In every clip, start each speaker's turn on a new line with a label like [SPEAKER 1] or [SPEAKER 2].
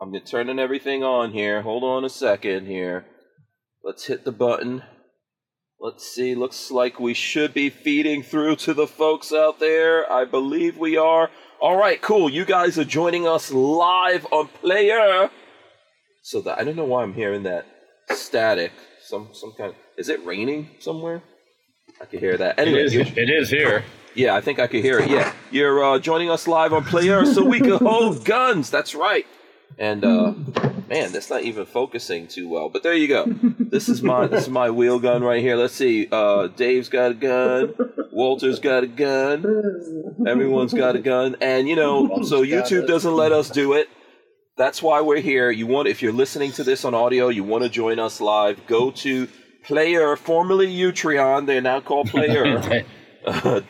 [SPEAKER 1] I'm gonna turning everything on here. Hold on a second here. Let's hit the button. Let's see. Looks like we should be feeding through to the folks out there. I believe we are. All right, cool. You guys are joining us live on Player. So that I don't know why I'm hearing that static. Some some kind. Of, is it raining somewhere? I could hear that. Anyway,
[SPEAKER 2] It is,
[SPEAKER 1] you-
[SPEAKER 2] it is here.
[SPEAKER 1] yeah, I think I could hear it. Yeah, you're uh, joining us live on Player, so we can hold guns. That's right. And uh, man, that's not even focusing too well. But there you go. This is my this is my wheel gun right here. Let's see. Uh, Dave's got a gun. Walter's got a gun. Everyone's got a gun. And you know, so YouTube doesn't let us do it. That's why we're here. You want if you're listening to this on audio, you want to join us live. Go to Player, formerly Utreon. They're now called Player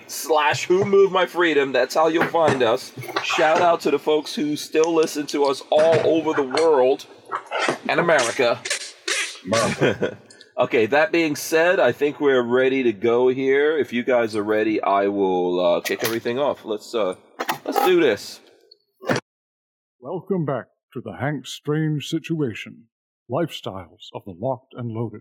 [SPEAKER 1] slash who moved my freedom that's how you'll find us shout out to the folks who still listen to us all over the world and america okay that being said i think we're ready to go here if you guys are ready i will uh, kick everything off let's uh let's do this
[SPEAKER 3] Welcome back to the Hank's Strange Situation Lifestyles of the Locked and Loaded.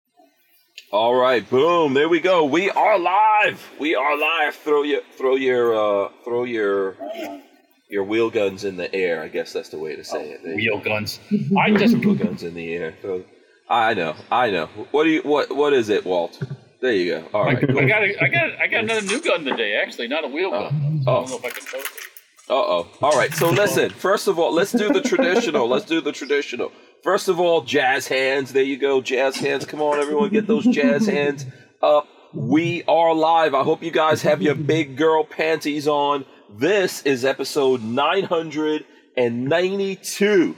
[SPEAKER 1] All right, boom. There we go. We are live. We are live. Throw your throw your uh throw your your wheel guns in the air. I guess that's the way to say it.
[SPEAKER 2] Wheel guns. I just
[SPEAKER 1] Wheel guns in the air. Throw, I know. I know. What do you what what is it, Walt? There you go. All right.
[SPEAKER 2] I
[SPEAKER 1] Cool.
[SPEAKER 2] got a, I got I got another new gun today. Actually, not a wheel gun. I
[SPEAKER 1] Oh.
[SPEAKER 2] don't know if I can post it.
[SPEAKER 1] Uh oh. All right. So listen. First of all, let's do the traditional. Let's do the traditional. First of all, jazz hands. There you go, jazz hands. Come on, everyone, get those jazz hands up. We are live. I hope you guys have your big girl panties on. This is episode nine hundred and ninety-two.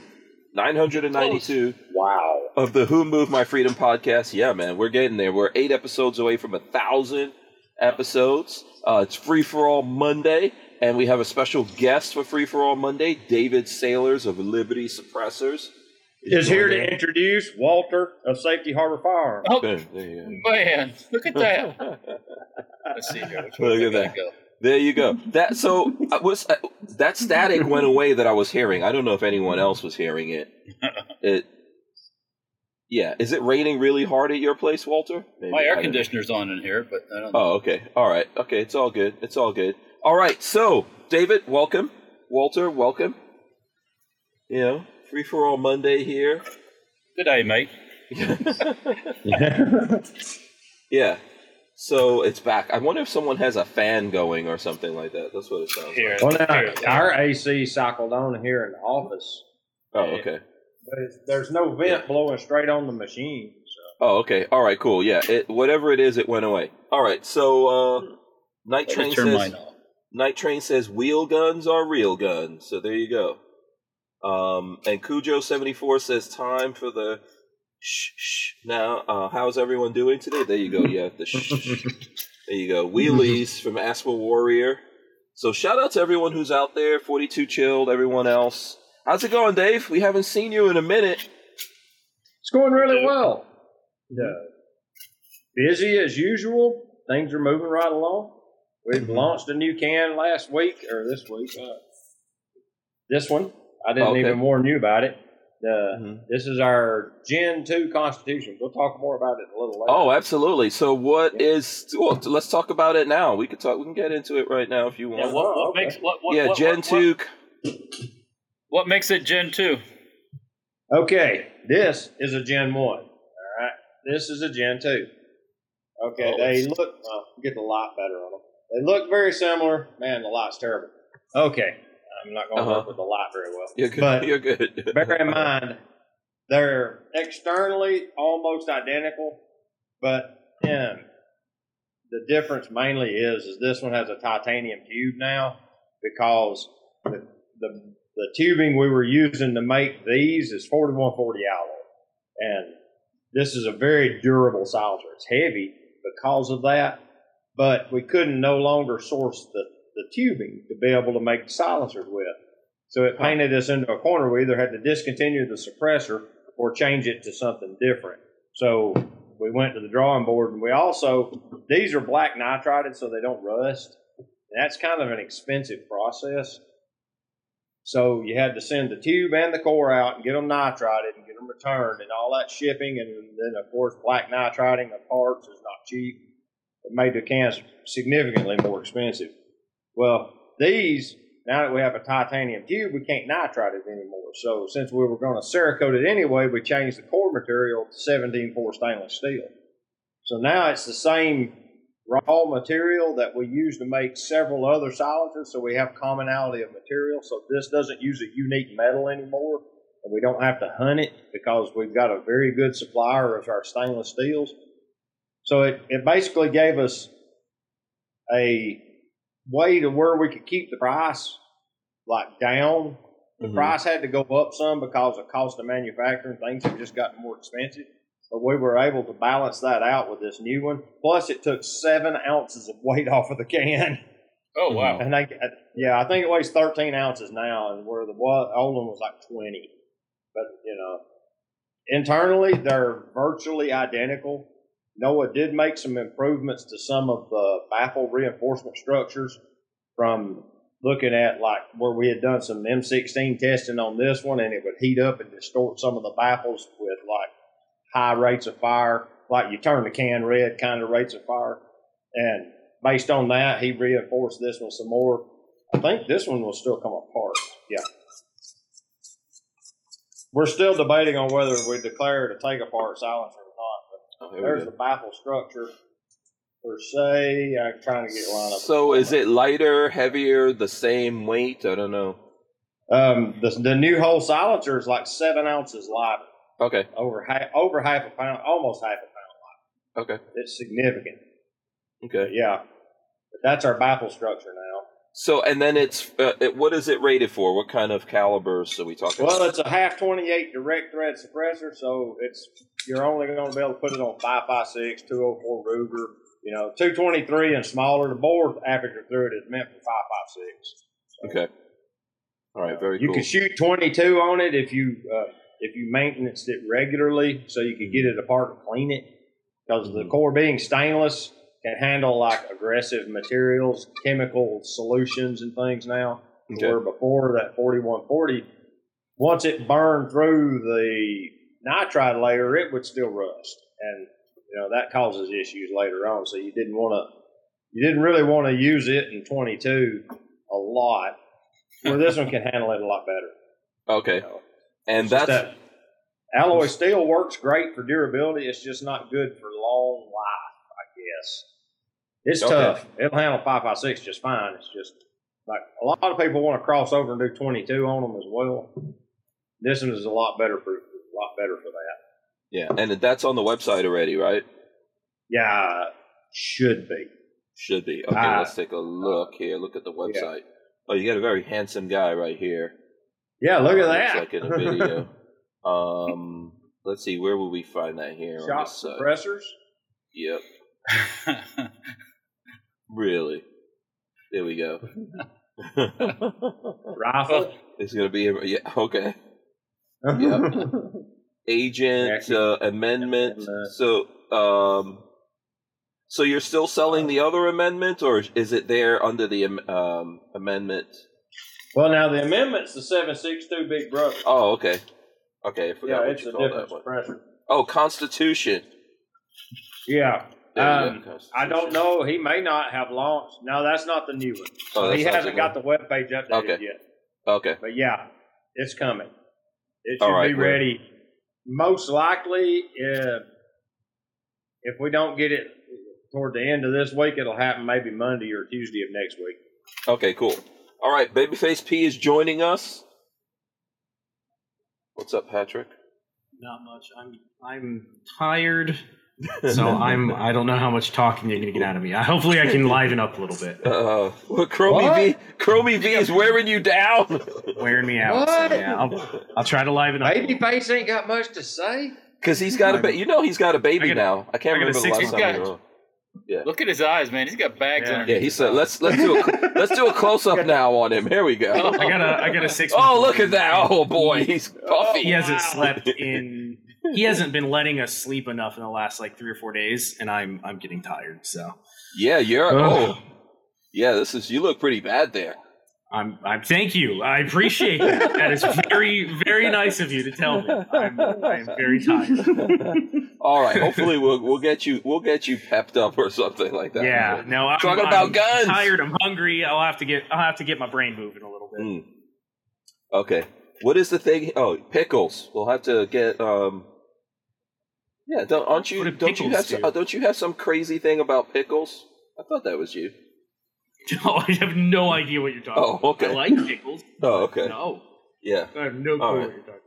[SPEAKER 1] Nine hundred and ninety-two
[SPEAKER 2] Wow.
[SPEAKER 1] of the Who Moved My Freedom podcast. Yeah, man, we're getting there. We're eight episodes away from a thousand episodes. Uh, it's Free for All Monday, and we have a special guest for Free for All Monday, David Sailors of Liberty Suppressors.
[SPEAKER 4] is here to introduce Walter of Safety Harbor Fire.
[SPEAKER 2] Oh
[SPEAKER 1] Boom, there you go.
[SPEAKER 2] man, look at that. Let's see here. Which
[SPEAKER 1] Look
[SPEAKER 2] way
[SPEAKER 1] at
[SPEAKER 2] did I
[SPEAKER 1] that.
[SPEAKER 2] go?
[SPEAKER 1] There you go. That so I was uh, that static went away that I was hearing. I don't know if anyone else was hearing it. It. Yeah, is it raining really hard at your place, Walter? Maybe.
[SPEAKER 2] My
[SPEAKER 1] I
[SPEAKER 2] air
[SPEAKER 1] don't know.
[SPEAKER 2] conditioner's on in here, but I don't.
[SPEAKER 1] Oh, okay. All right. Okay, it's all good. It's all good. All right. So, David, welcome. Walter, welcome. You know, free for all Monday here.
[SPEAKER 2] Good day, mate.
[SPEAKER 1] Yeah. So it's back. I wonder if someone has a fan going or something like that. That's what it sounds. Like.
[SPEAKER 2] Here.
[SPEAKER 4] Well, now
[SPEAKER 2] here.
[SPEAKER 4] our AC cycled on here in the office,
[SPEAKER 1] Oh, okay.
[SPEAKER 4] but it's, there's no vent blowing straight on the machine. So.
[SPEAKER 1] Oh, okay. All right. Cool. Yeah. It, whatever it is, it went away. All right. So, uh, Night
[SPEAKER 2] I
[SPEAKER 1] Train
[SPEAKER 2] just turned
[SPEAKER 1] says.
[SPEAKER 2] mine off.
[SPEAKER 1] Night Train says wheel guns are real guns. So there you go. Um, and Cujo74 says time for the shh, shh. Now, uh, how's everyone doing today? There you go. Yeah, the shh. shh. There you go. Wheelies from Asper Warrior. So shout out to everyone who's out there. 42 Chilled, everyone else. How's it going, Dave? We haven't seen you in a minute.
[SPEAKER 4] It's going really well. Yeah. Busy as usual. Things are moving right along. We launched a new can last week or this week. Uh, this one, I didn't
[SPEAKER 1] Okay.
[SPEAKER 4] even warn you about it. Uh,
[SPEAKER 2] Mm-hmm.
[SPEAKER 1] Mhm.
[SPEAKER 4] This is our Gen Two Constitution. We'll talk more about it a little later.
[SPEAKER 1] Oh, absolutely. So what is? Well, let's talk about it now. We could talk. We can get into it right now if you want.
[SPEAKER 2] Yeah, what, what makes what, what
[SPEAKER 1] yeah
[SPEAKER 2] what,
[SPEAKER 1] Gen
[SPEAKER 2] what,
[SPEAKER 1] two.
[SPEAKER 2] What, what makes it Gen two?
[SPEAKER 4] Okay, this is a Gen 1. All right, this is a Gen 2. Okay,
[SPEAKER 2] Oh,
[SPEAKER 4] they
[SPEAKER 2] it's-
[SPEAKER 4] look, oh, get the light better on them. They look very similar. Man, the light's terrible. Okay, I'm not going to
[SPEAKER 1] Uh-huh.
[SPEAKER 4] work with the light very well.
[SPEAKER 1] You're good.
[SPEAKER 4] But-
[SPEAKER 1] You're good.
[SPEAKER 4] Bear in mind, they're externally almost identical, but um, the difference mainly is is this one has a titanium tube now because the, the the tubing we were using to make these is 4140 alloy, and This is a very durable silencer. It's heavy because of that, but we couldn't no longer source the, the tubing to be able to make the silencers with. So it painted us into a corner. We either had to discontinue the suppressor or change it to something different. So we went to the drawing board, and we also these are black nitrided, so they don't rust. And that's kind of an expensive process. So you had to send the tube and the core out and get them nitrided and get them returned and all that shipping, and then of course black nitriding of parts is not cheap. It made the cans significantly more expensive. Well, these now that we have a titanium tube, we can't nitride it anymore. So since we were going to cerakote it anyway, we changed the core material to 17-4 stainless steel. So now it's the same raw material that we use to make several other silencers. So we have commonality of material. So this doesn't use a unique metal anymore, and we don't have to hunt it because we've got a very good supplier of our stainless steels. So it, it basically gave us a way to where we could keep the price like down. The
[SPEAKER 1] Mhm.
[SPEAKER 4] price had to go up some because of cost of manufacturing. Things have just gotten more expensive. But we were able to balance that out with this new one. Plus, it took seven ounces of weight off of the can.
[SPEAKER 2] Oh wow.
[SPEAKER 1] Mm-hmm.
[SPEAKER 4] And I, yeah, I think it weighs 13 ounces now, and where the wa- old one was like 20. But you know, internally they're virtually identical. Noah did make some improvements to some of the baffle reinforcement structures from looking at like where we had done some M16 testing on this one, and it would heat up and distort some of the baffles with like high rates of fire, like you turn the can red kind of rates of fire. And based on that, he reinforced this one some more. I think this one will still come apart. Yeah. We're still debating on whether we declare to take apart silencer or not.
[SPEAKER 1] Oh,
[SPEAKER 4] But
[SPEAKER 1] here we
[SPEAKER 4] there's
[SPEAKER 1] go.
[SPEAKER 4] the baffle structure per se. I'm trying to get it lined up.
[SPEAKER 1] So is it lighter, heavier, the same weight? I don't know.
[SPEAKER 4] Um, the, the new whole silencer is like seven ounces lighter,
[SPEAKER 1] Okay,
[SPEAKER 4] over half, over half a pound, almost half a pound.
[SPEAKER 1] okay,
[SPEAKER 4] It's significant. But
[SPEAKER 1] okay.
[SPEAKER 4] yeah, but that's our baffle structure now.
[SPEAKER 1] So and then it's uh, it, what is it rated for? What kind of calibers are we talking?
[SPEAKER 4] Well,
[SPEAKER 1] about?
[SPEAKER 4] it's a half 28 direct thread suppressor, so it's you're only going to be able to put it on 556, 204 Ruger, you know, 223 and smaller. The bore aperture through it is meant for 556.
[SPEAKER 1] Okay. All right. Very
[SPEAKER 4] you
[SPEAKER 1] cool.
[SPEAKER 4] can shoot 22 on it if you uh, if you maintenance it regularly, so you can get it apart and clean it. Because the
[SPEAKER 1] Mhm.
[SPEAKER 4] core being stainless can handle like aggressive materials, chemical solutions, and things now.
[SPEAKER 1] Okay.
[SPEAKER 4] Where before that 4140, once it burned through the nitride layer, it would still rust, and you know that causes issues later on. So you didn't want to, you didn't really want to use it in 22 a lot. Where this one can handle it a lot better.
[SPEAKER 1] Okay.
[SPEAKER 4] No.
[SPEAKER 1] And
[SPEAKER 4] It's just
[SPEAKER 1] that's
[SPEAKER 4] that alloy steel works great for durability. It's just not good for long life, I guess. It's
[SPEAKER 1] Okay.
[SPEAKER 4] tough. It'll handle five five six just fine. It's just like a lot of people want to cross over and do twenty two on them as well. This one is a lot better for a lot better for that.
[SPEAKER 1] yeah, and that's on the website already, right?
[SPEAKER 4] Yeah, should be.
[SPEAKER 1] Should be. Okay,
[SPEAKER 4] Ah.
[SPEAKER 1] let's take a look here. Look at the website. Oh, you got a very handsome guy right here.
[SPEAKER 4] Yeah, look at
[SPEAKER 1] Uh,
[SPEAKER 4] that.
[SPEAKER 1] Looks like in a video. um, let's see. Where will we find that here on
[SPEAKER 4] Shop
[SPEAKER 1] this site?
[SPEAKER 4] suppressors.
[SPEAKER 1] Yep. Really. There we go.
[SPEAKER 4] Rifle.
[SPEAKER 1] it's gonna be a, yeah. Okay. Oh, yeah. Agent
[SPEAKER 4] Action.
[SPEAKER 1] uh, amendment.
[SPEAKER 4] Amendment.
[SPEAKER 1] So, um, so you're still selling the other amendment, or is it there under the am- um, amendment?
[SPEAKER 4] well, now the amendment's the seven six two Big Brother.
[SPEAKER 1] Oh, okay. Okay, I forgot
[SPEAKER 4] yeah,
[SPEAKER 1] what
[SPEAKER 4] it's
[SPEAKER 1] you
[SPEAKER 4] a
[SPEAKER 1] call
[SPEAKER 4] different
[SPEAKER 1] that one.
[SPEAKER 4] suppressor.
[SPEAKER 1] Oh, Constitution.
[SPEAKER 4] Yeah.
[SPEAKER 1] There you
[SPEAKER 4] Um,
[SPEAKER 1] go, Constitution.
[SPEAKER 4] I don't know. He may not have launched. No, that's not the new one.
[SPEAKER 1] Oh, that's
[SPEAKER 4] he
[SPEAKER 1] not
[SPEAKER 4] hasn't
[SPEAKER 1] the
[SPEAKER 4] got the web page updated
[SPEAKER 1] Okay.
[SPEAKER 4] yet.
[SPEAKER 1] Okay.
[SPEAKER 4] But yeah, it's coming. It should
[SPEAKER 1] All right,
[SPEAKER 4] be
[SPEAKER 1] well-
[SPEAKER 4] ready. Most likely, if, if we don't get it toward the end of this week, it'll happen maybe Monday or Tuesday of next week.
[SPEAKER 1] Okay, cool. All right, Babyface P is joining us. What's up, Patrick?
[SPEAKER 5] Not much. I'm I'm tired, so I'm I don't know how much talking you're gonna get out of me. I, hopefully, I can liven up a little bit,
[SPEAKER 1] Uh, well, Chromie V, Chromie V is wearing you down.
[SPEAKER 5] wearing me out. so,
[SPEAKER 4] What?
[SPEAKER 5] yeah, I'll, I'll try to liven up. a little.
[SPEAKER 4] Babyface ain't got much to say.
[SPEAKER 1] Because he's got a ba- you know he's got a baby
[SPEAKER 6] I got a-
[SPEAKER 1] now.
[SPEAKER 6] I
[SPEAKER 1] I can't
[SPEAKER 6] got a
[SPEAKER 1] remember the
[SPEAKER 6] six-
[SPEAKER 1] last
[SPEAKER 2] he's
[SPEAKER 1] time.
[SPEAKER 2] got-
[SPEAKER 1] he wrote.
[SPEAKER 2] Look at his eyes, man. He's got bags
[SPEAKER 5] Yeah.
[SPEAKER 2] underneath.
[SPEAKER 1] Yeah, he said let's let's do a let's do a close up now on him. Here we go.
[SPEAKER 5] I got a I got a six.
[SPEAKER 1] Oh look at that! Oh boy, he's puffy.
[SPEAKER 5] He hasn't slept in. He hasn't been letting us sleep enough in the last like three or four days, and I'm I'm getting tired. So
[SPEAKER 1] Yeah, you're. Oh,
[SPEAKER 5] Ugh.
[SPEAKER 1] yeah. This is you look pretty bad there.
[SPEAKER 5] I'm I'm. Thank you. I appreciate that. That is very very nice of you to tell me. I'm I'm very tired.
[SPEAKER 1] All right. Hopefully we'll we'll get you we'll get you pepped up or something like that.
[SPEAKER 5] Yeah. No. I'm,
[SPEAKER 1] Talking about
[SPEAKER 5] I'm
[SPEAKER 1] guns.
[SPEAKER 5] Tired. I'm hungry. I'll have to get I'll have to get my brain moving a little bit.
[SPEAKER 1] Mm. Okay. What is the thing? Oh, pickles. We'll have to get. um Yeah. Don't, aren't you?
[SPEAKER 5] What do
[SPEAKER 1] Don't you
[SPEAKER 5] pickles
[SPEAKER 1] have? Some,
[SPEAKER 5] do?
[SPEAKER 1] uh, don't you have some crazy thing about pickles? I thought that was you.
[SPEAKER 5] No, I have no idea what you're talking.
[SPEAKER 1] Oh,
[SPEAKER 5] about.
[SPEAKER 1] okay.
[SPEAKER 5] I like pickles.
[SPEAKER 1] Oh, okay.
[SPEAKER 5] No,
[SPEAKER 1] Yeah.
[SPEAKER 5] I have no clue
[SPEAKER 1] All right.
[SPEAKER 5] what you're talking. about.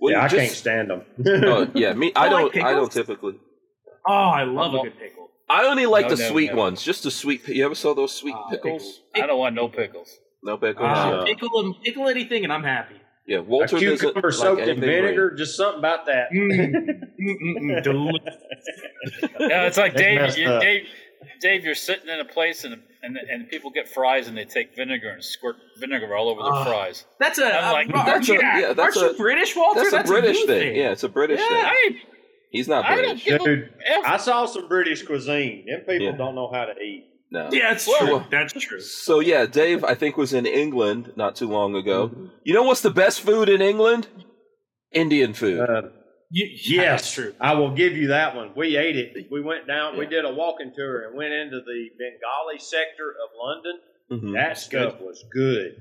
[SPEAKER 1] Well,
[SPEAKER 4] yeah,
[SPEAKER 1] you
[SPEAKER 4] I
[SPEAKER 1] just-
[SPEAKER 4] can't stand them.
[SPEAKER 1] Oh, yeah, me. I
[SPEAKER 5] You don't
[SPEAKER 1] don't.
[SPEAKER 5] like
[SPEAKER 1] I don't
[SPEAKER 5] pickles?
[SPEAKER 1] typically.
[SPEAKER 5] Oh, I love a good pickle.
[SPEAKER 1] I only like
[SPEAKER 2] No,
[SPEAKER 1] the
[SPEAKER 2] no,
[SPEAKER 1] sweet
[SPEAKER 2] no.
[SPEAKER 1] ones. Just the sweet. pi- You ever saw those sweet
[SPEAKER 5] Ah,
[SPEAKER 1] pickles?
[SPEAKER 2] I don't want no pickles.
[SPEAKER 1] No pickles.
[SPEAKER 5] Uh,
[SPEAKER 1] yeah.
[SPEAKER 5] pickle and pickle anything, and I'm happy.
[SPEAKER 1] yeah,
[SPEAKER 4] a
[SPEAKER 1] Walter doesn't
[SPEAKER 4] cucumber
[SPEAKER 1] like
[SPEAKER 4] soaked in
[SPEAKER 1] anything green.
[SPEAKER 4] vinegar, just something about that.
[SPEAKER 5] Mm, Delicious.
[SPEAKER 2] Yeah, it's like
[SPEAKER 4] They
[SPEAKER 2] Dave.
[SPEAKER 4] messed
[SPEAKER 2] You,
[SPEAKER 4] up.
[SPEAKER 2] Dave, Dave, you're sitting in a place and and and people get fries and they take vinegar and squirt vinegar all over their
[SPEAKER 5] Ah.
[SPEAKER 2] fries.
[SPEAKER 5] That's a,
[SPEAKER 2] I'm like,
[SPEAKER 5] uh,
[SPEAKER 1] that's
[SPEAKER 5] aren't
[SPEAKER 1] a-
[SPEAKER 5] you-
[SPEAKER 1] yeah, that's
[SPEAKER 5] aren't
[SPEAKER 1] a-
[SPEAKER 5] you British, Walter?
[SPEAKER 1] That's, a
[SPEAKER 5] you
[SPEAKER 1] British thing.
[SPEAKER 5] thing.
[SPEAKER 1] Yeah, it's a British thing.
[SPEAKER 2] I,
[SPEAKER 1] He's not
[SPEAKER 2] I don't
[SPEAKER 1] British.
[SPEAKER 2] give
[SPEAKER 4] Dude,
[SPEAKER 2] a f.
[SPEAKER 4] I saw some British cuisine. Them people
[SPEAKER 1] Yeah.
[SPEAKER 4] don't know how to eat.
[SPEAKER 1] No.
[SPEAKER 5] Yeah, it's
[SPEAKER 2] Whoa.
[SPEAKER 5] true. That's true.
[SPEAKER 1] So yeah, Dave, I think was in England not too long ago. You know what's the best food in England? Indian food.
[SPEAKER 4] Uh,
[SPEAKER 5] You, yeah,
[SPEAKER 4] Yes,
[SPEAKER 5] that's true.
[SPEAKER 4] I will give you that one. We ate it. We went down. We
[SPEAKER 1] Yeah.
[SPEAKER 4] did a walking tour and went into the Bengali sector of London.
[SPEAKER 1] Mhm.
[SPEAKER 4] That stuff was good.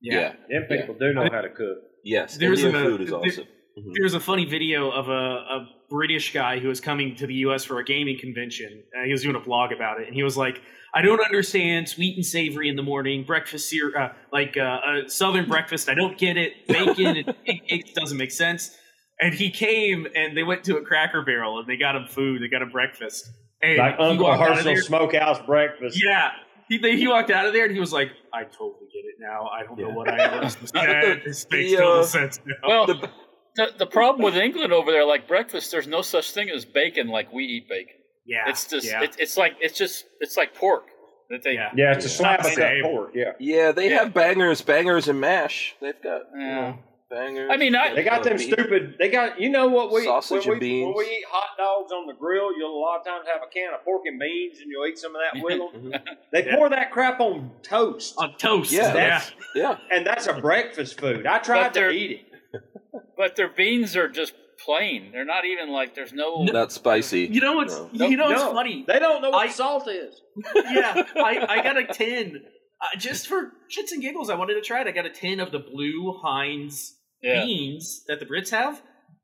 [SPEAKER 1] yeah.
[SPEAKER 4] Them
[SPEAKER 1] Yeah.
[SPEAKER 4] people do know how to cook.
[SPEAKER 1] Yes.
[SPEAKER 5] There was
[SPEAKER 1] Indian
[SPEAKER 5] a-
[SPEAKER 1] food is
[SPEAKER 5] there-
[SPEAKER 1] awesome.
[SPEAKER 4] Mm-hmm.
[SPEAKER 5] There was a funny video of a, a British guy who was coming to the U.S. for a gaming convention. Uh, he was doing a blog about it, and he was like, "I don't understand sweet and savory in the morning, breakfast here, uh, like uh, uh, Southern breakfast. I don't get it. Bacon and pancakes doesn't make sense." And he came, and they went to a Cracker Barrel, and they got him food. They got him breakfast. And
[SPEAKER 4] Like
[SPEAKER 5] he
[SPEAKER 4] Uncle
[SPEAKER 5] walked out of
[SPEAKER 4] Herschel's Smokehouse breakfast.
[SPEAKER 5] there- Yeah. He, they- he walked out of there and he was like, I totally get it now. I don't
[SPEAKER 1] Yeah.
[SPEAKER 5] know what I ever said. This
[SPEAKER 1] The,
[SPEAKER 5] makes
[SPEAKER 1] uh,
[SPEAKER 5] total sense now.
[SPEAKER 2] Well,
[SPEAKER 1] The-
[SPEAKER 2] the, the problem with England over there, like breakfast, there's no such thing as bacon like we eat bacon.
[SPEAKER 5] yeah.
[SPEAKER 2] It's just
[SPEAKER 5] yeah.
[SPEAKER 2] it's it's like it's just it's like pork that they.
[SPEAKER 5] Yeah.
[SPEAKER 4] Yeah, it's a slab
[SPEAKER 5] Not
[SPEAKER 4] of cut
[SPEAKER 5] same.
[SPEAKER 4] pork. Yeah,
[SPEAKER 1] Yeah, they
[SPEAKER 2] Yeah.
[SPEAKER 1] have bangers, bangers and mash. They've got
[SPEAKER 2] Yeah.
[SPEAKER 1] bangers.
[SPEAKER 2] I mean, I
[SPEAKER 4] they got them
[SPEAKER 1] Beef.
[SPEAKER 4] stupid. They got you know what we
[SPEAKER 1] Sausage
[SPEAKER 4] when
[SPEAKER 1] and
[SPEAKER 4] we,
[SPEAKER 1] beans.
[SPEAKER 4] when we eat hot dogs on the grill. You'll a lot of times have a can of pork and beans, and you'll eat some of that with them. They
[SPEAKER 5] Yeah.
[SPEAKER 4] pour that crap on toast,
[SPEAKER 5] on toast.
[SPEAKER 1] yeah,
[SPEAKER 5] yeah.
[SPEAKER 1] that's- yeah.
[SPEAKER 4] and that's a breakfast food. I tried to
[SPEAKER 2] they're-
[SPEAKER 4] eat it.
[SPEAKER 2] but their beans are just plain. They're not even like there's no.
[SPEAKER 1] Not spicy.
[SPEAKER 5] You know what's
[SPEAKER 1] No.
[SPEAKER 5] you know what's
[SPEAKER 4] No,
[SPEAKER 5] funny?
[SPEAKER 4] They don't know what
[SPEAKER 5] I-
[SPEAKER 4] salt is.
[SPEAKER 5] yeah, I, I got a tin uh, just for shits and giggles. I wanted to try it. I got a tin of the blue Heinz
[SPEAKER 2] Yeah.
[SPEAKER 5] beans that the Brits have,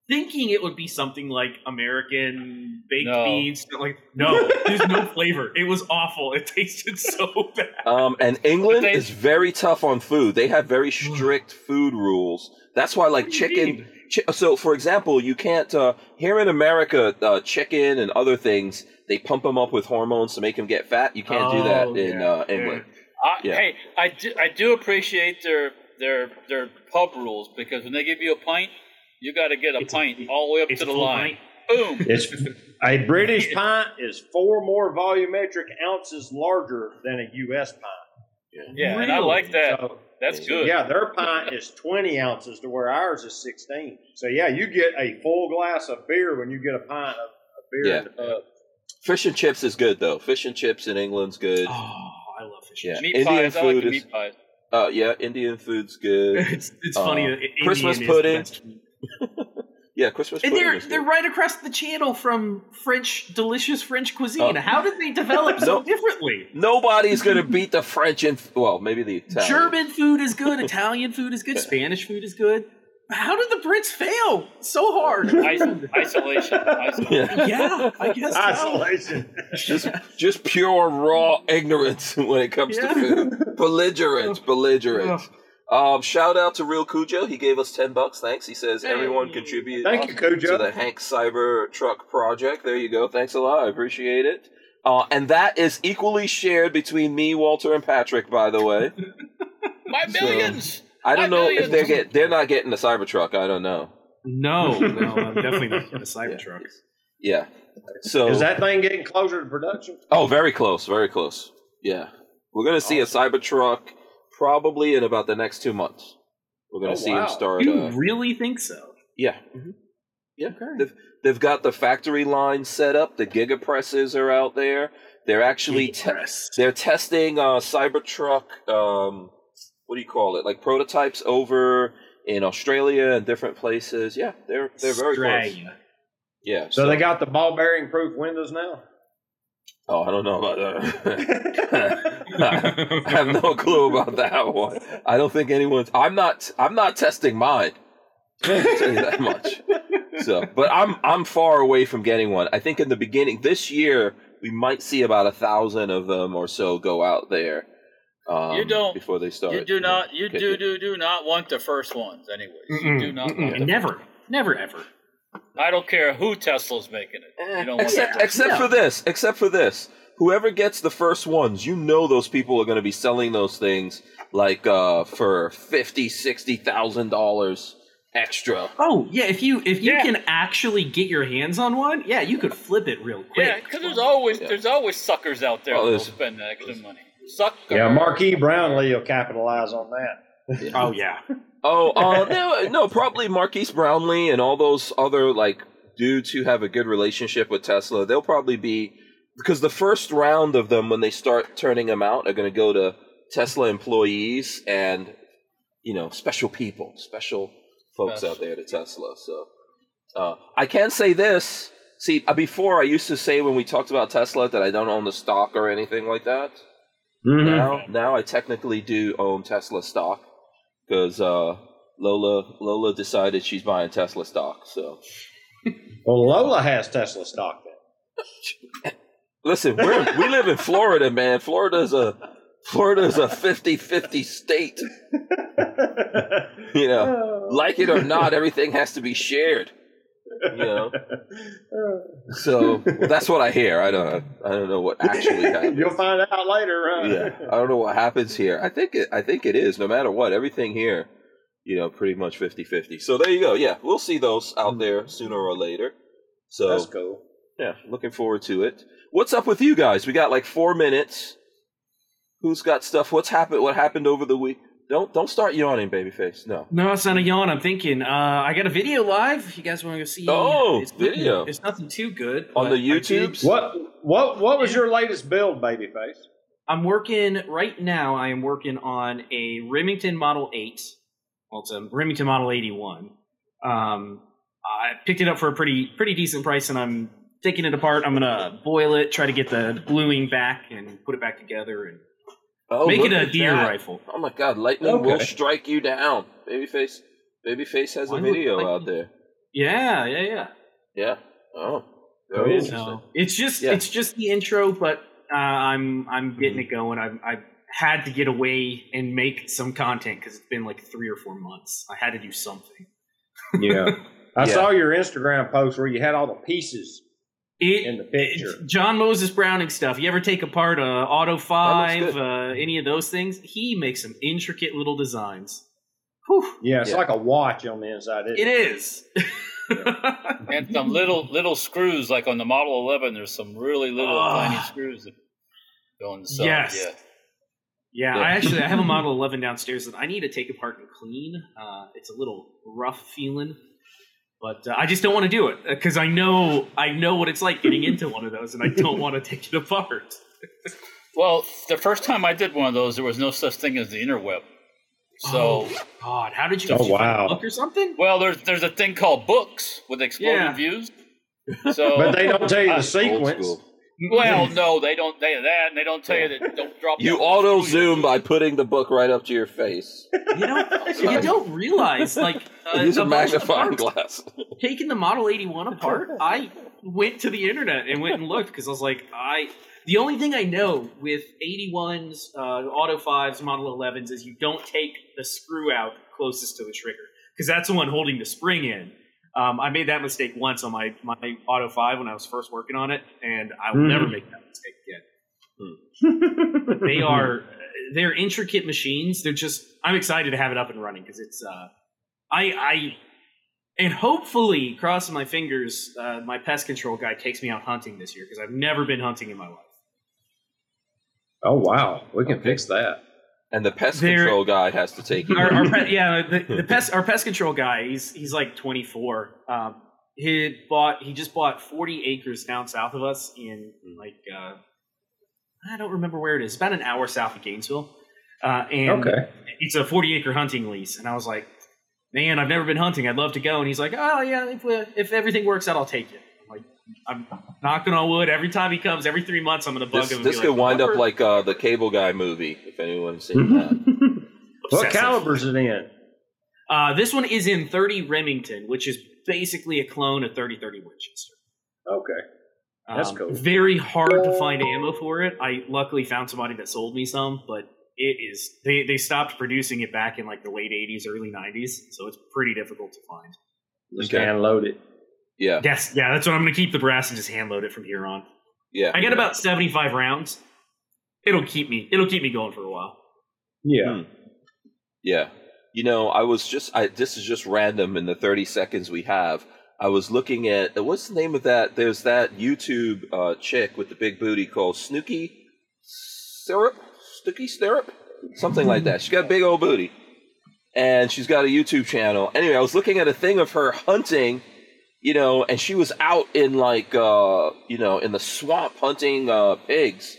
[SPEAKER 5] thinking it would be something like American baked
[SPEAKER 2] No.
[SPEAKER 5] beans. Like no, there's no flavor. It was awful. It tasted so bad.
[SPEAKER 1] Um, and England
[SPEAKER 2] But they-
[SPEAKER 1] is very tough on food. They have very strict food rules. That's why, like
[SPEAKER 5] Mm. What do you
[SPEAKER 1] chicken.
[SPEAKER 5] mean?
[SPEAKER 1] Chi- so, for example, you can't uh, here in America, uh, chicken and other things they pump them up with hormones to make them get fat. You can't do that
[SPEAKER 5] Oh,
[SPEAKER 1] in
[SPEAKER 5] yeah,
[SPEAKER 1] uh, England.
[SPEAKER 2] I,
[SPEAKER 1] Yeah.
[SPEAKER 2] Hey, I do, I do appreciate their their their pub rules because when they give you a pint, you got to get a
[SPEAKER 5] It's a-
[SPEAKER 2] pint all the way up
[SPEAKER 5] It's
[SPEAKER 2] to the
[SPEAKER 5] full
[SPEAKER 2] line.
[SPEAKER 5] pint.
[SPEAKER 2] Boom.
[SPEAKER 4] It's a British pint is four more volumetric ounces larger than a U.S. pint.
[SPEAKER 2] Yeah, and I like that.
[SPEAKER 4] So,
[SPEAKER 2] That's good.
[SPEAKER 4] yeah, their pint is twenty ounces to where ours is sixteen. So yeah, you get a full glass of beer when you get a pint of, of beer.
[SPEAKER 1] Yeah.
[SPEAKER 4] in the pub.
[SPEAKER 1] Fish and chips is good though. Fish and chips in England's good.
[SPEAKER 5] Oh, I love fish.
[SPEAKER 1] Yeah.
[SPEAKER 5] and
[SPEAKER 2] Meat
[SPEAKER 1] Indian
[SPEAKER 2] pies. I like
[SPEAKER 1] food
[SPEAKER 2] the
[SPEAKER 1] is-
[SPEAKER 2] meat pies.
[SPEAKER 1] Uh, yeah, Indian food's
[SPEAKER 5] chips.
[SPEAKER 1] good.
[SPEAKER 5] It's, it's
[SPEAKER 1] Uh,
[SPEAKER 5] funny. that Indian
[SPEAKER 1] Christmas
[SPEAKER 5] is the
[SPEAKER 1] pudding.
[SPEAKER 5] best.
[SPEAKER 1] Yeah, Christmas
[SPEAKER 5] And
[SPEAKER 1] pudding
[SPEAKER 5] they're
[SPEAKER 1] is
[SPEAKER 5] they're
[SPEAKER 1] good.
[SPEAKER 5] right across the channel from French delicious French cuisine.
[SPEAKER 1] Oh.
[SPEAKER 5] How did they develop so
[SPEAKER 1] No.
[SPEAKER 5] differently?
[SPEAKER 1] Nobody's gonna beat the French and well, maybe the Italian.
[SPEAKER 5] German food is good, Italian food is good, Spanish food is good. How did the Brits fail so hard?
[SPEAKER 2] Is- isolation. isolation.
[SPEAKER 1] Yeah.
[SPEAKER 5] yeah, I guess so.
[SPEAKER 4] Isolation.
[SPEAKER 1] just just pure raw ignorance when it comes to
[SPEAKER 5] Yeah.
[SPEAKER 1] food. Belligerence, belligerence. Um, shout out to Real Cujo. He gave us ten bucks. Thanks. He says everyone
[SPEAKER 5] Hey.
[SPEAKER 1] contribute
[SPEAKER 4] Thank you,
[SPEAKER 1] to the
[SPEAKER 4] Kojo.
[SPEAKER 1] Hank Cyber Truck Project. There you go. Thanks a lot. I appreciate it. Uh, and that is equally shared between me, Walter, and Patrick. By the way,
[SPEAKER 2] My
[SPEAKER 1] So-
[SPEAKER 2] millions.
[SPEAKER 1] I don't
[SPEAKER 2] My
[SPEAKER 1] know if
[SPEAKER 2] millions.
[SPEAKER 1] they're get they're not getting the Cybertruck. I don't know.
[SPEAKER 5] No, no, I'm definitely not in a Cybertruck.
[SPEAKER 1] Yeah. So
[SPEAKER 4] Is that thing getting closer to production?
[SPEAKER 1] Oh, very close, very close. Yeah, we're gonna see a Cybertruck probably in about the next two months. We're gonna
[SPEAKER 4] Oh,
[SPEAKER 1] see
[SPEAKER 4] wow.
[SPEAKER 1] him start.
[SPEAKER 5] You
[SPEAKER 1] Uh,
[SPEAKER 5] really think so?
[SPEAKER 1] yeah, yeah.
[SPEAKER 5] Okay.
[SPEAKER 1] They've, they've got the factory line set up. The gigapresses are out there. They're actually te-
[SPEAKER 5] Impressed.
[SPEAKER 1] they're testing uh, Cybertruck. Um, what do you call it? Like prototypes over in Australia and different places. Yeah, they're they're very close.
[SPEAKER 5] Australia.
[SPEAKER 1] Yeah.
[SPEAKER 4] So they got the ball bearing proof windows now.
[SPEAKER 1] Oh, I don't know about that. I have no clue about that one. I don't think anyone's. I'm not. I'm not testing mine. I'll tell you that much. So, but I'm I'm far away from getting one. I think in the beginning this year we might see about a thousand of them or so go out there. Um,
[SPEAKER 2] You don't-
[SPEAKER 1] before they start.
[SPEAKER 2] You do not, you
[SPEAKER 1] Okay.
[SPEAKER 2] do do do not want the first ones, anyways. You do not.
[SPEAKER 5] Mm-mm.
[SPEAKER 2] Want them.
[SPEAKER 5] Never, never, ever.
[SPEAKER 2] I don't care who Tesla's making it. You don't want
[SPEAKER 1] Except
[SPEAKER 2] that.
[SPEAKER 1] except for this. Except for this. Whoever gets the first ones, you know those people are going to be selling those things like uh, for fifty, sixty thousand dollars extra.
[SPEAKER 5] Oh yeah, if you if you
[SPEAKER 2] Yeah.
[SPEAKER 5] can actually get your hands on one, yeah, you could flip it real quick.
[SPEAKER 2] Yeah, because there's always there's always suckers out there
[SPEAKER 1] Oh,
[SPEAKER 2] that will
[SPEAKER 1] there's-
[SPEAKER 2] spend the extra money. Sucker.
[SPEAKER 4] Yeah, Marquis Brownlee will capitalize on that.
[SPEAKER 5] Oh yeah,
[SPEAKER 1] Oh, uh, no, no, probably Marquise Brownlee and all those other like dudes who have a good relationship with Tesla. They'll probably be because the first round of them when they start turning them out are going to go to Tesla employees and you know special people, special folks
[SPEAKER 2] Special.
[SPEAKER 1] out there to Tesla. So uh, I can say this. See, uh, before I used to say when we talked about Tesla that I don't own the stock or anything like that. Now, now I technically do own Tesla stock because uh, Lola Lola decided she's buying Tesla stock. So
[SPEAKER 4] Well, Lola has Tesla stock then.
[SPEAKER 1] listen, we're, we live in Florida, man. Florida's a Florida's a 50-50 state. You know, like it or not, everything has to be shared. You know, so well, that's what I hear. I don't I don't know what actually happens.
[SPEAKER 4] You'll find out later, huh?
[SPEAKER 1] yeah, I don't know what happens here. I think it, I think it is no matter what. Everything here, you know, pretty much 50-50. So there you go. Yeah, we'll see those out there sooner or later.
[SPEAKER 4] Hmm. That's
[SPEAKER 1] So
[SPEAKER 4] cool.
[SPEAKER 1] yeah, looking forward to it. What's up with you guys? We got like four minutes. Who's got stuff? What's happened? What happened over the week? Don't don't start yawning, babyface. No.
[SPEAKER 5] no, it's not a yawn. I'm thinking. Uh, I got a video live. If you guys want to go see?
[SPEAKER 1] Oh,
[SPEAKER 5] it's nothing-
[SPEAKER 1] video.
[SPEAKER 5] it's nothing too good
[SPEAKER 1] On
[SPEAKER 5] but
[SPEAKER 1] the
[SPEAKER 5] I did-
[SPEAKER 1] YouTubes?
[SPEAKER 4] What what what was your latest build, babyface?
[SPEAKER 5] I'm working right now. I am working on a Remington Model 8. Well, it's a Remington Model 81. Um, I picked it up for a pretty pretty decent price, and I'm taking it apart. I'm gonna boil it, try to get the bluing back, and put it back together, and
[SPEAKER 1] Oh,
[SPEAKER 5] make
[SPEAKER 1] look
[SPEAKER 5] it a
[SPEAKER 1] at
[SPEAKER 5] deer
[SPEAKER 1] that.
[SPEAKER 5] rifle.
[SPEAKER 1] Oh my God! Lightning will
[SPEAKER 4] Okay.
[SPEAKER 1] strike you down, babyface. Babyface has
[SPEAKER 5] Why
[SPEAKER 1] a
[SPEAKER 5] would
[SPEAKER 1] video out
[SPEAKER 5] lightning-
[SPEAKER 1] there.
[SPEAKER 5] Yeah, yeah, yeah.
[SPEAKER 1] Yeah. Oh, very
[SPEAKER 4] Cool.
[SPEAKER 1] interesting.
[SPEAKER 5] No, it's just
[SPEAKER 1] Yeah. Mm-hmm.
[SPEAKER 5] it's just the intro, but uh, I'm I'm getting it going. I I had to get away and make some content because it's been like three or four months. I had to do something.
[SPEAKER 4] Yeah. I
[SPEAKER 1] Yeah.
[SPEAKER 4] saw your Instagram post where you had all the pieces
[SPEAKER 5] It,
[SPEAKER 4] in the picture.
[SPEAKER 5] It's John Moses Browning stuff. You ever take apart uh, Auto Five,
[SPEAKER 1] good.
[SPEAKER 5] uh, any of those things? He makes some intricate little designs. Whew,
[SPEAKER 4] Yeah, it's
[SPEAKER 1] Yeah.
[SPEAKER 4] like a watch on the inside. Isn't
[SPEAKER 5] it is.
[SPEAKER 2] and some little little screws like on the Model 11. There's some really little
[SPEAKER 5] Ah.
[SPEAKER 2] tiny screws that go on the side.
[SPEAKER 5] Yes.
[SPEAKER 2] Yeah.
[SPEAKER 5] yeah,
[SPEAKER 1] Yeah.
[SPEAKER 5] I actually I have a Model Eleven downstairs that I need to take apart and clean. Uh, it's a little rough feeling, but uh, I just don't want to do it because I know I know what it's like getting into one of those, and I don't want to take it apart.
[SPEAKER 2] Well, the first time I did one of those, there was no such thing as the interweb. So,
[SPEAKER 5] Oh, God, how did you?
[SPEAKER 4] Oh,
[SPEAKER 5] did you find a
[SPEAKER 4] wow.
[SPEAKER 5] book or something?
[SPEAKER 2] well, there's there's a thing called books with exploded
[SPEAKER 5] Yeah.
[SPEAKER 2] views.
[SPEAKER 4] it?
[SPEAKER 2] So,
[SPEAKER 4] But they don't tell you the
[SPEAKER 2] Old
[SPEAKER 4] sequence.
[SPEAKER 2] well, no, they don't. They that, and they don't tell you that. Don't drop.
[SPEAKER 1] You
[SPEAKER 2] that
[SPEAKER 1] auto
[SPEAKER 2] screw.
[SPEAKER 1] zoom by putting the book right up to your face.
[SPEAKER 5] You don't, you don't realize like uh,
[SPEAKER 1] Use a
[SPEAKER 5] the bunch of
[SPEAKER 1] magnifying glass.
[SPEAKER 5] parts. taking the Model 81 apart, I went to the internet and went and looked because I was like, I. The only thing I know with 81s, uh, Auto 5s, Model 11s is you don't take the screw out closest to the trigger because that's the one holding the spring in. Um, I made that mistake once on my, my Auto 5 when I was first working on it, and I will
[SPEAKER 4] Mhm.
[SPEAKER 5] never make that mistake again. They are they're intricate machines. They're just I'm excited to have it up and running because it's uh, I I And hopefully, crossing my fingers, uh, my pest control guy takes me out hunting this year because I've never been hunting in my life.
[SPEAKER 4] Oh wow, we can fix that.
[SPEAKER 1] And the pest
[SPEAKER 5] There-
[SPEAKER 1] control guy has to take you.
[SPEAKER 5] our, our pet, yeah, the, the pest, our pest control guy. He's he's like 24. Um, he bought he just bought 40 acres down south of us in like uh, I don't remember where it is. About an hour south of Gainesville, uh, and
[SPEAKER 4] Okay.
[SPEAKER 5] it's a 40 acre hunting lease. And I was like, man, I've never been hunting. I'd love to go. And he's like, oh yeah, if, we- if everything works out, I'll take it. I'm like, I'm knocking on wood. Every time he comes, every three months, I'm gonna bug
[SPEAKER 1] This,
[SPEAKER 5] him. and
[SPEAKER 1] this
[SPEAKER 5] be
[SPEAKER 1] could wind up
[SPEAKER 5] "Robert,
[SPEAKER 1] like uh, the Cable Guy movie, if anyone's seen that.
[SPEAKER 4] What
[SPEAKER 5] obsessive."
[SPEAKER 4] caliber's it in?
[SPEAKER 5] Uh, this one is in 30 Remington, which is basically a clone of 3030 Winchester.
[SPEAKER 4] Okay.
[SPEAKER 5] Um,
[SPEAKER 4] That's cool.
[SPEAKER 5] Very hard to find ammo for it. I luckily found somebody that sold me some, but it is they they stopped producing it back in like the late 80s, early 90s, so it's pretty difficult to find.
[SPEAKER 4] Just
[SPEAKER 1] Okay.
[SPEAKER 4] hand load it.
[SPEAKER 1] Yeah,
[SPEAKER 5] Yes, yeah, that's what I'm gonna keep the brass and just hand load it from here on.
[SPEAKER 1] yeah.
[SPEAKER 5] I got about 75 rounds. It'll keep me. It'll keep me going for a while.
[SPEAKER 1] Hmm.
[SPEAKER 4] Yeah.
[SPEAKER 5] Hmm.
[SPEAKER 1] Yeah. You know, I was just I this is just random in the 30 seconds we have. I was looking at what's the name of that? There's that YouTube uh chick with the big booty called Snooky Syrup, Snooky Syrup, something like that. She got a big old booty. And she's got a YouTube channel. Anyway, I was looking at a thing of her hunting, you know, and she was out in like uh, you know, in the swamp hunting uh pigs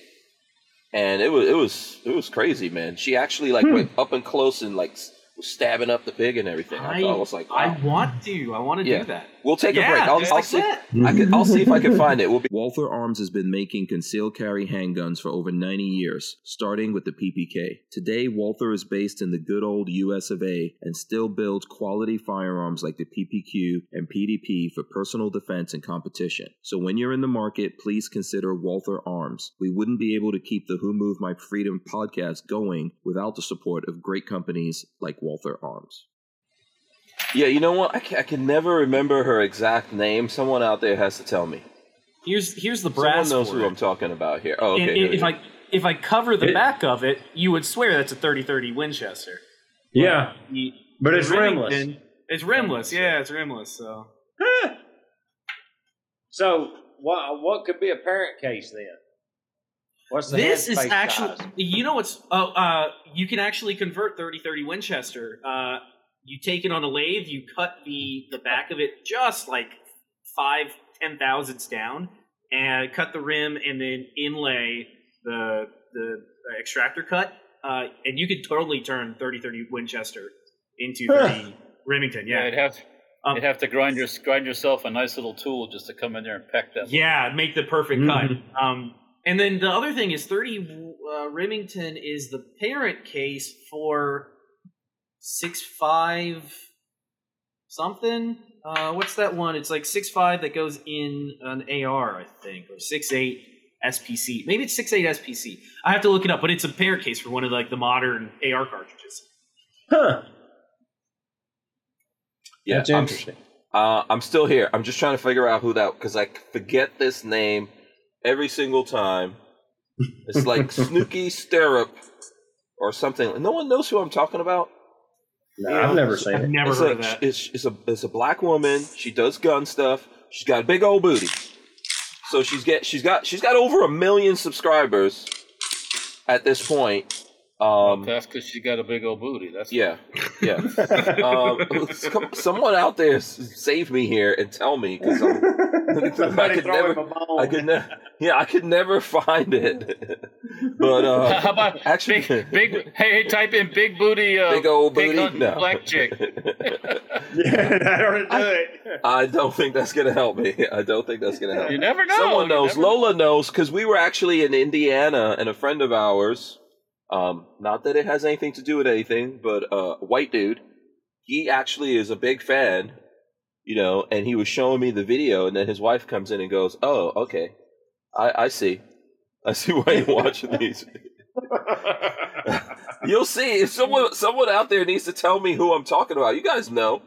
[SPEAKER 1] and it was it was it was crazy, man. She actually like went up and close and like s- was stabbing up the pig and everything. I,
[SPEAKER 5] I,
[SPEAKER 1] thought, I was like, wow.
[SPEAKER 5] I want to. I want to
[SPEAKER 1] Yeah.
[SPEAKER 5] do that.
[SPEAKER 1] we'll take
[SPEAKER 5] yeah,
[SPEAKER 1] a break. I'll,
[SPEAKER 5] just
[SPEAKER 1] I'll
[SPEAKER 5] like
[SPEAKER 1] see.
[SPEAKER 5] that.
[SPEAKER 1] I could, I'll see if I can find it. We'll be- Walther Arms has been making concealed carry handguns for over 90 years, starting with the PPK. Today, Walther is based in the good old US of A and still builds quality firearms like the PPQ and PDP for personal defense and competition. So when you're in the market, please consider Walther Arms. We wouldn't be able to keep the Who Moved My Freedom podcast going without the support of great companies like Walther Arms. Yeah, you know what? I can, I can never remember her exact name. Someone out there has to tell me.
[SPEAKER 5] Here's here's the brass.
[SPEAKER 1] Someone knows
[SPEAKER 5] for
[SPEAKER 1] who
[SPEAKER 5] it.
[SPEAKER 1] I'm talking about here. Oh, okay.
[SPEAKER 5] And
[SPEAKER 1] here
[SPEAKER 5] if
[SPEAKER 1] we
[SPEAKER 5] I if I cover the
[SPEAKER 4] It-
[SPEAKER 5] back of it, you would swear that's a 30-30 Winchester.
[SPEAKER 4] Yeah.
[SPEAKER 5] You-
[SPEAKER 4] But it's
[SPEAKER 5] Remington-
[SPEAKER 4] rimless.
[SPEAKER 5] It's rimless, yeah, it's rimless. So
[SPEAKER 4] So what what could be a parent case then? What's the
[SPEAKER 5] this
[SPEAKER 4] head
[SPEAKER 5] is
[SPEAKER 4] face
[SPEAKER 5] actually,
[SPEAKER 4] size?
[SPEAKER 5] you know what's? Oh, uh, you can actually convert 30-30 Winchester. Uh, you take it on a lathe, you cut the the back of it just like five ten thousandths down, and cut the rim, and then inlay the the extractor cut, uh, and you could totally turn 30-30 Winchester into
[SPEAKER 4] Huh.
[SPEAKER 5] 30 Remington.
[SPEAKER 2] Yeah,
[SPEAKER 5] Yeah,
[SPEAKER 2] it'd have to,
[SPEAKER 5] Um,
[SPEAKER 2] you'd have to grind your grind yourself a nice little tool just to come in there and peck that.
[SPEAKER 5] Yeah, make the perfect
[SPEAKER 4] Mhm.
[SPEAKER 5] cut. Um, and then the other thing is 30 uh, Remington is the parent case for six five something. Uh, what's that one? It's like six five that goes in an AR, I think, or six eight SPC. Maybe it's six eight SPC. I have to look it up, but it's a parent case for one of like the modern AR cartridges.
[SPEAKER 4] Huh.
[SPEAKER 1] yeah,
[SPEAKER 4] That's
[SPEAKER 1] I'm-
[SPEAKER 4] interesting.
[SPEAKER 1] Uh, I'm still here. I'm just trying to figure out who that because I forget this name every single time. It's like Snooky Stirrup or something. No one knows who I'm talking about.
[SPEAKER 4] No, I've never seen
[SPEAKER 5] I've
[SPEAKER 4] it.
[SPEAKER 5] never
[SPEAKER 1] it's like,
[SPEAKER 5] heard of that.
[SPEAKER 1] It's, it's a it's a black woman. She does gun stuff. She's got a big old booty. So she's get she's got she's got over a million subscribers at this point. Um,
[SPEAKER 2] That's because she got a big old booty. That's
[SPEAKER 1] yeah, yeah. um, come- someone out there s- save me here and tell me because I'm I
[SPEAKER 4] Somebody
[SPEAKER 1] could
[SPEAKER 4] throw
[SPEAKER 1] never-
[SPEAKER 4] him a bone.
[SPEAKER 1] I could never, yeah, I could never find it. but uh,
[SPEAKER 2] How about
[SPEAKER 1] actually,
[SPEAKER 2] big big? Hey, hey, type in big booty. Uh,
[SPEAKER 1] big old booty,
[SPEAKER 2] hunting
[SPEAKER 1] no.
[SPEAKER 2] black chick.
[SPEAKER 4] yeah, that ought to do it.
[SPEAKER 1] I don't think that's gonna help me. I don't think that's gonna help.
[SPEAKER 2] You never know.
[SPEAKER 1] Someone
[SPEAKER 2] You
[SPEAKER 1] knows.
[SPEAKER 2] never-
[SPEAKER 1] Lola knows because we were actually in Indiana, and a friend of ours, um, not that it has anything to do with anything, but uh, a white dude, he actually is a big fan, you know, and he was showing me the video, and then his wife comes in and goes, "Oh, okay, I, I see, I see why you're watching these." You'll see if someone someone out there needs to tell me who I'm talking about. You guys know.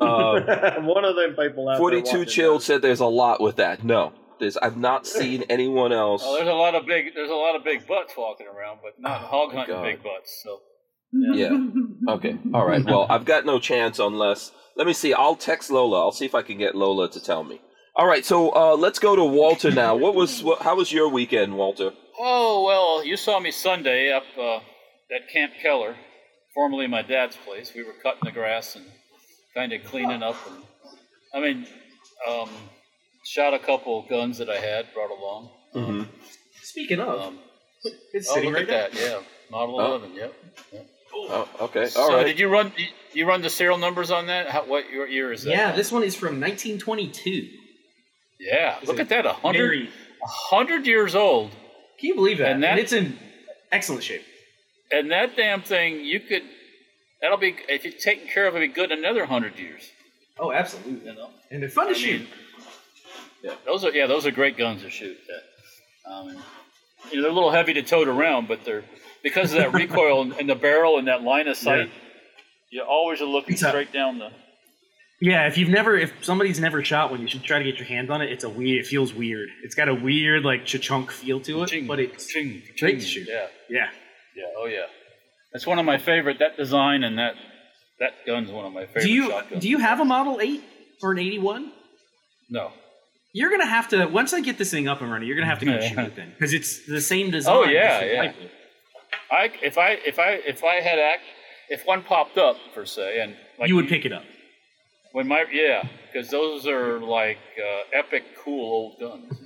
[SPEAKER 1] Uh,
[SPEAKER 4] One of them people out there
[SPEAKER 1] Forty-two
[SPEAKER 4] watching
[SPEAKER 1] chilled said there's a lot with that. No, there's I've not seen anyone else.
[SPEAKER 2] Oh, there's a lot of big. There's a lot of big butts walking around, but not
[SPEAKER 1] Oh,
[SPEAKER 2] hog
[SPEAKER 1] my
[SPEAKER 2] hunting
[SPEAKER 1] God.
[SPEAKER 2] big butts. So
[SPEAKER 1] Yeah. Okay. All right. Well, I've got no chance unless. Let me see. I'll text Lola. I'll see if I can get Lola to tell me. All right. So uh, let's go to Walter now. What was? What, how was your weekend, Walter?
[SPEAKER 2] Oh well, you saw me Sunday up uh, at Camp Keller, formerly my dad's place. We were cutting the grass and kind of cleaning up. And, I mean, um, shot a couple of guns that I had brought along.
[SPEAKER 1] Mm-hmm.
[SPEAKER 5] Speaking of,
[SPEAKER 2] Um,
[SPEAKER 5] it's
[SPEAKER 2] oh,
[SPEAKER 5] sitting
[SPEAKER 2] look
[SPEAKER 5] right
[SPEAKER 2] at
[SPEAKER 5] there.
[SPEAKER 2] that! Yeah, Model
[SPEAKER 1] Oh.
[SPEAKER 2] 11. Yep.
[SPEAKER 1] Oh, okay. All
[SPEAKER 2] so
[SPEAKER 1] right.
[SPEAKER 2] did you run? you- You run the serial numbers on that? How, what your year is that?
[SPEAKER 5] Yeah, this one is from 1922.
[SPEAKER 2] Yeah,
[SPEAKER 5] It's
[SPEAKER 2] look
[SPEAKER 5] a
[SPEAKER 2] at that. A hundred.
[SPEAKER 5] Very-
[SPEAKER 2] a hundred years old.
[SPEAKER 5] Can you believe that?
[SPEAKER 2] And
[SPEAKER 5] And,
[SPEAKER 2] that-
[SPEAKER 5] it's in excellent shape.
[SPEAKER 2] And that damn thing, you could. That'll be if it's taken care of, it'll be good another hundred years.
[SPEAKER 5] Oh, absolutely.
[SPEAKER 2] You know.
[SPEAKER 5] And they're fun to
[SPEAKER 2] I
[SPEAKER 5] shoot.
[SPEAKER 2] mean, Yeah, those are yeah, those are great guns to shoot. Yeah. Um, and, you know, they're a little heavy to tote around, but they're because of that recoil and, and the barrel and that line of sight. You always are looking
[SPEAKER 5] It's a-
[SPEAKER 2] straight down the.
[SPEAKER 5] yeah, if you've never, if somebody's never shot one, you should try to get your hands on it. It's a weird, it feels weird. It's got a weird, like, cha-chunk feel to it,
[SPEAKER 2] Ching,
[SPEAKER 5] but it's,
[SPEAKER 2] ching,
[SPEAKER 5] great
[SPEAKER 2] ching,
[SPEAKER 5] to shoot.
[SPEAKER 2] Yeah,
[SPEAKER 5] yeah.
[SPEAKER 2] yeah, oh yeah. That's one of my favorite. That design and that that gun's one of my favorite.
[SPEAKER 5] Do you,
[SPEAKER 2] shotguns.
[SPEAKER 5] do you have a Model 8 or an 81?
[SPEAKER 2] No.
[SPEAKER 5] You're gonna have to once I get this thing up and running. You're gonna have to go
[SPEAKER 2] Yeah.
[SPEAKER 5] shoot it then because it's the same design.
[SPEAKER 2] Oh, yeah,
[SPEAKER 5] just with
[SPEAKER 2] yeah.
[SPEAKER 5] rifle.
[SPEAKER 2] I if I if I if I had act if one popped up per se and like
[SPEAKER 5] you would pick it up.
[SPEAKER 2] when my yeah because those are like uh, epic cool old guns.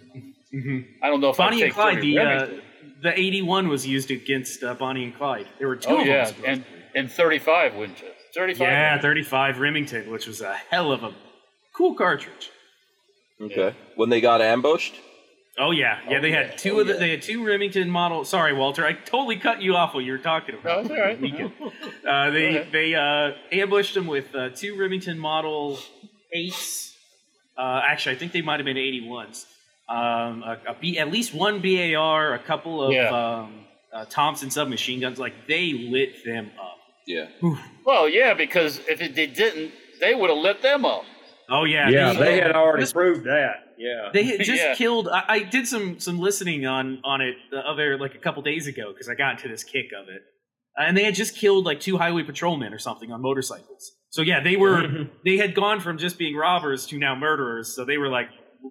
[SPEAKER 2] I don't know if
[SPEAKER 5] Mm-hmm. Bonnie
[SPEAKER 2] I'd
[SPEAKER 5] and
[SPEAKER 2] take
[SPEAKER 5] Clyde.
[SPEAKER 2] thirty
[SPEAKER 5] The uh,
[SPEAKER 2] Remington.
[SPEAKER 5] the 81 was used against uh, Bonnie and Clyde. There were two
[SPEAKER 2] oh
[SPEAKER 5] of
[SPEAKER 2] yeah,
[SPEAKER 5] them.
[SPEAKER 2] and and thirty five Winchester. Thirty five.
[SPEAKER 5] yeah, 35 Remington, which was a hell of a cool cartridge.
[SPEAKER 1] okay. When they got ambushed.
[SPEAKER 5] Oh yeah, yeah.
[SPEAKER 2] Oh,
[SPEAKER 5] they
[SPEAKER 2] yeah.
[SPEAKER 5] had two
[SPEAKER 2] Oh,
[SPEAKER 5] of the.
[SPEAKER 2] yeah.
[SPEAKER 5] They had two Remington model. Sorry, Walter. I totally cut you off while you were talking
[SPEAKER 2] No,
[SPEAKER 5] about.
[SPEAKER 2] it's all right.
[SPEAKER 5] Weekend. Uh, they
[SPEAKER 2] Okay.
[SPEAKER 5] they uh, ambushed them with uh, two Remington Model eights. Uh, actually, I think they might have been eighty ones. Um, a, a B, at least one BAR, a couple of
[SPEAKER 2] Yeah.
[SPEAKER 5] um, uh, Thompson submachine guns. Like they lit them up.
[SPEAKER 1] Yeah.
[SPEAKER 2] Well, yeah, because if it, they didn't, they would have lit them up.
[SPEAKER 5] Oh yeah,
[SPEAKER 4] Yeah,
[SPEAKER 5] these-
[SPEAKER 4] they had already
[SPEAKER 5] this-
[SPEAKER 4] proved that. Yeah.
[SPEAKER 5] They had just
[SPEAKER 2] Yeah.
[SPEAKER 5] killed. I, I did some some listening on on it the other like a couple days ago because I got into this kick of it, Uh, and they had just killed like two highway patrolmen or something on motorcycles. So yeah, they
[SPEAKER 2] Mm-hmm.
[SPEAKER 5] were they had gone from just being robbers to now murderers. So they were like,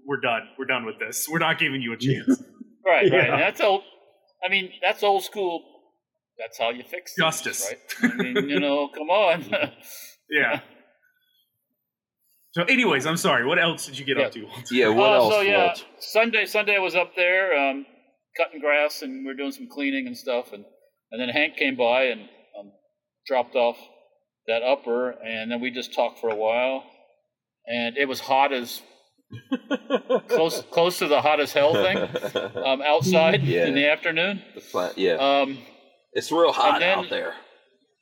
[SPEAKER 5] "We're done. We're done with this. We're not giving you a chance."
[SPEAKER 2] Right, right.
[SPEAKER 4] Yeah.
[SPEAKER 2] And that's old. I mean, that's old school. That's how you fix things,
[SPEAKER 5] Justice.
[SPEAKER 2] right? I mean, you know, come on.
[SPEAKER 5] Yeah. So, anyways, I'm sorry. What else did you get
[SPEAKER 2] Yeah.
[SPEAKER 5] up to? Walter?
[SPEAKER 1] Yeah. What
[SPEAKER 2] Uh,
[SPEAKER 1] else,
[SPEAKER 2] so yeah,
[SPEAKER 1] Walt?
[SPEAKER 2] Sunday Sunday I was up there um, cutting grass and we were doing some cleaning and stuff, and and then Hank came by and um, dropped off that upper, and then we just talked for a while, and it was hot as close close to the hot as hell thing
[SPEAKER 1] the
[SPEAKER 2] um, outside
[SPEAKER 1] Yeah.
[SPEAKER 2] in the afternoon.
[SPEAKER 1] plant. Yeah.
[SPEAKER 2] Um,
[SPEAKER 1] it's real hot
[SPEAKER 2] and then-
[SPEAKER 1] out there.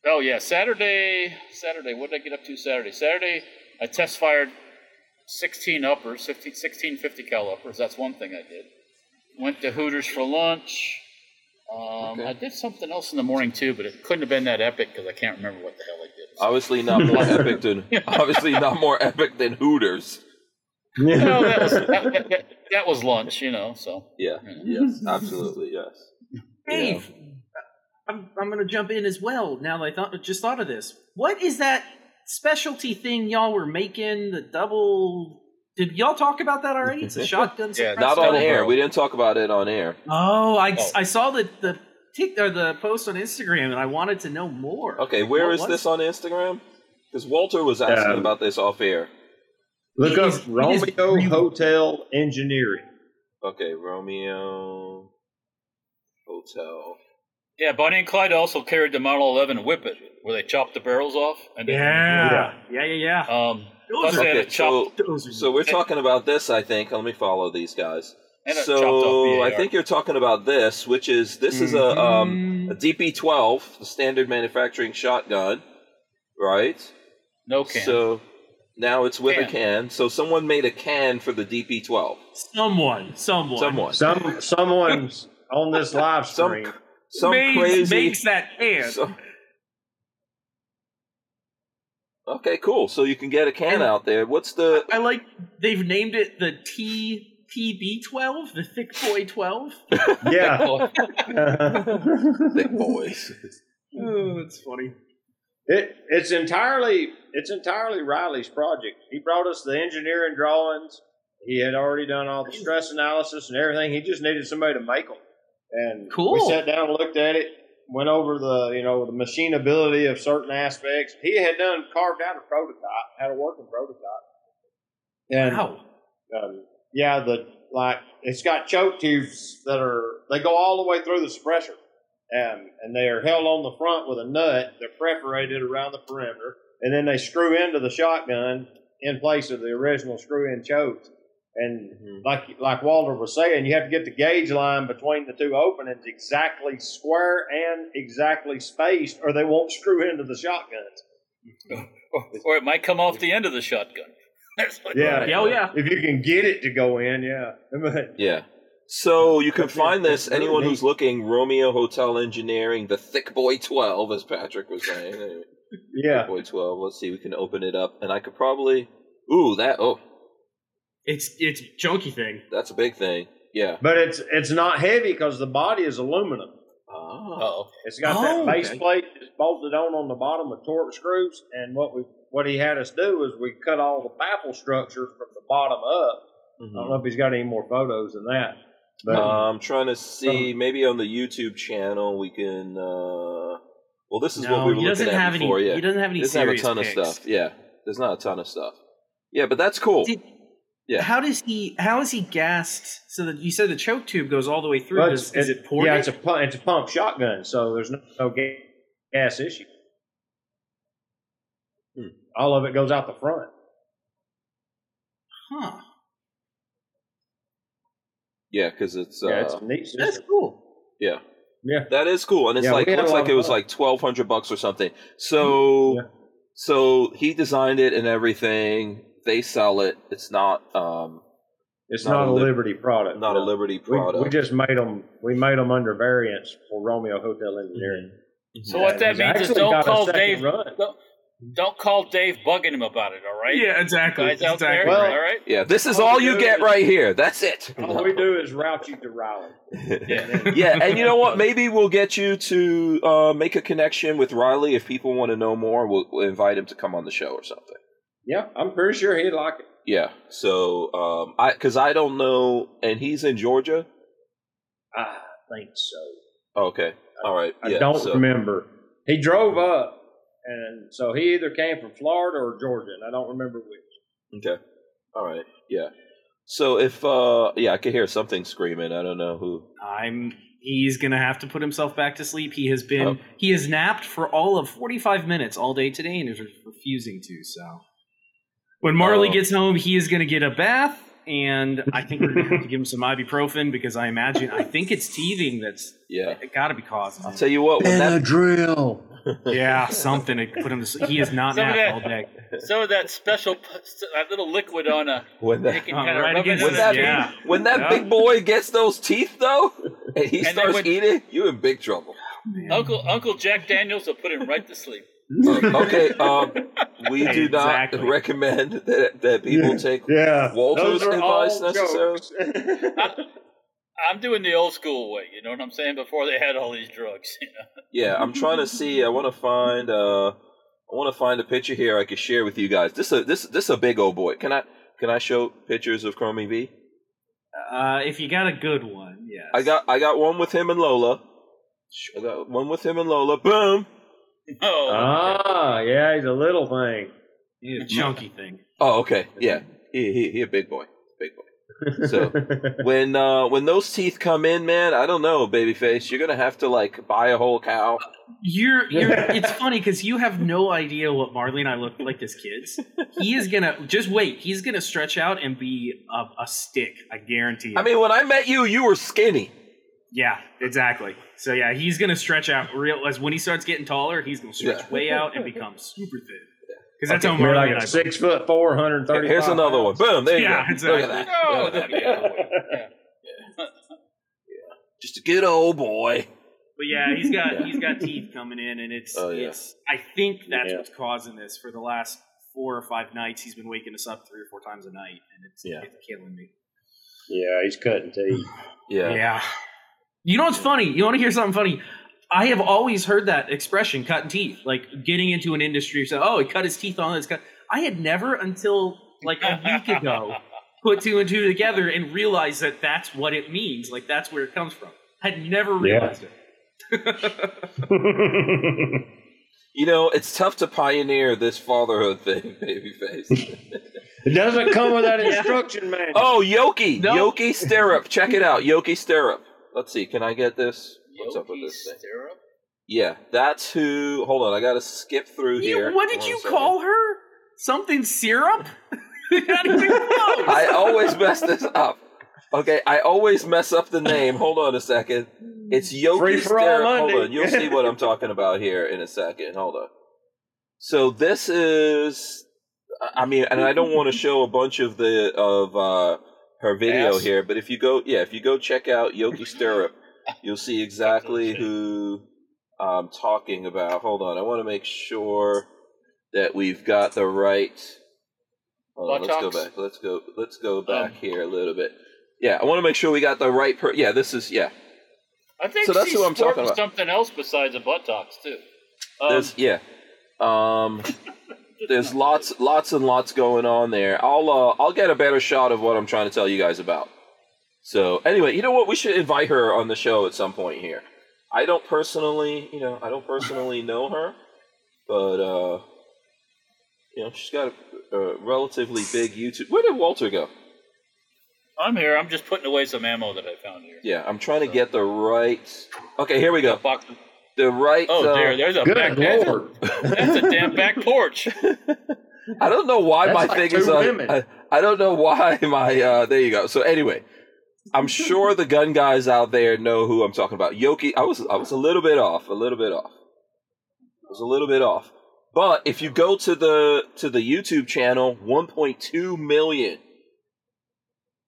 [SPEAKER 2] Oh yeah, Saturday. Saturday. What did I get up to Saturday? Saturday, I test fired 16 uppers, 50, 16 50 cal uppers. That's one thing I did. Went to Hooters for lunch. Um,
[SPEAKER 1] Okay.
[SPEAKER 2] I did something else in the morning too, but it couldn't have been that epic because I can't remember what the hell I did.
[SPEAKER 1] Obviously not more epic than. Obviously not more epic than Hooters.
[SPEAKER 2] no, that was that, that- that was lunch, you know. So
[SPEAKER 1] Yeah. Yes. Absolutely. Yes.
[SPEAKER 5] Dave, I'm, I'm going to jump in as well now that I thought, just thought of this. What is that specialty thing y'all were making? The double. Did y'all talk about that already? It's a shotgun
[SPEAKER 2] Yeah,
[SPEAKER 5] suppressor.
[SPEAKER 1] Not on
[SPEAKER 2] double
[SPEAKER 1] air.
[SPEAKER 2] barrel.
[SPEAKER 1] We didn't talk about it on air.
[SPEAKER 5] Oh, I,
[SPEAKER 2] Oh.
[SPEAKER 5] I saw the, the, tick, or the post on Instagram and I wanted to know more.
[SPEAKER 1] Okay. Where
[SPEAKER 5] what
[SPEAKER 1] is
[SPEAKER 5] was
[SPEAKER 1] this on Instagram? Because Walter was asking
[SPEAKER 4] Um,
[SPEAKER 1] about this off air.
[SPEAKER 4] Look
[SPEAKER 5] It
[SPEAKER 4] up
[SPEAKER 5] is- it is
[SPEAKER 4] Romeo
[SPEAKER 5] real.
[SPEAKER 4] Hotel Engineering.
[SPEAKER 1] Okay. Romeo. Hotel.
[SPEAKER 2] yeah, Bonnie and Clyde also carried the Model 11 Whippet, where they chopped the barrels off. And they-
[SPEAKER 5] Yeah. Yeah, yeah, yeah.
[SPEAKER 2] Um, plus
[SPEAKER 5] Those
[SPEAKER 2] they
[SPEAKER 5] are,
[SPEAKER 2] had a
[SPEAKER 1] Uh, Okay. So.
[SPEAKER 2] chopped
[SPEAKER 5] those are
[SPEAKER 1] So we're talking about this, I think. Let me follow these guys.
[SPEAKER 2] And a chopped off
[SPEAKER 1] So
[SPEAKER 2] BAR.
[SPEAKER 1] I think you're talking about this, which is this is a um,
[SPEAKER 2] Mm-hmm.
[SPEAKER 1] a DP12, the standard manufacturing shotgun, right?
[SPEAKER 2] no can.
[SPEAKER 1] So now it's with a
[SPEAKER 2] Can.
[SPEAKER 1] can. So someone made a can for the DP12.
[SPEAKER 5] someone, someone.
[SPEAKER 1] Someone, some,
[SPEAKER 4] Some someone's on this live
[SPEAKER 1] Some-
[SPEAKER 4] stream.
[SPEAKER 5] Maze
[SPEAKER 1] crazy.
[SPEAKER 5] makes that hand.
[SPEAKER 1] some- okay, cool. So you can get a can
[SPEAKER 5] And-
[SPEAKER 1] out there. What's the
[SPEAKER 5] I like they've named it the TPB twelve, the thick boy twelve.
[SPEAKER 4] Yeah.
[SPEAKER 2] Oh,
[SPEAKER 1] thick boys?
[SPEAKER 5] Oh, it's funny.
[SPEAKER 4] It it's entirely it's entirely Riley's project. He brought us the engineering drawings. He had already done all the stress analysis and everything. He just needed somebody to make them. And
[SPEAKER 5] Cool.
[SPEAKER 4] we sat down and looked at it. Went over the you know the machinability of certain aspects. He had done carved out a prototype, had a working prototype. And
[SPEAKER 5] Wow.
[SPEAKER 4] um, yeah, the like it's got choke tubes that are they go all the way through the suppressor, um, and they are held on the front with a nut. They're perforated around the perimeter, and then they screw into the shotgun in place of the original screw-in chokes. And like like Walter was saying, you have to get the gauge line between the two openings exactly square and exactly spaced, or they won't screw into the shotguns.
[SPEAKER 2] Or, or it might come off the end of the shotgun. That's what-
[SPEAKER 1] Yeah.
[SPEAKER 5] Yeah, oh yeah.
[SPEAKER 4] if you can get it to go in, yeah.
[SPEAKER 1] Yeah. So you can
[SPEAKER 4] That's-
[SPEAKER 1] find
[SPEAKER 4] that's
[SPEAKER 1] this
[SPEAKER 4] really
[SPEAKER 1] anyone who's
[SPEAKER 4] neat.
[SPEAKER 1] looking Romeo Hotel Engineering, the Thick Boy Twelve, as Patrick was saying. Thick
[SPEAKER 4] yeah.
[SPEAKER 1] Boy Twelve. Let's see, we can open it up, and I could probably. Ooh, that. Oh,
[SPEAKER 5] It's it's a junky thing.
[SPEAKER 1] that's a big thing. Yeah.
[SPEAKER 4] But it's it's not heavy because the body is aluminum.
[SPEAKER 1] Oh.
[SPEAKER 2] Uh-oh.
[SPEAKER 4] It's got
[SPEAKER 5] Oh,
[SPEAKER 4] that base
[SPEAKER 5] okay.
[SPEAKER 4] plate that's bolted on on the bottom with torque screws. And what we what he had us do is we cut all the baffle structure from the bottom up. I
[SPEAKER 1] mm-hmm.
[SPEAKER 4] don't know if he's got any more photos than that. But um,
[SPEAKER 1] Uh, I'm trying to see. Maybe on the YouTube channel we can. uh Well, this is what
[SPEAKER 5] No,
[SPEAKER 1] we were
[SPEAKER 5] he doesn't
[SPEAKER 1] looking at
[SPEAKER 5] have
[SPEAKER 1] before.
[SPEAKER 5] any.
[SPEAKER 1] yeah,
[SPEAKER 5] He doesn't have any.
[SPEAKER 1] doesn't have a
[SPEAKER 5] serious
[SPEAKER 1] ton
[SPEAKER 5] picks.
[SPEAKER 1] of stuff. Yeah, there's not a ton of stuff. Yeah, but that's cool.
[SPEAKER 5] Did-
[SPEAKER 1] Yeah.
[SPEAKER 5] How does he? How is he gassed? So that you said the choke tube goes all the way through.
[SPEAKER 4] but
[SPEAKER 5] Does- is it poured?
[SPEAKER 4] Yeah,
[SPEAKER 5] in?
[SPEAKER 4] it's a pump, it's a pump shotgun, so there's no, no ga- gas issue.
[SPEAKER 1] Hmm.
[SPEAKER 4] All of it goes out the front.
[SPEAKER 5] Huh.
[SPEAKER 1] Yeah, because it's. Uh,
[SPEAKER 4] yeah, it's a neat
[SPEAKER 5] That's
[SPEAKER 4] system.
[SPEAKER 5] cool.
[SPEAKER 1] Yeah.
[SPEAKER 4] Yeah.
[SPEAKER 1] That is cool. And it's
[SPEAKER 4] Yeah,
[SPEAKER 1] like
[SPEAKER 4] we had a
[SPEAKER 1] looks
[SPEAKER 4] lot
[SPEAKER 1] like
[SPEAKER 4] of
[SPEAKER 1] it was
[SPEAKER 4] fun.
[SPEAKER 1] like twelve hundred bucks or something. So
[SPEAKER 4] Yeah.
[SPEAKER 1] so he designed it and everything. They sell it. It's not um
[SPEAKER 4] It's
[SPEAKER 1] Not
[SPEAKER 4] not,
[SPEAKER 1] a
[SPEAKER 4] a
[SPEAKER 1] lib-
[SPEAKER 4] Liberty product.
[SPEAKER 1] not a
[SPEAKER 4] no.
[SPEAKER 1] Liberty
[SPEAKER 4] We,
[SPEAKER 1] product.
[SPEAKER 4] we just made them. We made them under variants for Romeo Hotel Engineering.
[SPEAKER 2] So what that
[SPEAKER 4] He's
[SPEAKER 2] means is
[SPEAKER 4] actually
[SPEAKER 2] don't
[SPEAKER 4] got a
[SPEAKER 2] call
[SPEAKER 4] second
[SPEAKER 2] Dave.
[SPEAKER 4] run.
[SPEAKER 2] Don't, don't call Dave bugging him about it. All right.
[SPEAKER 5] Yeah, exactly.
[SPEAKER 2] Guys out
[SPEAKER 5] exactly.
[SPEAKER 2] there.
[SPEAKER 4] Well-
[SPEAKER 2] all right.
[SPEAKER 1] yeah, this is
[SPEAKER 4] All
[SPEAKER 1] all
[SPEAKER 4] we
[SPEAKER 1] you
[SPEAKER 4] do
[SPEAKER 1] get
[SPEAKER 4] is-
[SPEAKER 1] right here. That's it.
[SPEAKER 4] All we do is route you to Raleigh.
[SPEAKER 1] yeah, and you know what? Maybe we'll get you to uh, make a connection with Riley if people want to know more. We'll, we'll invite him to come on the show or something.
[SPEAKER 4] Yeah, I'm pretty sure he'd like it.
[SPEAKER 1] Yeah. So, um, I because I don't know, and he's in Georgia. Oh,
[SPEAKER 4] I think so.
[SPEAKER 1] okay. All right.
[SPEAKER 4] I
[SPEAKER 1] yeah,
[SPEAKER 4] don't
[SPEAKER 1] so-
[SPEAKER 4] remember. He drove up, and so he either came from Florida or Georgia, and I don't remember which.
[SPEAKER 1] Okay. All right. Yeah. So if uh yeah, I could hear something screaming. I don't know who.
[SPEAKER 5] I'm. He's gonna have to put himself back to sleep. He has been.
[SPEAKER 1] Oh.
[SPEAKER 5] He has napped for all of 45 minutes all day today, and is re- refusing to. So, when Marley
[SPEAKER 1] Oh.
[SPEAKER 5] gets home, he is gonna get a bath, and I think we're gonna have to give him some ibuprofen because I imagine I think it's teething that's
[SPEAKER 1] Yeah.
[SPEAKER 5] it got to be causing.
[SPEAKER 1] I'll
[SPEAKER 5] it.
[SPEAKER 1] tell you what. When that
[SPEAKER 4] Benadryl.
[SPEAKER 5] Yeah, something to put him to sleep. He has not
[SPEAKER 2] Some of
[SPEAKER 5] napped all
[SPEAKER 2] that-
[SPEAKER 5] day.
[SPEAKER 2] Some of that special, that little liquid on a.
[SPEAKER 1] when
[SPEAKER 2] They
[SPEAKER 1] that
[SPEAKER 2] can
[SPEAKER 4] Uh,
[SPEAKER 5] Oh,
[SPEAKER 2] kind
[SPEAKER 5] right
[SPEAKER 2] of rub it
[SPEAKER 5] against
[SPEAKER 2] in
[SPEAKER 1] when
[SPEAKER 5] his-
[SPEAKER 1] that
[SPEAKER 2] his
[SPEAKER 5] yeah.
[SPEAKER 1] when that
[SPEAKER 5] Yeah.
[SPEAKER 1] big boy gets those teeth though, and he
[SPEAKER 2] And then
[SPEAKER 1] starts
[SPEAKER 2] when-
[SPEAKER 1] eating, you in big trouble.
[SPEAKER 2] Uncle Uncle Jack Daniels will put him right to sleep.
[SPEAKER 1] okay. Um, we do
[SPEAKER 5] Exactly.
[SPEAKER 1] not recommend that that people
[SPEAKER 4] Yeah.
[SPEAKER 1] take.
[SPEAKER 4] Yeah,
[SPEAKER 1] Walter's
[SPEAKER 4] Those are
[SPEAKER 1] advice
[SPEAKER 4] all
[SPEAKER 1] necessarily?
[SPEAKER 4] jokes.
[SPEAKER 2] I'm doing the old school way, you know what I'm saying? Before they had all these drugs, you know.
[SPEAKER 1] Yeah, I'm trying to see. I want to find. Uh, I want to find a picture here I can share with you guys. This a this this a big old boy. Can I can I show pictures of Chromie V?
[SPEAKER 5] Uh, if you got a good one, yes.
[SPEAKER 1] I got I got one with him and Lola. I got one with him and Lola. Boom.
[SPEAKER 2] Oh,
[SPEAKER 1] Uh,
[SPEAKER 4] ah, yeah, he's a little thing.
[SPEAKER 5] Need a chunky thing.
[SPEAKER 1] Oh, okay. Yeah, he he, he a big boy, big boy. So when uh, when those teeth come in, man, I don't know, babyface. You're gonna have to like buy a whole cow.
[SPEAKER 5] You're, you're. It's funny because you have no idea what Marley and I looked like as kids. He is gonna just wait. He's gonna stretch out and be a, a stick. I guarantee. It.
[SPEAKER 1] I mean, when I met you, you were skinny.
[SPEAKER 5] yeah, exactly. So yeah, he's gonna stretch out real as when he starts getting taller. He's gonna stretch
[SPEAKER 1] Yeah.
[SPEAKER 5] way out and become super thin. Because that's how
[SPEAKER 4] You're
[SPEAKER 5] Marley
[SPEAKER 4] like
[SPEAKER 5] and I.
[SPEAKER 4] a six foot four, hundred thirty.
[SPEAKER 1] Here's another one. Boom. There you
[SPEAKER 5] Yeah,
[SPEAKER 1] go.
[SPEAKER 5] exactly. Oh,
[SPEAKER 1] Look at that.
[SPEAKER 2] No,
[SPEAKER 1] Look at that.
[SPEAKER 2] no,
[SPEAKER 1] Yeah. Just a good old boy.
[SPEAKER 5] But yeah, he's got
[SPEAKER 1] Yeah.
[SPEAKER 5] he's got teeth coming in, and it's
[SPEAKER 1] Oh, yeah.
[SPEAKER 5] it's. I think that's
[SPEAKER 4] Yeah.
[SPEAKER 5] what's causing this. For the last four or five nights, he's been waking us up three or four times a night, and it's,
[SPEAKER 1] Yeah.
[SPEAKER 5] it's killing me.
[SPEAKER 4] Yeah, he's cutting teeth.
[SPEAKER 1] Yeah.
[SPEAKER 5] You know what's funny? You want to hear something funny? I have always heard that expression, cutting teeth, like getting into an industry. So, oh, he cut his teeth on this. Cut. I had never until like a week ago put two and two together and realized that that's what it means. Like that's where it comes from. Had never realized it.
[SPEAKER 1] You know, it's tough to pioneer this fatherhood thing, babyface.
[SPEAKER 4] it doesn't come with that instruction man.
[SPEAKER 1] oh, Yoki!
[SPEAKER 5] No.
[SPEAKER 1] Yoki Stirrup. Check it out. Yoki Stirrup. Let's see. Can I get this? What's up with
[SPEAKER 2] Yoki
[SPEAKER 1] this thing?
[SPEAKER 2] syrup?
[SPEAKER 1] Yeah, that's who. Hold on. I got to skip through
[SPEAKER 5] You-
[SPEAKER 1] here.
[SPEAKER 5] what did
[SPEAKER 1] One
[SPEAKER 5] you
[SPEAKER 1] second.
[SPEAKER 5] call her? Something syrup? Not even close.
[SPEAKER 1] I always mess this up. Okay, I always mess up the name. Hold on a second. It's Yoki
[SPEAKER 4] Free for all
[SPEAKER 1] Stirrup. Hold
[SPEAKER 4] Monday.
[SPEAKER 1] on, you'll see what I'm talking about here in a second. Hold on. So this is, I- I mean, and I don't want to show a bunch of the of uh, her video
[SPEAKER 2] Ass.
[SPEAKER 1] here, but if you go, yeah, if you go check out Yoki Stirrup, you'll see exactly who I'm talking about. Hold on, I want to make sure that we've got the right. Hold on, let's go
[SPEAKER 2] Buttocks?
[SPEAKER 1] back. Let's go. Let's go back here a little bit. Yeah, I want to make sure we got the right per. Yeah, this is yeah.
[SPEAKER 2] I think
[SPEAKER 1] So that's
[SPEAKER 2] she's
[SPEAKER 1] who I'm talking
[SPEAKER 2] sporting
[SPEAKER 1] about.
[SPEAKER 2] Something else besides a buttocks too. Um,
[SPEAKER 1] There's yeah. Um, there's lots, lots and lots going on there. I'll uh, I'll get a better shot of what I'm trying to tell you guys about. So anyway, you know what? We should invite her on the show at some point here. I don't personally, you know, I don't personally know her, but uh, you know, she's got a, a relatively big YouTube. Where did Walter go?
[SPEAKER 2] I'm here. I'm just putting away some ammo that I found here.
[SPEAKER 1] Yeah, I'm trying to get the right. Okay, here we go.
[SPEAKER 2] Box-
[SPEAKER 1] The right.
[SPEAKER 2] Oh,
[SPEAKER 1] uh,
[SPEAKER 2] there, there's a back.
[SPEAKER 4] Good
[SPEAKER 2] That's a,
[SPEAKER 4] lord.
[SPEAKER 2] that's a damn back porch.
[SPEAKER 1] I don't know why
[SPEAKER 4] That's
[SPEAKER 1] my
[SPEAKER 4] like
[SPEAKER 1] thing
[SPEAKER 4] two
[SPEAKER 1] is on.
[SPEAKER 4] women.
[SPEAKER 1] I, I don't know why my. Uh, there you go. So anyway, I'm sure the gun guys out there know who I'm talking about. Yoki, I was I was a little bit off, a little bit off. I was a little bit off. But if you go to the to the YouTube channel, 1.2 million,
[SPEAKER 4] Uh-huh.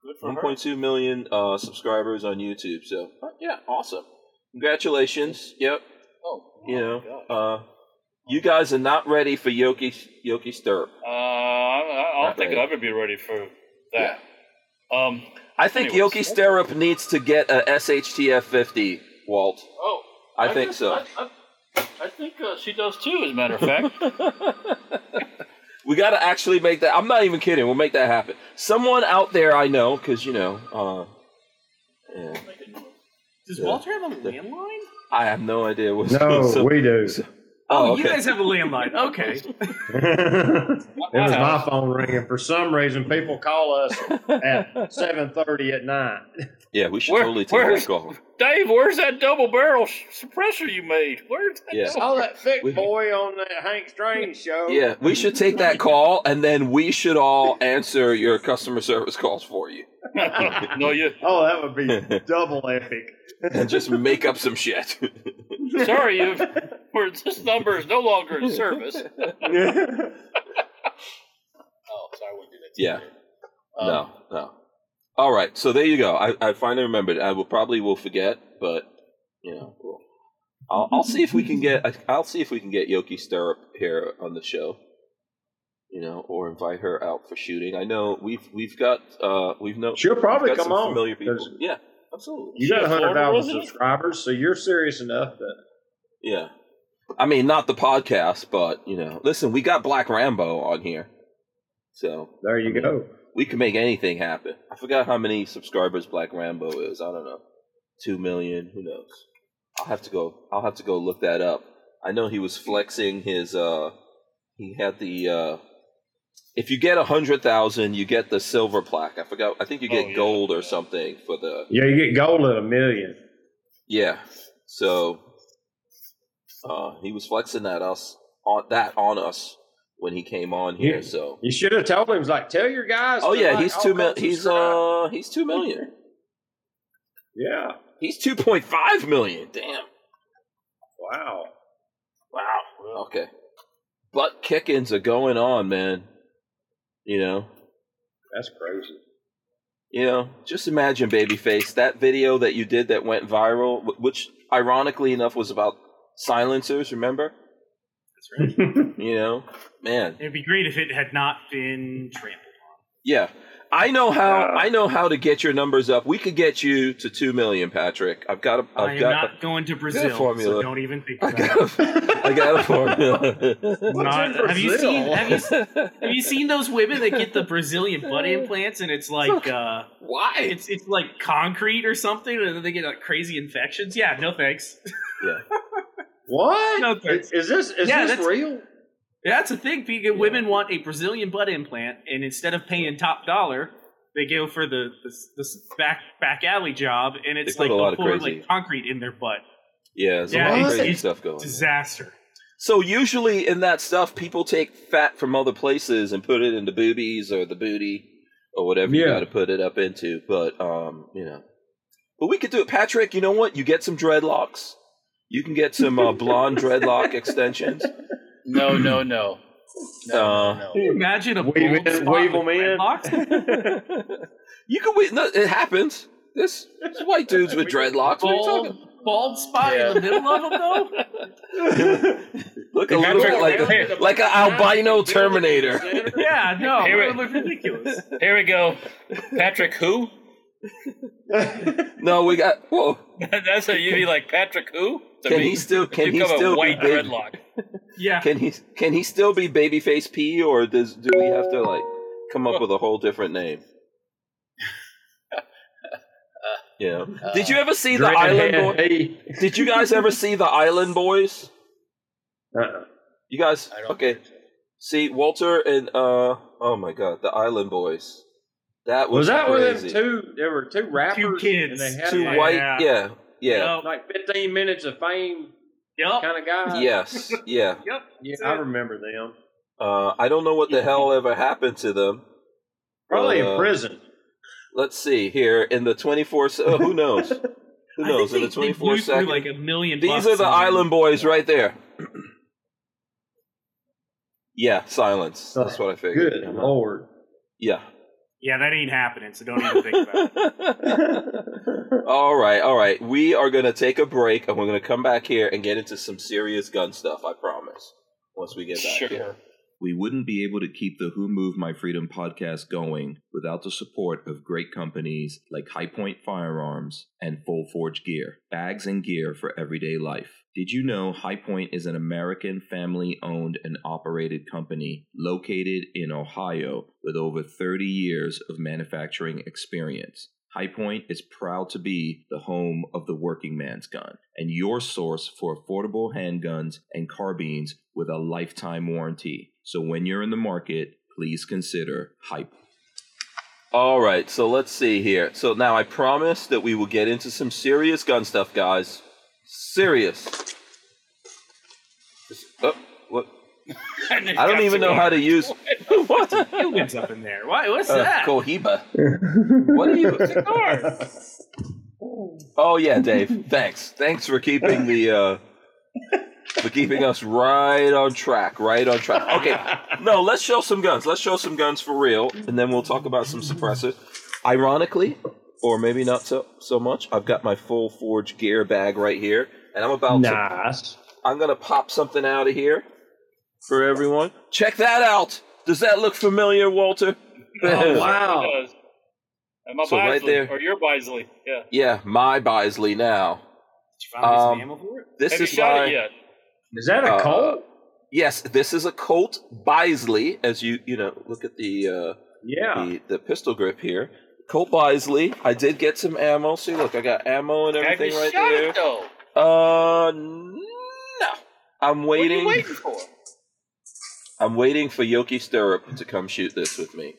[SPEAKER 2] Good for her.
[SPEAKER 1] 1.2 million uh, subscribers on YouTube. So uh, yeah, awesome. Congratulations. Yep.
[SPEAKER 2] Oh,
[SPEAKER 1] You know,
[SPEAKER 2] God.
[SPEAKER 1] uh, you guys are not ready for Yoki Yoki Stirrup.
[SPEAKER 2] Uh, I, I don't
[SPEAKER 1] Not
[SPEAKER 2] think
[SPEAKER 1] ready.
[SPEAKER 2] I'll ever be ready for that. Um.
[SPEAKER 1] I think
[SPEAKER 2] Anyways.
[SPEAKER 1] Yoki Stirrup needs to get a SHTF 50, Walt.
[SPEAKER 2] Oh,
[SPEAKER 1] I think so.
[SPEAKER 2] I, I, I think uh, she does too. As a matter of fact.
[SPEAKER 1] We got to actually make that. I'm not even kidding. We'll make that happen. Someone out there I know, because, you know, uh, yeah,
[SPEAKER 5] Does Walter have a landline?
[SPEAKER 1] I have no idea what's
[SPEAKER 4] No,
[SPEAKER 1] so-
[SPEAKER 4] we do.
[SPEAKER 5] Oh,
[SPEAKER 1] Oh,
[SPEAKER 5] you
[SPEAKER 1] okay.
[SPEAKER 5] guys have a landline. Okay.
[SPEAKER 4] it was
[SPEAKER 2] Wow.
[SPEAKER 4] my phone ringing. For some reason, people call us at seven thirty at night.
[SPEAKER 1] Yeah, we should
[SPEAKER 2] Where-
[SPEAKER 1] totally take
[SPEAKER 2] where's-
[SPEAKER 1] that call.
[SPEAKER 2] Dave, where's that double barrel sh- suppressor you made? Where's that?
[SPEAKER 1] Yeah.
[SPEAKER 2] Double-
[SPEAKER 4] All that thick
[SPEAKER 1] We-
[SPEAKER 4] boy on that Hank Strange show.
[SPEAKER 1] Yeah, we should take that call, and then we should all answer your customer service calls for you
[SPEAKER 2] no, you.
[SPEAKER 4] Oh, that would be double epic.
[SPEAKER 1] and just make up some shit.
[SPEAKER 2] Sorry, you. We're, this number is no longer in service. Oh, sorry, I wouldn't do that. to you.
[SPEAKER 1] Yeah.
[SPEAKER 2] Um,
[SPEAKER 1] no, no. All right, so there you go. I, I finally remembered. I will probably will forget, but you know, we'll- I'll, I'll see if we can get. I- I'll see if we can get Yoki Stirrup here on the show. You know, or invite her out for shooting. I know we've we've got uh we've no
[SPEAKER 4] She'll probably
[SPEAKER 1] we've got
[SPEAKER 4] come
[SPEAKER 1] some
[SPEAKER 4] on.
[SPEAKER 1] familiar people.
[SPEAKER 4] There's-
[SPEAKER 1] Yeah, absolutely.
[SPEAKER 4] You got
[SPEAKER 2] She's a
[SPEAKER 4] a hundred
[SPEAKER 2] Florida
[SPEAKER 4] thousand
[SPEAKER 2] resident?
[SPEAKER 4] subscribers, so you're serious enough that
[SPEAKER 1] Yeah, I mean not the podcast, but you know, listen, we got Black Rambo on here, so
[SPEAKER 4] there you
[SPEAKER 1] I mean,
[SPEAKER 4] go.
[SPEAKER 1] we can make anything happen. I forgot how many subscribers Black Rambo is. I don't know, two million. Who knows? I'll have to go. I'll have to go look that up. I know he was flexing his. uh He had the. uh If you get a hundred thousand, you get the silver plaque. I forgot. I think you get
[SPEAKER 2] Oh, yeah.
[SPEAKER 1] gold or something for the.
[SPEAKER 4] Yeah, you get gold at a million.
[SPEAKER 1] Yeah. So. uh He was flexing that us on that on us when he came on here.
[SPEAKER 4] Yeah.
[SPEAKER 1] So.
[SPEAKER 4] You should have told him. He's like, tell your guys.
[SPEAKER 1] Oh
[SPEAKER 4] to,
[SPEAKER 1] yeah,
[SPEAKER 4] like,
[SPEAKER 1] he's
[SPEAKER 4] all
[SPEAKER 1] two
[SPEAKER 4] come
[SPEAKER 1] mil. He's
[SPEAKER 4] subscribe."
[SPEAKER 1] uh he's two million.
[SPEAKER 4] yeah.
[SPEAKER 1] He's 2.5 million. Damn.
[SPEAKER 4] Wow.
[SPEAKER 1] Wow. Okay. Butt kickings are going on, man. You know,
[SPEAKER 4] That's crazy.
[SPEAKER 1] you know. Just imagine, babyface, that video that you did that went viral, wh- which ironically enough was about silencers. Remember?
[SPEAKER 5] That's
[SPEAKER 1] You know, man.
[SPEAKER 5] It'd be great if it had not been trampled.
[SPEAKER 1] Yeah. I know how.
[SPEAKER 7] Uh,
[SPEAKER 1] I know how to get your numbers up. We could get you to two million, Patrick. I've got a.
[SPEAKER 5] I
[SPEAKER 1] I've
[SPEAKER 5] am
[SPEAKER 1] got.
[SPEAKER 5] not going to Brazil,
[SPEAKER 1] formula.
[SPEAKER 5] so don't even think
[SPEAKER 1] I
[SPEAKER 5] about it.
[SPEAKER 1] got. A, I got a formula.
[SPEAKER 5] Not-
[SPEAKER 7] in
[SPEAKER 5] have you
[SPEAKER 7] Brazil?
[SPEAKER 5] seen? Have you, have you seen those women that get the Brazilian butt implants and it's like uh,
[SPEAKER 1] Why?
[SPEAKER 5] it's it's like concrete or something, and then they get like crazy infections? Yeah, no thanks.
[SPEAKER 4] What?
[SPEAKER 5] No, thanks.
[SPEAKER 4] is, is this is
[SPEAKER 5] Yeah,
[SPEAKER 4] this
[SPEAKER 5] that's-
[SPEAKER 4] real?
[SPEAKER 5] Yeah, that's a thing. People, Women want a Brazilian butt implant, and instead of paying top dollar, they go for the this, this back back alley job, and it's
[SPEAKER 1] They put
[SPEAKER 5] like
[SPEAKER 1] a lot
[SPEAKER 5] they'll
[SPEAKER 1] of
[SPEAKER 5] pour,
[SPEAKER 1] crazy-
[SPEAKER 5] like concrete in their butt.
[SPEAKER 1] Yeah, there's a
[SPEAKER 5] Yeah,
[SPEAKER 1] lot of
[SPEAKER 4] it's-
[SPEAKER 1] crazy
[SPEAKER 5] it's
[SPEAKER 1] stuff going. on.
[SPEAKER 5] Disaster.
[SPEAKER 1] So usually in that stuff, people take fat from other places and put it into boobies or the booty or whatever you
[SPEAKER 7] Yeah.
[SPEAKER 1] got to put it up into. But um, you know, but we could do it, Patrick. You know what? You get some dreadlocks. You can get some uh, blonde dreadlock extensions.
[SPEAKER 2] No, no, no.
[SPEAKER 1] Uh,
[SPEAKER 2] No.
[SPEAKER 5] Can you imagine a
[SPEAKER 4] Wave
[SPEAKER 5] bald
[SPEAKER 4] in,
[SPEAKER 5] spot
[SPEAKER 4] wave
[SPEAKER 5] with
[SPEAKER 4] 'em in.
[SPEAKER 5] dreadlocks?
[SPEAKER 1] you can wait. No, it happens. This, this white dudes with dreadlocks. What are you talking?
[SPEAKER 5] Bald, bald spot in the middle of them, though.
[SPEAKER 1] Look a little bit like a, like an albino Terminator.
[SPEAKER 5] Yeah, no,
[SPEAKER 2] Hey,
[SPEAKER 5] it would
[SPEAKER 2] wait.
[SPEAKER 5] look ridiculous.
[SPEAKER 2] Here we go. Patrick who?
[SPEAKER 1] No, we got. Whoa,
[SPEAKER 2] That's how you be like Patrick who? To
[SPEAKER 1] can
[SPEAKER 2] me.
[SPEAKER 1] he still? Can
[SPEAKER 2] you
[SPEAKER 1] he
[SPEAKER 2] come a
[SPEAKER 1] still be
[SPEAKER 2] white
[SPEAKER 1] big?
[SPEAKER 2] dreadlock?
[SPEAKER 5] Yeah,
[SPEAKER 1] Can he can he still be babyface P or does do we have to like come up with a whole different name? You know.
[SPEAKER 2] Uh,
[SPEAKER 1] Did you ever see the Island Boy?
[SPEAKER 4] Hey.
[SPEAKER 1] Did you guys ever see the Island Boys?
[SPEAKER 4] Uh-uh.
[SPEAKER 1] You guys
[SPEAKER 2] I don't
[SPEAKER 1] okay. See Walter and uh oh my god, the Island Boys. That was,
[SPEAKER 4] Was that with
[SPEAKER 1] crazy.
[SPEAKER 4] them two? There were two rappers, and
[SPEAKER 5] kids.
[SPEAKER 4] they had
[SPEAKER 1] Two
[SPEAKER 4] like,
[SPEAKER 1] white
[SPEAKER 5] Yeah.
[SPEAKER 1] yeah. Yeah.
[SPEAKER 5] Yup.
[SPEAKER 4] like 15 minutes of fame
[SPEAKER 5] Yup.
[SPEAKER 4] kind of guy.
[SPEAKER 1] Yes. Yeah.
[SPEAKER 5] Yep.
[SPEAKER 4] yeah, I remember them.
[SPEAKER 1] Uh I don't know what the hell ever happened to them.
[SPEAKER 4] Probably
[SPEAKER 1] Uh,
[SPEAKER 4] in prison.
[SPEAKER 1] let's see here in the 24 se- oh, who knows who
[SPEAKER 5] I think
[SPEAKER 1] knows in the
[SPEAKER 5] they- they
[SPEAKER 1] 24
[SPEAKER 5] blew through,
[SPEAKER 1] second
[SPEAKER 5] Like a million.
[SPEAKER 1] these
[SPEAKER 5] bucks
[SPEAKER 1] are the
[SPEAKER 5] in-
[SPEAKER 1] island boys right there yeah silence that's what i figured
[SPEAKER 4] Good
[SPEAKER 1] Uh-huh.
[SPEAKER 4] lord.
[SPEAKER 1] yeah
[SPEAKER 5] Yeah, that ain't happening. So don't even think about it.
[SPEAKER 1] all right all right we are gonna take a break and we're gonna come back here and get into some serious gun stuff i promise once we get back
[SPEAKER 2] Sure.
[SPEAKER 1] here we wouldn't be able to keep the Who Moved My Freedom podcast going without the support of great companies like High Point Firearms and Full Forge Gear, bags and gear for everyday life. Did you know High Point is an American family owned and operated company located in Ohio with over 30 years of manufacturing experience? High Point is proud to be the home of the working man's gun and your source for affordable handguns and carbines with a lifetime warranty. So when you're in the market, please consider Hype. All right, so let's see here. So now I promise that we will get into some serious gun stuff, guys. Serious. Oh, what? I don't even know how to use. what?
[SPEAKER 5] Humans up in there. Why? What's
[SPEAKER 1] Uh,
[SPEAKER 5] that?
[SPEAKER 1] Cohiba. What are you? Oh yeah, Dave. Thanks. Thanks for keeping the uh for keeping us right on track, right on track. Okay. No, let's show some guns. Let's show some guns for real and then we'll talk about some suppressors. Ironically, or maybe not so so much, I've got my full forge gear bag right here and I'm about to
[SPEAKER 4] Nice.
[SPEAKER 1] I'm going to pop something out of here for everyone. Check that out. Does that look familiar, Walter?
[SPEAKER 4] Oh, wow.
[SPEAKER 2] Does. Am I
[SPEAKER 1] So right
[SPEAKER 2] Bisley?
[SPEAKER 1] there-
[SPEAKER 2] Or you're Bisley. Yeah.
[SPEAKER 1] Yeah, my Bisley now.
[SPEAKER 5] Did you find
[SPEAKER 1] Um,
[SPEAKER 5] some ammo for it?
[SPEAKER 1] This
[SPEAKER 2] Have you
[SPEAKER 1] is
[SPEAKER 2] shot
[SPEAKER 1] my
[SPEAKER 2] it yet?
[SPEAKER 4] Is that a
[SPEAKER 1] Uh,
[SPEAKER 4] cult?
[SPEAKER 1] Yes, this is a Colt Bisley. As you you know, look at the uh,
[SPEAKER 4] Yeah.
[SPEAKER 1] the, the pistol grip here. Colt Bisley. I did get some ammo. See, look, I got ammo and
[SPEAKER 2] Have you
[SPEAKER 1] everything right
[SPEAKER 2] shot
[SPEAKER 1] there.
[SPEAKER 2] it though?
[SPEAKER 1] Uh, no. I'm
[SPEAKER 2] What are
[SPEAKER 1] waiting.
[SPEAKER 2] you waiting for?
[SPEAKER 1] I'm waiting for Yoki Stirrup to come shoot this with me.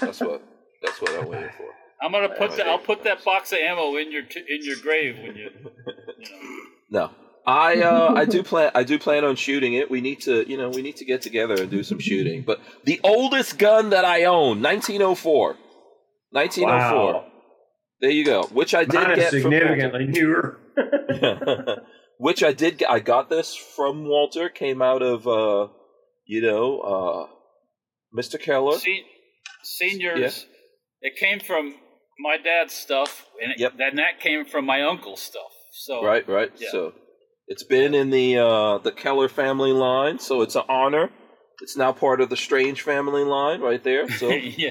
[SPEAKER 1] That's what. That's what I'm waiting for.
[SPEAKER 2] I'm gonna
[SPEAKER 1] I
[SPEAKER 2] put
[SPEAKER 1] have
[SPEAKER 2] that.
[SPEAKER 1] no
[SPEAKER 2] I'll
[SPEAKER 1] idea.
[SPEAKER 2] put that box of ammo in your t- in your grave when you.
[SPEAKER 1] No. I uh, I do plan I do plan on shooting it. We need to you know we need to get together and do some shooting. But the oldest gun that I own, 1904, 1904.
[SPEAKER 4] Wow.
[SPEAKER 1] There you go. Which I did
[SPEAKER 4] Mine is
[SPEAKER 1] get from
[SPEAKER 4] significantly newer.
[SPEAKER 1] Walter. Which I did get. I got this from Walter. Came out of uh, you know uh, Mr. Keller.
[SPEAKER 2] Se- seniors. It came from my dad's stuff, and it,
[SPEAKER 1] Yep.
[SPEAKER 2] then that came from my uncle's stuff. So
[SPEAKER 1] Right, right.
[SPEAKER 2] Yeah.
[SPEAKER 1] So it's been in the uh, the Keller family line, so it's an honor. It's now part of the Strange family line, right there. So
[SPEAKER 2] yeah.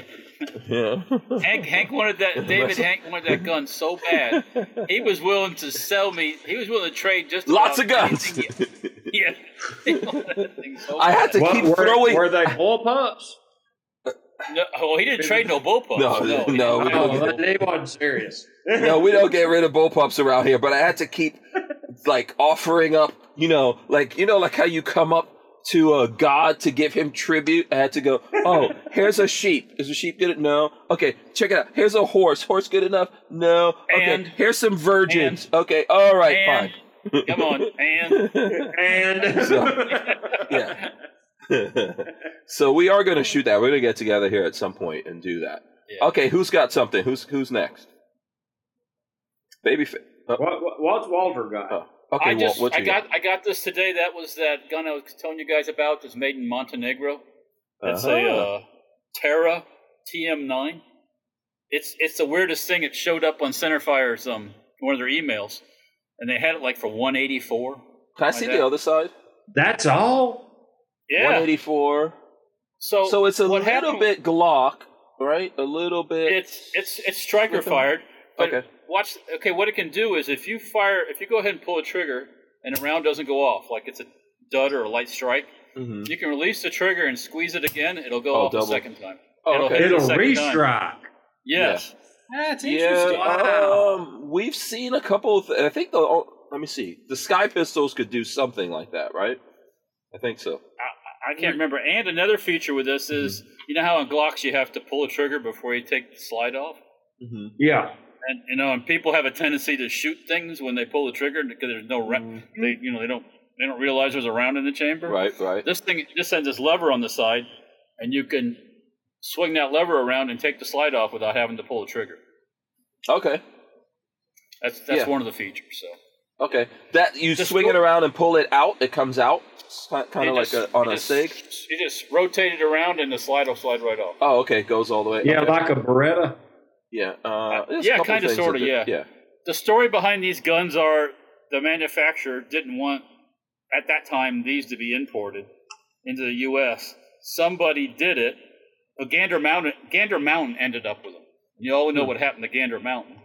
[SPEAKER 8] Yeah.
[SPEAKER 2] Hank Hank wanted that David Hank wanted that gun so bad. He was willing to sell me. He was willing to trade just
[SPEAKER 8] Lots of
[SPEAKER 2] about
[SPEAKER 8] guns.
[SPEAKER 2] anything he- Yeah. He wanted that thing so
[SPEAKER 8] I had
[SPEAKER 2] bad.
[SPEAKER 8] to
[SPEAKER 4] What-
[SPEAKER 8] keep
[SPEAKER 4] were,
[SPEAKER 8] throwing.
[SPEAKER 4] were they bull pumps?
[SPEAKER 2] No, oh, he didn't trade no bullpups.
[SPEAKER 8] No,
[SPEAKER 2] no, he didn't
[SPEAKER 8] no, we
[SPEAKER 2] trade no
[SPEAKER 8] don't get-
[SPEAKER 2] bullpups.
[SPEAKER 4] No, they wasn't serious.
[SPEAKER 8] no, we don't get rid of bullpups around here, but I had to keep like offering up, you know, like you know, like how you come up to a god to give him tribute. I had to go, oh, here's a sheep. Is a sheep good? No. Okay, check it out. Here's a horse. Horse good enough? No. Okay.
[SPEAKER 2] And-
[SPEAKER 8] here's some virgins. okay. All right.
[SPEAKER 2] And- Come on, and
[SPEAKER 8] fine.
[SPEAKER 4] and
[SPEAKER 8] So- yeah. so we are going to shoot that. We're going to get together here at some point and do that.
[SPEAKER 2] Yeah.
[SPEAKER 8] Okay, who's got something? Who's who's next? Baby. Oh,
[SPEAKER 4] what, what, what's Walter got?
[SPEAKER 8] oh. Okay,
[SPEAKER 2] I
[SPEAKER 8] Walt,
[SPEAKER 2] just
[SPEAKER 8] what
[SPEAKER 2] I
[SPEAKER 8] you
[SPEAKER 2] got, I got this today. That was that gun I was telling you guys about. That's made in Montenegro. It's
[SPEAKER 8] Uh-huh.
[SPEAKER 2] a uh, Terra TM9. It's it's the weirdest thing. It showed up on Centerfire's um one of their emails, and they had it like for 184.
[SPEAKER 8] Can I see
[SPEAKER 2] my
[SPEAKER 8] the
[SPEAKER 2] dad.
[SPEAKER 8] other side?
[SPEAKER 4] That's all.
[SPEAKER 2] Yeah.
[SPEAKER 8] 184.
[SPEAKER 2] So
[SPEAKER 8] so it's a
[SPEAKER 2] what
[SPEAKER 8] little
[SPEAKER 2] happened-
[SPEAKER 8] bit Glock, right? A little bit.
[SPEAKER 2] It's it's it's striker
[SPEAKER 8] With them?
[SPEAKER 2] fired. But
[SPEAKER 8] Okay.
[SPEAKER 2] Watch. Okay, what it can do is if you fire, if you go ahead and pull a trigger and a round doesn't go off, like it's a dud or a light strike,
[SPEAKER 8] Mhm.
[SPEAKER 2] you can release the trigger and squeeze it again. It'll go
[SPEAKER 8] Oh,
[SPEAKER 2] off
[SPEAKER 8] double.
[SPEAKER 2] a second time.
[SPEAKER 8] Oh,
[SPEAKER 2] it'll
[SPEAKER 8] okay.
[SPEAKER 2] hit the
[SPEAKER 4] It'll
[SPEAKER 2] second time.
[SPEAKER 4] restrike.
[SPEAKER 2] Yes.
[SPEAKER 5] That's interesting.
[SPEAKER 8] Yeah, um, we've seen a couple. Of th- I think the. Oh, let me see. The sky pistols could do something like that, right? I think so.
[SPEAKER 2] I can't remember. And another feature with this
[SPEAKER 8] Mm-hmm.
[SPEAKER 2] is, you know how on Glocks you have to pull a trigger before you take the slide off,
[SPEAKER 8] Mm-hmm.
[SPEAKER 4] Yeah.
[SPEAKER 2] and you know, and people have a tendency to shoot things when they pull the trigger because there's no, ra- they you know they don't they don't realize there's a round in the chamber.
[SPEAKER 8] Mm-hmm. Right, right.
[SPEAKER 2] This thing just has this lever on the side, and you can swing that lever around and take the slide off without having to pull the trigger.
[SPEAKER 8] Okay,
[SPEAKER 2] That's that's
[SPEAKER 8] Yeah.
[SPEAKER 2] one of the features. So
[SPEAKER 8] okay. That you
[SPEAKER 2] Just
[SPEAKER 8] swing
[SPEAKER 2] go-
[SPEAKER 8] it around and pull it out. It comes out, kind
[SPEAKER 2] You
[SPEAKER 8] of like
[SPEAKER 2] just-
[SPEAKER 8] a, on
[SPEAKER 2] you
[SPEAKER 8] a
[SPEAKER 2] just-
[SPEAKER 8] stake.
[SPEAKER 2] You just rotate it around, and the slide will slide right off.
[SPEAKER 8] Oh, okay. Goes all the way.
[SPEAKER 4] Yeah,
[SPEAKER 8] okay.
[SPEAKER 4] like a Beretta.
[SPEAKER 8] yeah, uh, there's a
[SPEAKER 2] yeah,
[SPEAKER 8] couple
[SPEAKER 2] kinda,
[SPEAKER 8] things that
[SPEAKER 2] sorta,
[SPEAKER 8] do-
[SPEAKER 2] yeah.
[SPEAKER 8] yeah.
[SPEAKER 2] The story behind these guns are the manufacturer didn't want at that time these to be imported into the U.S. Somebody did it. But Gander Mountain, Gander Mountain ended up with them. You all
[SPEAKER 8] Hmm.
[SPEAKER 2] know what happened to Gander Mountain.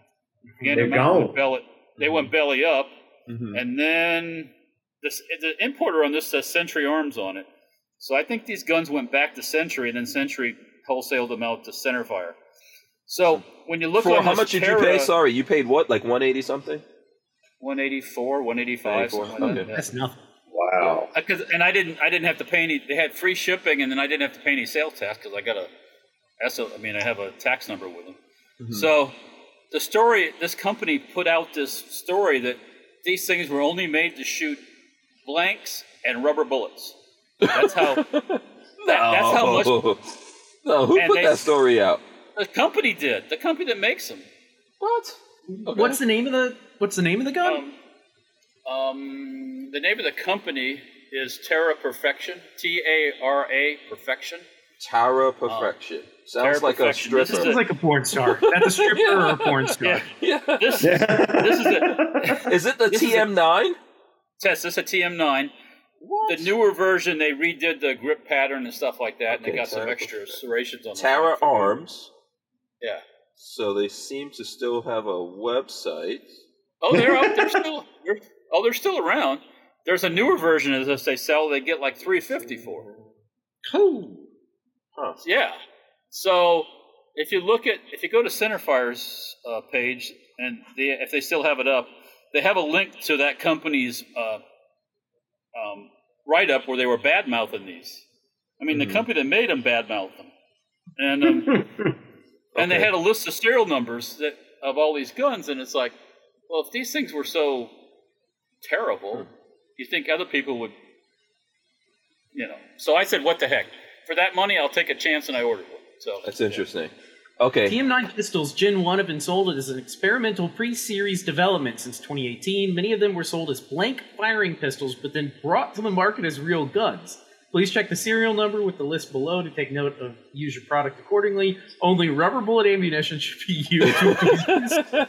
[SPEAKER 2] Gander
[SPEAKER 4] They're
[SPEAKER 2] Mountain
[SPEAKER 4] gone.
[SPEAKER 2] went belly, they
[SPEAKER 8] Hmm.
[SPEAKER 2] went belly up.
[SPEAKER 8] Mhm.
[SPEAKER 2] And then this, the importer on this says Century Arms on it. So I think these guns went back to Century, and then Century wholesaled them out to Centerfire. So when you look
[SPEAKER 8] Hmm. For
[SPEAKER 2] on
[SPEAKER 8] how
[SPEAKER 2] this
[SPEAKER 8] much did you
[SPEAKER 2] Terra-
[SPEAKER 8] pay? Sorry, you paid what? Like one eighty something.
[SPEAKER 2] 184, 185,
[SPEAKER 8] 184,
[SPEAKER 2] something like that,
[SPEAKER 8] okay.
[SPEAKER 2] yeah.
[SPEAKER 5] That's nothing.
[SPEAKER 4] Wow.
[SPEAKER 2] Uh, 'cause- and I didn't, I didn't have to pay any. They had free shipping, and then I didn't have to pay any sales tax because I got a, that's a- I mean, I have a tax number with them. So, the story, this company put out this story that these things were only made to shoot blanks and rubber bullets. That's how. that- That's
[SPEAKER 8] Oh.
[SPEAKER 2] how much
[SPEAKER 8] No, who
[SPEAKER 2] And
[SPEAKER 8] put
[SPEAKER 2] they-
[SPEAKER 8] that story out?
[SPEAKER 2] the company did. The company that makes them.
[SPEAKER 8] What? Okay.
[SPEAKER 5] What's the name of the What's the name of the
[SPEAKER 2] Um,
[SPEAKER 5] gun?
[SPEAKER 2] um, the name of the company is Terra Perfection. T A R A Perfection.
[SPEAKER 8] Tara Perfection? Sounds
[SPEAKER 2] Tara
[SPEAKER 8] like
[SPEAKER 2] Oh. Perfection.
[SPEAKER 8] a
[SPEAKER 2] This
[SPEAKER 5] this
[SPEAKER 8] stripper.
[SPEAKER 5] is like a porn star. That's a stripper or a porn star.
[SPEAKER 2] Yeah.
[SPEAKER 8] yeah.
[SPEAKER 2] This is this is a
[SPEAKER 8] Is it the TM9?
[SPEAKER 2] test. This is a TM9.
[SPEAKER 8] What?
[SPEAKER 2] The newer version, they redid the grip pattern and stuff like that, and they
[SPEAKER 8] Okay,
[SPEAKER 2] got some
[SPEAKER 8] Tara
[SPEAKER 2] extra serrations on the
[SPEAKER 8] Tara
[SPEAKER 2] front.
[SPEAKER 8] Arms.
[SPEAKER 2] Yeah.
[SPEAKER 8] So they seem to still have a website.
[SPEAKER 2] Oh, they're out. They're still. They're, oh, they're still around. There's a newer version of this they sell. They get like 350 for. it.
[SPEAKER 8] Huh.
[SPEAKER 2] Yeah. So if you look at if you go to Centerfire's uh, page and they, if they still have it up, they have a link to that company's uh, um, write up where they were bad mouthing these. I mean,
[SPEAKER 8] Mm-hmm.
[SPEAKER 2] the company that made them bad mouthed them, and um, and they
[SPEAKER 8] Okay.
[SPEAKER 2] had a list of serial numbers that of all these guns, and it's like, well, if these things were so terrible, you think other people would, you know? So I said, what the heck? For that money, I'll take a chance, and I ordered one. So
[SPEAKER 8] That's interesting. Okay.
[SPEAKER 5] TM9 pistols Gen 1 have been sold as an experimental pre series development since 2018. Many of them were sold as blank firing pistols, but then brought to the market as real guns. Please check the serial number with the list below to take note of use your product accordingly. Only rubber bullet ammunition should be used. with these pistols.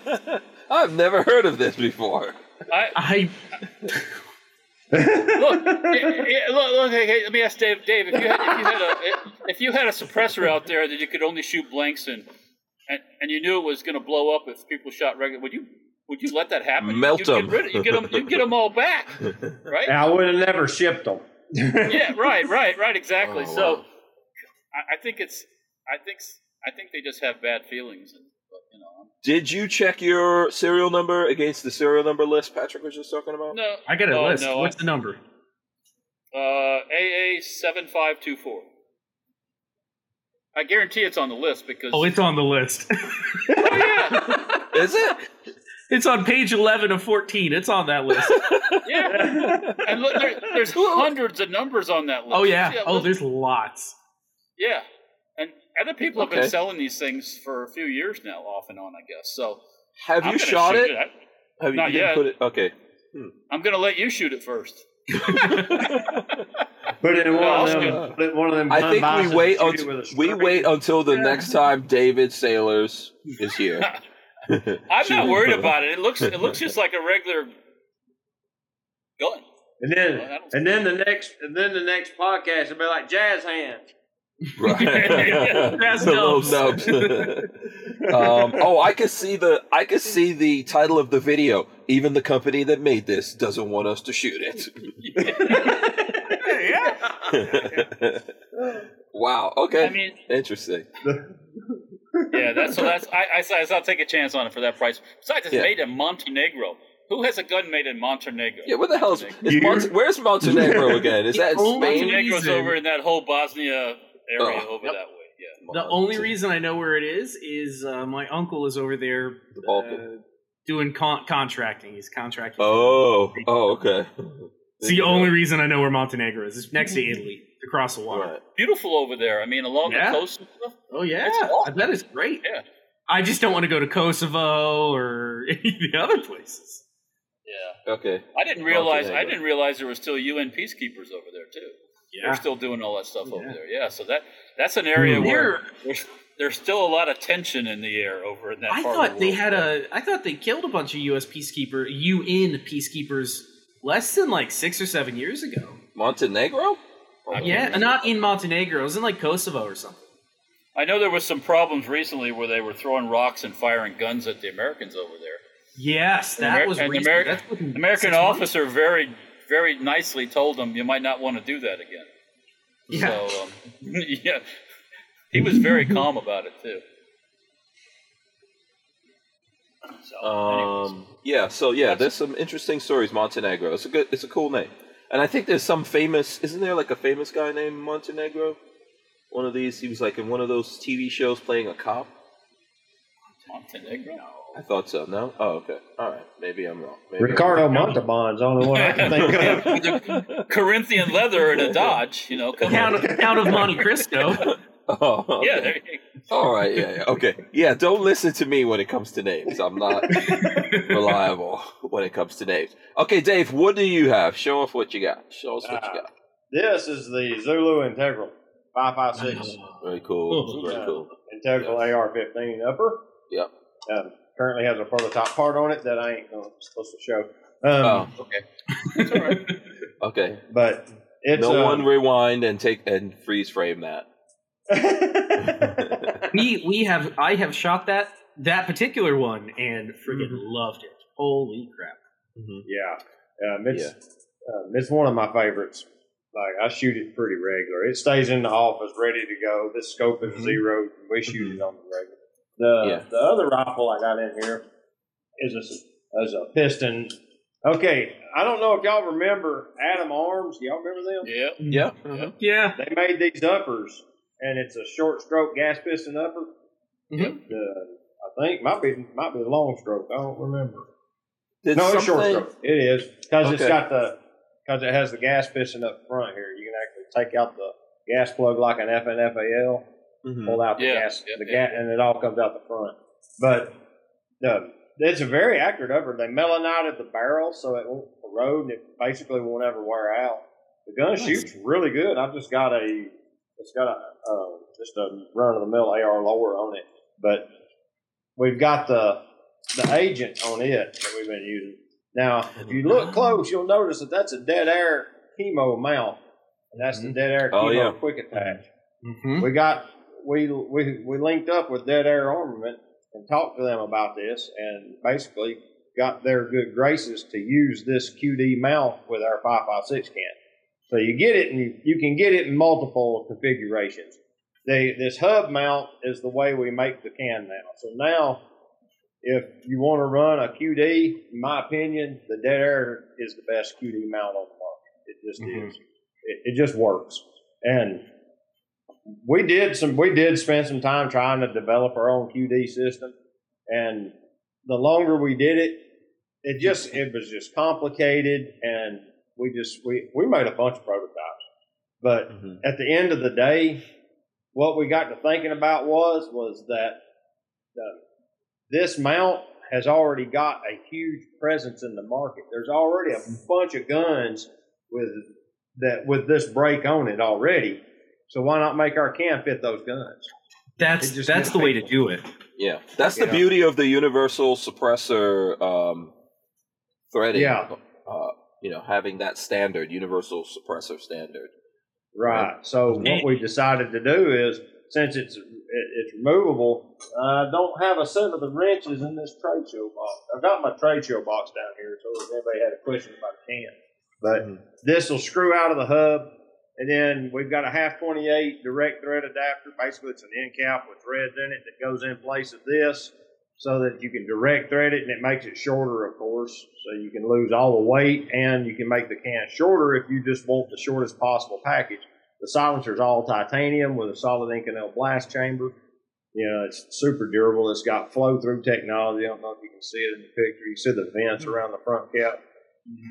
[SPEAKER 8] I've never heard of this before.
[SPEAKER 2] I,
[SPEAKER 5] I
[SPEAKER 2] Look, yeah, yeah, look, look hey, hey, let me ask Dave. Dave, if you had, if you had a if you had a suppressor out there that you could only shoot blanks in, and, and you knew it was going to blow up if people shot regular, would you would you let that happen?
[SPEAKER 8] Melt
[SPEAKER 2] you'd
[SPEAKER 8] 'em.
[SPEAKER 2] Get rid of, you get them. You get them all back, right?
[SPEAKER 4] And I would have never shipped them.
[SPEAKER 2] yeah, right, right, right, exactly.
[SPEAKER 8] Oh,
[SPEAKER 2] so
[SPEAKER 8] wow.
[SPEAKER 2] I, I think it's, I think, s- I think they just have bad feelings, and but, you know,
[SPEAKER 8] Did you check your serial number against the serial number list Patrick was just talking about?
[SPEAKER 2] no,
[SPEAKER 5] I got a
[SPEAKER 2] oh,
[SPEAKER 5] list.
[SPEAKER 2] No,
[SPEAKER 5] What's the number?
[SPEAKER 2] uh, AA seven five two four. I guarantee it's on the list because
[SPEAKER 5] Oh, it's on the list.
[SPEAKER 2] Oh, yeah,
[SPEAKER 8] Is it?
[SPEAKER 5] it's on page eleven of fourteen. It's on that list.
[SPEAKER 2] yeah. And look, there, there's hundreds of numbers on that list.
[SPEAKER 5] Oh yeah.
[SPEAKER 2] yeah
[SPEAKER 5] Oh,
[SPEAKER 2] look-
[SPEAKER 5] there's lots.
[SPEAKER 2] yeah. And other people have
[SPEAKER 8] Okay.
[SPEAKER 2] been selling these things for a few years now, off and on, I guess. So
[SPEAKER 8] Have
[SPEAKER 2] I'm
[SPEAKER 8] you
[SPEAKER 2] gonna
[SPEAKER 8] shot
[SPEAKER 2] shoot
[SPEAKER 8] it?
[SPEAKER 2] I-
[SPEAKER 8] Have you
[SPEAKER 2] Not
[SPEAKER 8] you didn't
[SPEAKER 2] yet.
[SPEAKER 8] put it? Okay.
[SPEAKER 2] I'm gonna let you shoot it first.
[SPEAKER 4] Put it in one
[SPEAKER 2] I'll
[SPEAKER 4] of them.
[SPEAKER 8] shoot.
[SPEAKER 4] Put it in one of them.
[SPEAKER 8] I
[SPEAKER 4] gun
[SPEAKER 8] think
[SPEAKER 4] boxes
[SPEAKER 8] we wait
[SPEAKER 4] and shoot it
[SPEAKER 8] until
[SPEAKER 4] with a
[SPEAKER 8] we
[SPEAKER 4] string.
[SPEAKER 8] wait until the next time David Sailors is here.
[SPEAKER 2] I'm
[SPEAKER 8] Shoot
[SPEAKER 2] not
[SPEAKER 8] it.
[SPEAKER 2] worried about it. It looks it looks just like a regular gun.
[SPEAKER 4] And
[SPEAKER 2] Well, I
[SPEAKER 4] then
[SPEAKER 2] don't-
[SPEAKER 4] and then the next and then the next podcast will be like jazz hands.
[SPEAKER 8] Right.
[SPEAKER 5] That's
[SPEAKER 8] The little
[SPEAKER 5] nubs.
[SPEAKER 8] nubs. um, oh, I could see the I could see the title of the video. Even the company that made this doesn't want us to shoot
[SPEAKER 5] yeah.
[SPEAKER 8] it. wow. Okay.
[SPEAKER 2] I mean,
[SPEAKER 8] Interesting.
[SPEAKER 2] yeah, that's so that's I, I said I'll take a chance on it for that price. Besides, it's
[SPEAKER 8] Yeah.
[SPEAKER 2] made in Montenegro. Who has a gun made in Montenegro?
[SPEAKER 8] Yeah. Where the hell is,
[SPEAKER 4] You-
[SPEAKER 8] is Mont- where's Montenegro again? Is that in
[SPEAKER 5] Oh,
[SPEAKER 8] Spain?
[SPEAKER 2] Montenegro's
[SPEAKER 5] Amazing.
[SPEAKER 2] over in that whole Bosnia area
[SPEAKER 8] Oh,
[SPEAKER 2] over
[SPEAKER 8] yep.
[SPEAKER 2] that way. Yeah.
[SPEAKER 5] The only reason I know where it is is uh, my uncle is over there
[SPEAKER 8] The Balkan.
[SPEAKER 5] uh, doing con- contracting. He's contracting.
[SPEAKER 8] Oh. Oh. Okay.
[SPEAKER 5] it's the only reason I know where Montenegro is. It's next to Italy, across the water.
[SPEAKER 8] Right.
[SPEAKER 2] Beautiful over there. I mean, along
[SPEAKER 5] Yeah.
[SPEAKER 2] the coast. and stuff.
[SPEAKER 5] Oh yeah,
[SPEAKER 2] It's awesome.
[SPEAKER 5] I bet it's great.
[SPEAKER 2] Yeah.
[SPEAKER 5] I just don't want to go to Kosovo or any of the other places.
[SPEAKER 2] Yeah.
[SPEAKER 8] Okay.
[SPEAKER 2] I didn't realize I
[SPEAKER 8] Montenegro.
[SPEAKER 2] didn't realize there were still UN peacekeepers over there too. They're still doing all that stuff over
[SPEAKER 5] Yeah. Hmm.
[SPEAKER 2] there. Yeah. So that that's an area
[SPEAKER 5] They're-
[SPEAKER 2] where there's, there's still a lot of tension in the air over in that.
[SPEAKER 5] I
[SPEAKER 2] part of
[SPEAKER 5] thought
[SPEAKER 2] the
[SPEAKER 5] they
[SPEAKER 2] world.
[SPEAKER 5] had a. I thought they killed a bunch of U.S. peacekeeper UN peacekeepers less than like six or seven years ago.
[SPEAKER 8] Montenegro.
[SPEAKER 2] I can't
[SPEAKER 5] Yeah, not in Montenegro. It was in like Kosovo or something.
[SPEAKER 2] I know there was some problems recently where they were throwing rocks and firing guns at the Americans over there.
[SPEAKER 5] Yes, that
[SPEAKER 2] Ameri-
[SPEAKER 5] was
[SPEAKER 2] and
[SPEAKER 5] recent.
[SPEAKER 2] Ameri-
[SPEAKER 5] That's within
[SPEAKER 2] American
[SPEAKER 5] six months.
[SPEAKER 2] officer very very nicely told them you might not want to do that again.
[SPEAKER 5] Yeah.
[SPEAKER 2] So um, yeah, he was very calm about it too. So, anyways.
[SPEAKER 8] Um, yeah, so yeah, there's some interesting stories. Montenegro. It's a good. It's a cool name, and I think there's some famous. Isn't there like a famous guy named Montenegro? One of these. He was like in one of those TV shows playing a cop.
[SPEAKER 2] Montenegro.
[SPEAKER 8] I thought so. No. Oh, okay. All right. Maybe I'm wrong. Maybe I'm
[SPEAKER 4] Ricardo Montalban's the only one I can think of.
[SPEAKER 2] Corinthian leather and a Dodge, you know. Come
[SPEAKER 5] Count
[SPEAKER 2] on.
[SPEAKER 5] of, Count of Monte Cristo.
[SPEAKER 8] wrong. Oh, okay.
[SPEAKER 2] Yeah, there you
[SPEAKER 8] All right. Yeah, yeah. Okay. Yeah. Don't listen to me when it comes to names. I'm not reliable when it comes to names. Okay, Dave. What do you have? Show off what you got. Show us
[SPEAKER 2] Ah.
[SPEAKER 8] what you got.
[SPEAKER 4] This is the Zulu Integral five five six
[SPEAKER 8] Very cool. Very cool.
[SPEAKER 4] Integral AR fifteen upper.
[SPEAKER 8] Yep.
[SPEAKER 4] Um, currently has a prototype part on it that I ain't uh, supposed to show. Um,
[SPEAKER 8] Oh.
[SPEAKER 2] That's all right.
[SPEAKER 8] Okay.
[SPEAKER 4] But it's
[SPEAKER 8] no
[SPEAKER 4] uh,
[SPEAKER 8] one rewind and take and freeze frame that.
[SPEAKER 5] we we have I have shot that that particular one and
[SPEAKER 4] Mm-hmm.
[SPEAKER 5] friggin' loved it. Holy crap!
[SPEAKER 4] yeah, um, it's um, it's one of my favorites. Like I shoot it pretty regular. It stays in the office ready to go. This scope is
[SPEAKER 8] Mhm.
[SPEAKER 4] zero. We shoot it on the regular. The
[SPEAKER 8] Yeah.
[SPEAKER 4] the other rifle I got in here is a is a piston. Okay, I don't know if y'all remember Adam Arms. Y'all remember them?
[SPEAKER 2] Yeah. Uh-huh.
[SPEAKER 8] Yeah.
[SPEAKER 5] Yeah,
[SPEAKER 4] They made these uppers, and it's a short stroke gas piston upper.
[SPEAKER 5] Mhm.
[SPEAKER 4] Uh, I think might be might be a long stroke. I don't remember.
[SPEAKER 8] Did
[SPEAKER 4] no, it's short
[SPEAKER 8] something-
[SPEAKER 4] stroke. It is because it's
[SPEAKER 8] Okay.
[SPEAKER 4] got the because it has the gas piston up front here. You can actually take out the gas plug like an FNFAL,
[SPEAKER 8] Mhm.
[SPEAKER 4] pull out the
[SPEAKER 2] Yeah,
[SPEAKER 4] gas,
[SPEAKER 2] yeah,
[SPEAKER 4] the
[SPEAKER 2] yeah.
[SPEAKER 4] gas, and it all comes out the front. But no, it's a very accurate upper. They melanited the barrel so it won't corrode and it basically won't ever wear out. The gun shoots really good. I've just got a it's got a uh, just a run of the mill AR lower on it, but we've got the the agent on it that we've been using. Now, if you look close, you'll notice that that's a dead air chemo mount, and that's
[SPEAKER 2] Mm-hmm.
[SPEAKER 4] the dead air
[SPEAKER 8] Oh,
[SPEAKER 4] chemo
[SPEAKER 8] yeah.
[SPEAKER 4] quick attach.
[SPEAKER 5] Hmm?
[SPEAKER 1] Mm-hmm.
[SPEAKER 4] We got we we we linked up with Dead Air Armament and talked to them about this, and basically got their good graces to use this QD mount with our five five six can. So you get it, and you, you can get it in multiple configurations. They this hub mount is the way we make the can now. So now. If you want to run a QD, in my opinion, the Dead Air is the best QD mount on the market. It just
[SPEAKER 1] Mhm.
[SPEAKER 4] is. It, it just works. And we did some we did spend some time trying to develop our own QD system and the longer we did it it just it was just complicated and we just we we made a bunch of prototypes but at the end of the day what we got to thinking about was was that uh, this mount has already got a huge presence in the market there's already a bunch of guns with that with this brake on it already so why not make our can fit those guns?
[SPEAKER 1] That's
[SPEAKER 4] It just
[SPEAKER 1] that's
[SPEAKER 4] gets
[SPEAKER 1] the way to do it.
[SPEAKER 8] Yeah, that's the
[SPEAKER 4] Yeah.
[SPEAKER 8] beauty of the universal suppressor um, threading.
[SPEAKER 4] Yeah.
[SPEAKER 8] Uh, you know, having that standard, universal suppressor standard.
[SPEAKER 4] Right. So what we decided to do is, since it's it- it's removable, I don't have a set of the wrenches in this trade show box. I've got my trade show box down here, so if anybody had a question about the can, but this will screw out of the hub, and then we've got a half twenty eight direct thread adapter. Basically, it's an end cap with threads in it that goes in place of this. So that you can direct thread it, and it makes it shorter, of course. So you can lose all the weight, and you can make the can shorter if you just want the shortest possible package. The silencer is all titanium with a solid Inconel blast chamber. You know, it's super durable. It's got flow through technology. I don't know if you can see it in the picture. You see the vents around the front cap.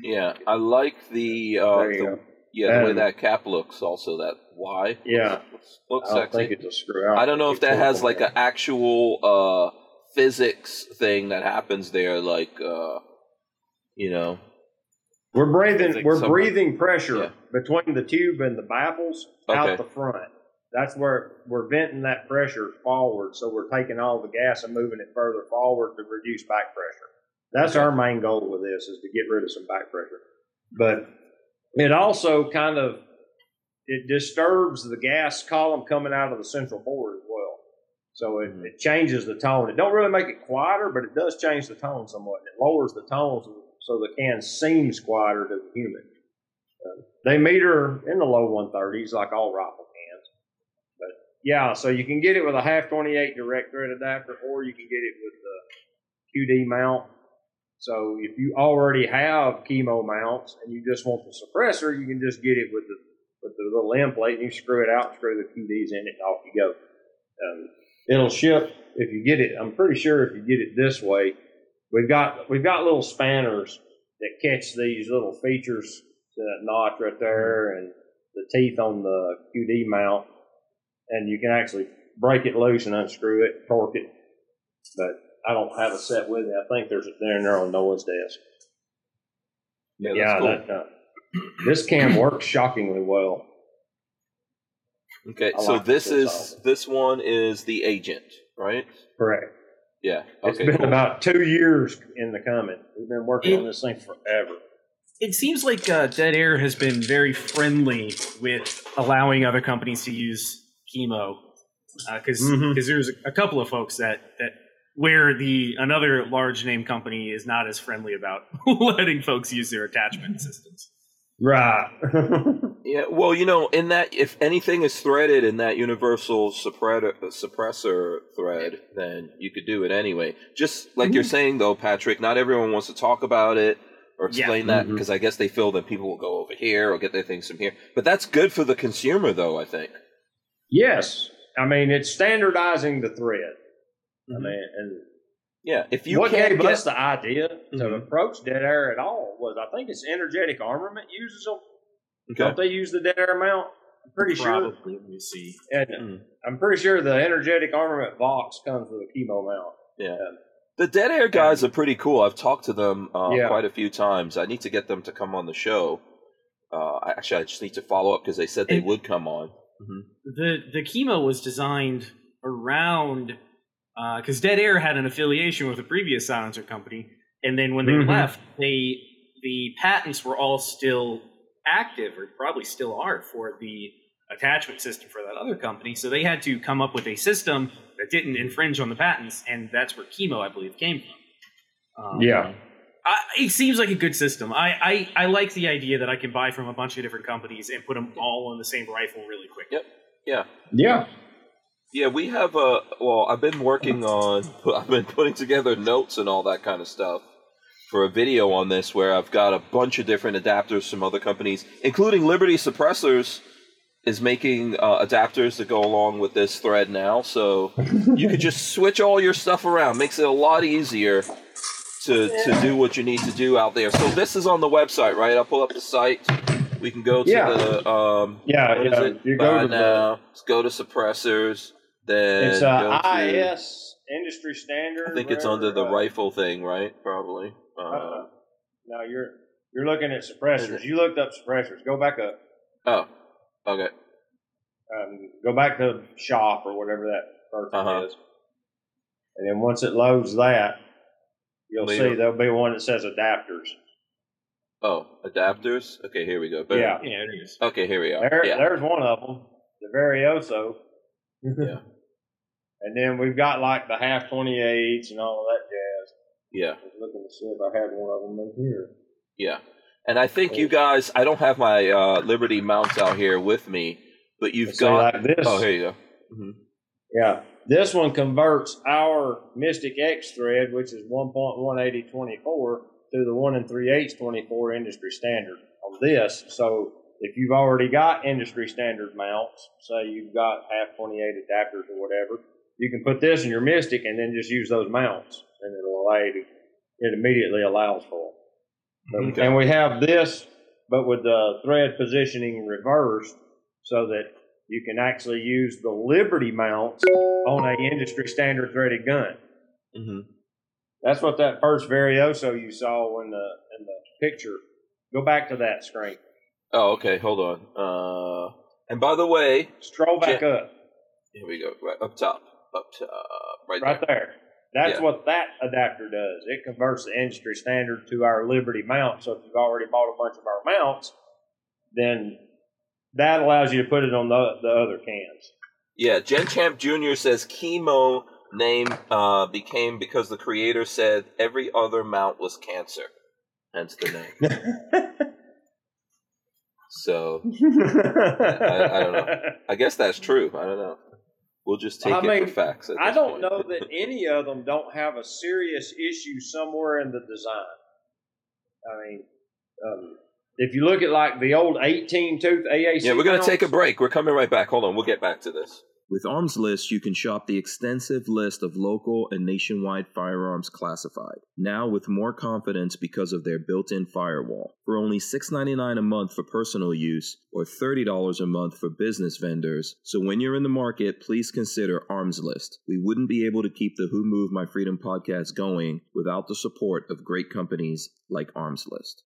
[SPEAKER 8] Yeah, I like the, uh,
[SPEAKER 4] Mm-hmm. There you
[SPEAKER 8] the
[SPEAKER 4] go.
[SPEAKER 8] yeah the way
[SPEAKER 4] And-
[SPEAKER 8] that cap looks. Also, that Y.
[SPEAKER 4] Yeah.
[SPEAKER 8] looks, looks
[SPEAKER 4] I don't think
[SPEAKER 8] sexy.
[SPEAKER 4] it's a screw out.
[SPEAKER 8] I don't know if
[SPEAKER 4] It's
[SPEAKER 8] that has
[SPEAKER 4] open
[SPEAKER 8] like
[SPEAKER 4] there.
[SPEAKER 8] an actual uh, physics thing that happens there, like uh, you know.
[SPEAKER 4] We're breathing.
[SPEAKER 8] Physics
[SPEAKER 4] we're
[SPEAKER 8] somewhere.
[SPEAKER 4] breathing pressure
[SPEAKER 8] Yeah.
[SPEAKER 4] between the tube and the baffles
[SPEAKER 8] Okay.
[SPEAKER 4] out the front. That's where we're venting that pressure forward, so we're taking all the gas and moving it further forward to reduce back pressure. That's our main goal with this is to get rid of some back pressure. But it also kind of it disturbs the gas column coming out of the central bore as well. So it, it changes the tone. It don't really make it quieter, but it does change the tone somewhat. It lowers the tone so, so the can seems quieter to the human. Uh, they meter in the low 130s like all rifle cans. But yeah, so you can get it with a half 28 direct thread adapter, or you can get it with the QD mount. So if you already have chemo mounts and you just want the suppressor, you can just get it with the with the little end plate and you screw it out, screw the QDs in it, and off you go. Um, it'll ship if you get it. I'm pretty sure if you get it this way, we've got we've got little spanners that catch these little features, that notch right
[SPEAKER 8] Mm-hmm.
[SPEAKER 4] there, and the teeth on the QD mount, and you can actually break it loose and unscrew it, torque it. But I don't have a set with me. I think there's they're in there on Noah's desk.
[SPEAKER 8] Yeah, that's
[SPEAKER 4] yeah,
[SPEAKER 8] cool.
[SPEAKER 4] that, uh, this can works shockingly well.
[SPEAKER 8] okay,
[SPEAKER 4] I
[SPEAKER 8] so
[SPEAKER 4] like
[SPEAKER 8] this
[SPEAKER 4] this
[SPEAKER 8] is
[SPEAKER 4] also.
[SPEAKER 8] this one is the agent, right?
[SPEAKER 4] Correct.
[SPEAKER 8] Yeah.
[SPEAKER 4] It's
[SPEAKER 8] Okay.
[SPEAKER 4] been
[SPEAKER 8] cool.
[SPEAKER 4] about two years in the coming. We've been working on this thing forever.
[SPEAKER 5] It seems like uh, Dead Air has been very friendly with allowing other companies to use chemo, because
[SPEAKER 4] Mhm.
[SPEAKER 5] there's a couple of folks that that where the another large name company is not as friendly about letting folks use their
[SPEAKER 4] Mm-hmm.
[SPEAKER 5] attachment systems.
[SPEAKER 4] Right.
[SPEAKER 8] Yeah, well, you know, in that if anything is threaded in that universal suppressor, suppressor thread, then you could do it anyway. Just like
[SPEAKER 4] Mm-hmm.
[SPEAKER 8] you're saying though, Patrick, not everyone wants to talk about it or
[SPEAKER 5] Yeah.
[SPEAKER 8] explain that because I guess they feel that people will go over here or get their things from here. But that's good for the consumer though, I think.
[SPEAKER 4] yes. I mean, it's standardizing the thread.
[SPEAKER 8] Mm-hmm.
[SPEAKER 4] I mean, and
[SPEAKER 8] Yeah, if you
[SPEAKER 4] what
[SPEAKER 8] can't
[SPEAKER 4] gave
[SPEAKER 8] get
[SPEAKER 4] us the idea to
[SPEAKER 8] Mhm.
[SPEAKER 4] approach dead air at all was I think it's energetic armament uses them.
[SPEAKER 8] Okay.
[SPEAKER 4] Don't they use the dead air mount? I'm pretty sure.
[SPEAKER 5] Probably, let me see.
[SPEAKER 4] And
[SPEAKER 8] Mhm.
[SPEAKER 4] I'm pretty sure the energetic armament box comes with a chemo mount.
[SPEAKER 8] The Dead Air guys are pretty cool. I've talked to them uh,
[SPEAKER 4] Yeah.
[SPEAKER 8] quite a few times. I need to get them to come on the show. Uh, I- actually, I just need to follow up because they said they
[SPEAKER 5] And-
[SPEAKER 8] would come on.
[SPEAKER 5] the the chemo was designed uh, around because Dead Air had an affiliation with a previous silencer company, And then when they
[SPEAKER 4] Mhm.
[SPEAKER 5] left, they the patents were all still active, or probably still are, for the attachment system for that other company. So they had to come up with a system that didn't infringe on the patents, and that's where chemo, I believe, came from. Um,
[SPEAKER 4] Yeah.
[SPEAKER 5] I, it seems like a good system. I, I, I like the idea that I can buy from a bunch of different companies and put them all on the same rifle really quick.
[SPEAKER 8] Yep. Yeah.
[SPEAKER 4] Yeah.
[SPEAKER 8] Yeah, we have a. Well, I've been working on. I've been putting together notes and all that kind of stuff for a video on this where I've got a bunch of different adapters from other companies, including Liberty Suppressors is making uh, adapters that go along with this thread now. So you could just switch all your stuff around. Makes it a lot easier to, to do what you need to do out there. So this is on the website, right? I'll pull up the site. We can go to
[SPEAKER 4] Yeah.
[SPEAKER 8] the. Um,
[SPEAKER 4] Yeah.
[SPEAKER 8] what is
[SPEAKER 4] yeah.
[SPEAKER 8] it?
[SPEAKER 4] You go
[SPEAKER 8] Buy
[SPEAKER 4] to the,
[SPEAKER 8] now. Let's go to suppressors. Then
[SPEAKER 4] it's
[SPEAKER 8] go
[SPEAKER 4] uh,
[SPEAKER 8] to-
[SPEAKER 4] IS industry standard.
[SPEAKER 8] I think it's
[SPEAKER 4] whatever,
[SPEAKER 8] under the
[SPEAKER 4] uh,
[SPEAKER 8] rifle thing, right? Probably. Uh,
[SPEAKER 4] Uh, no, you're you're looking at suppressors. You looked up suppressors. Go back up.
[SPEAKER 8] oh, okay.
[SPEAKER 4] Um, go back to shop or whatever that first one
[SPEAKER 8] Uh-huh.
[SPEAKER 4] is. And then once it loads that, you'll
[SPEAKER 8] Later.
[SPEAKER 4] see there'll be one that says adapters.
[SPEAKER 8] Oh, adapters. Okay, here we go. Boom.
[SPEAKER 4] Yeah,
[SPEAKER 5] Yeah, it is.
[SPEAKER 8] Okay, here we are.
[SPEAKER 4] there,
[SPEAKER 8] yeah.
[SPEAKER 4] there's one of them, the Varioso.
[SPEAKER 8] Yeah.
[SPEAKER 4] And then we've got like the half 28s and all of that jazz.
[SPEAKER 8] Yeah.
[SPEAKER 4] I was looking to see if I had one of them in here.
[SPEAKER 8] Yeah. And I think you guys. I don't have my uh, Liberty mounts out here with me, but you've
[SPEAKER 4] See,
[SPEAKER 8] got.
[SPEAKER 4] like this.
[SPEAKER 8] oh, here you go. Mhm.
[SPEAKER 4] Yeah. This one converts our Mystic X thread, which is 1.18024, to the 1 and 3 eighths 24 industry standard on this. So if you've already got industry standard mounts, say you've got half 28 adapters or whatever, you can put this in your Mystic and then just use those mounts, and it'll allow you to, it immediately allows for them.
[SPEAKER 8] Okay.
[SPEAKER 4] And we have this, but with the thread positioning reversed so that you can actually use the Liberty mounts on a industry standard threaded gun.
[SPEAKER 8] Mhm.
[SPEAKER 4] That's what that first Varioso you saw in the in the picture. Go back to that screen.
[SPEAKER 8] Oh, okay. Hold on. Uh, and by the way,
[SPEAKER 4] Stroll back
[SPEAKER 8] Yeah.
[SPEAKER 4] up,
[SPEAKER 8] here we go. Right up top. Up top. Right,
[SPEAKER 4] right
[SPEAKER 8] there.
[SPEAKER 4] there. That's
[SPEAKER 8] Yeah.
[SPEAKER 4] what that adapter does. It converts the industry standard to our Liberty mount. So if you've already bought a bunch of our mounts, then that allows you to put it on the, the other cans.
[SPEAKER 8] Yeah, Gen Champ Jr. says chemo name uh, became because the creator said every other mount was cancer, hence the name. so I- I don't know. I guess that's true. I don't know. We'll just take
[SPEAKER 4] I
[SPEAKER 8] it
[SPEAKER 4] mean,
[SPEAKER 8] for facts. at
[SPEAKER 4] I
[SPEAKER 8] this
[SPEAKER 4] don't
[SPEAKER 8] point.
[SPEAKER 4] know that any of them don't have a serious issue somewhere in the design. I mean, um, if you look at like the old 18 tooth AAC.
[SPEAKER 8] Yeah, we're going to
[SPEAKER 4] mounts,
[SPEAKER 8] take a break. We're coming right back. Hold on, we'll get back to this. With Arms List, you can shop the extensive list of local and nationwide firearms classified, now with more confidence because of their built-in firewall. For only $6.99 a month for personal use or $30 a month for business vendors. So when you're in the market, please consider Arms List. We wouldn't be able to keep the Who Moved My Freedom podcast going without the support of great companies like Arms List.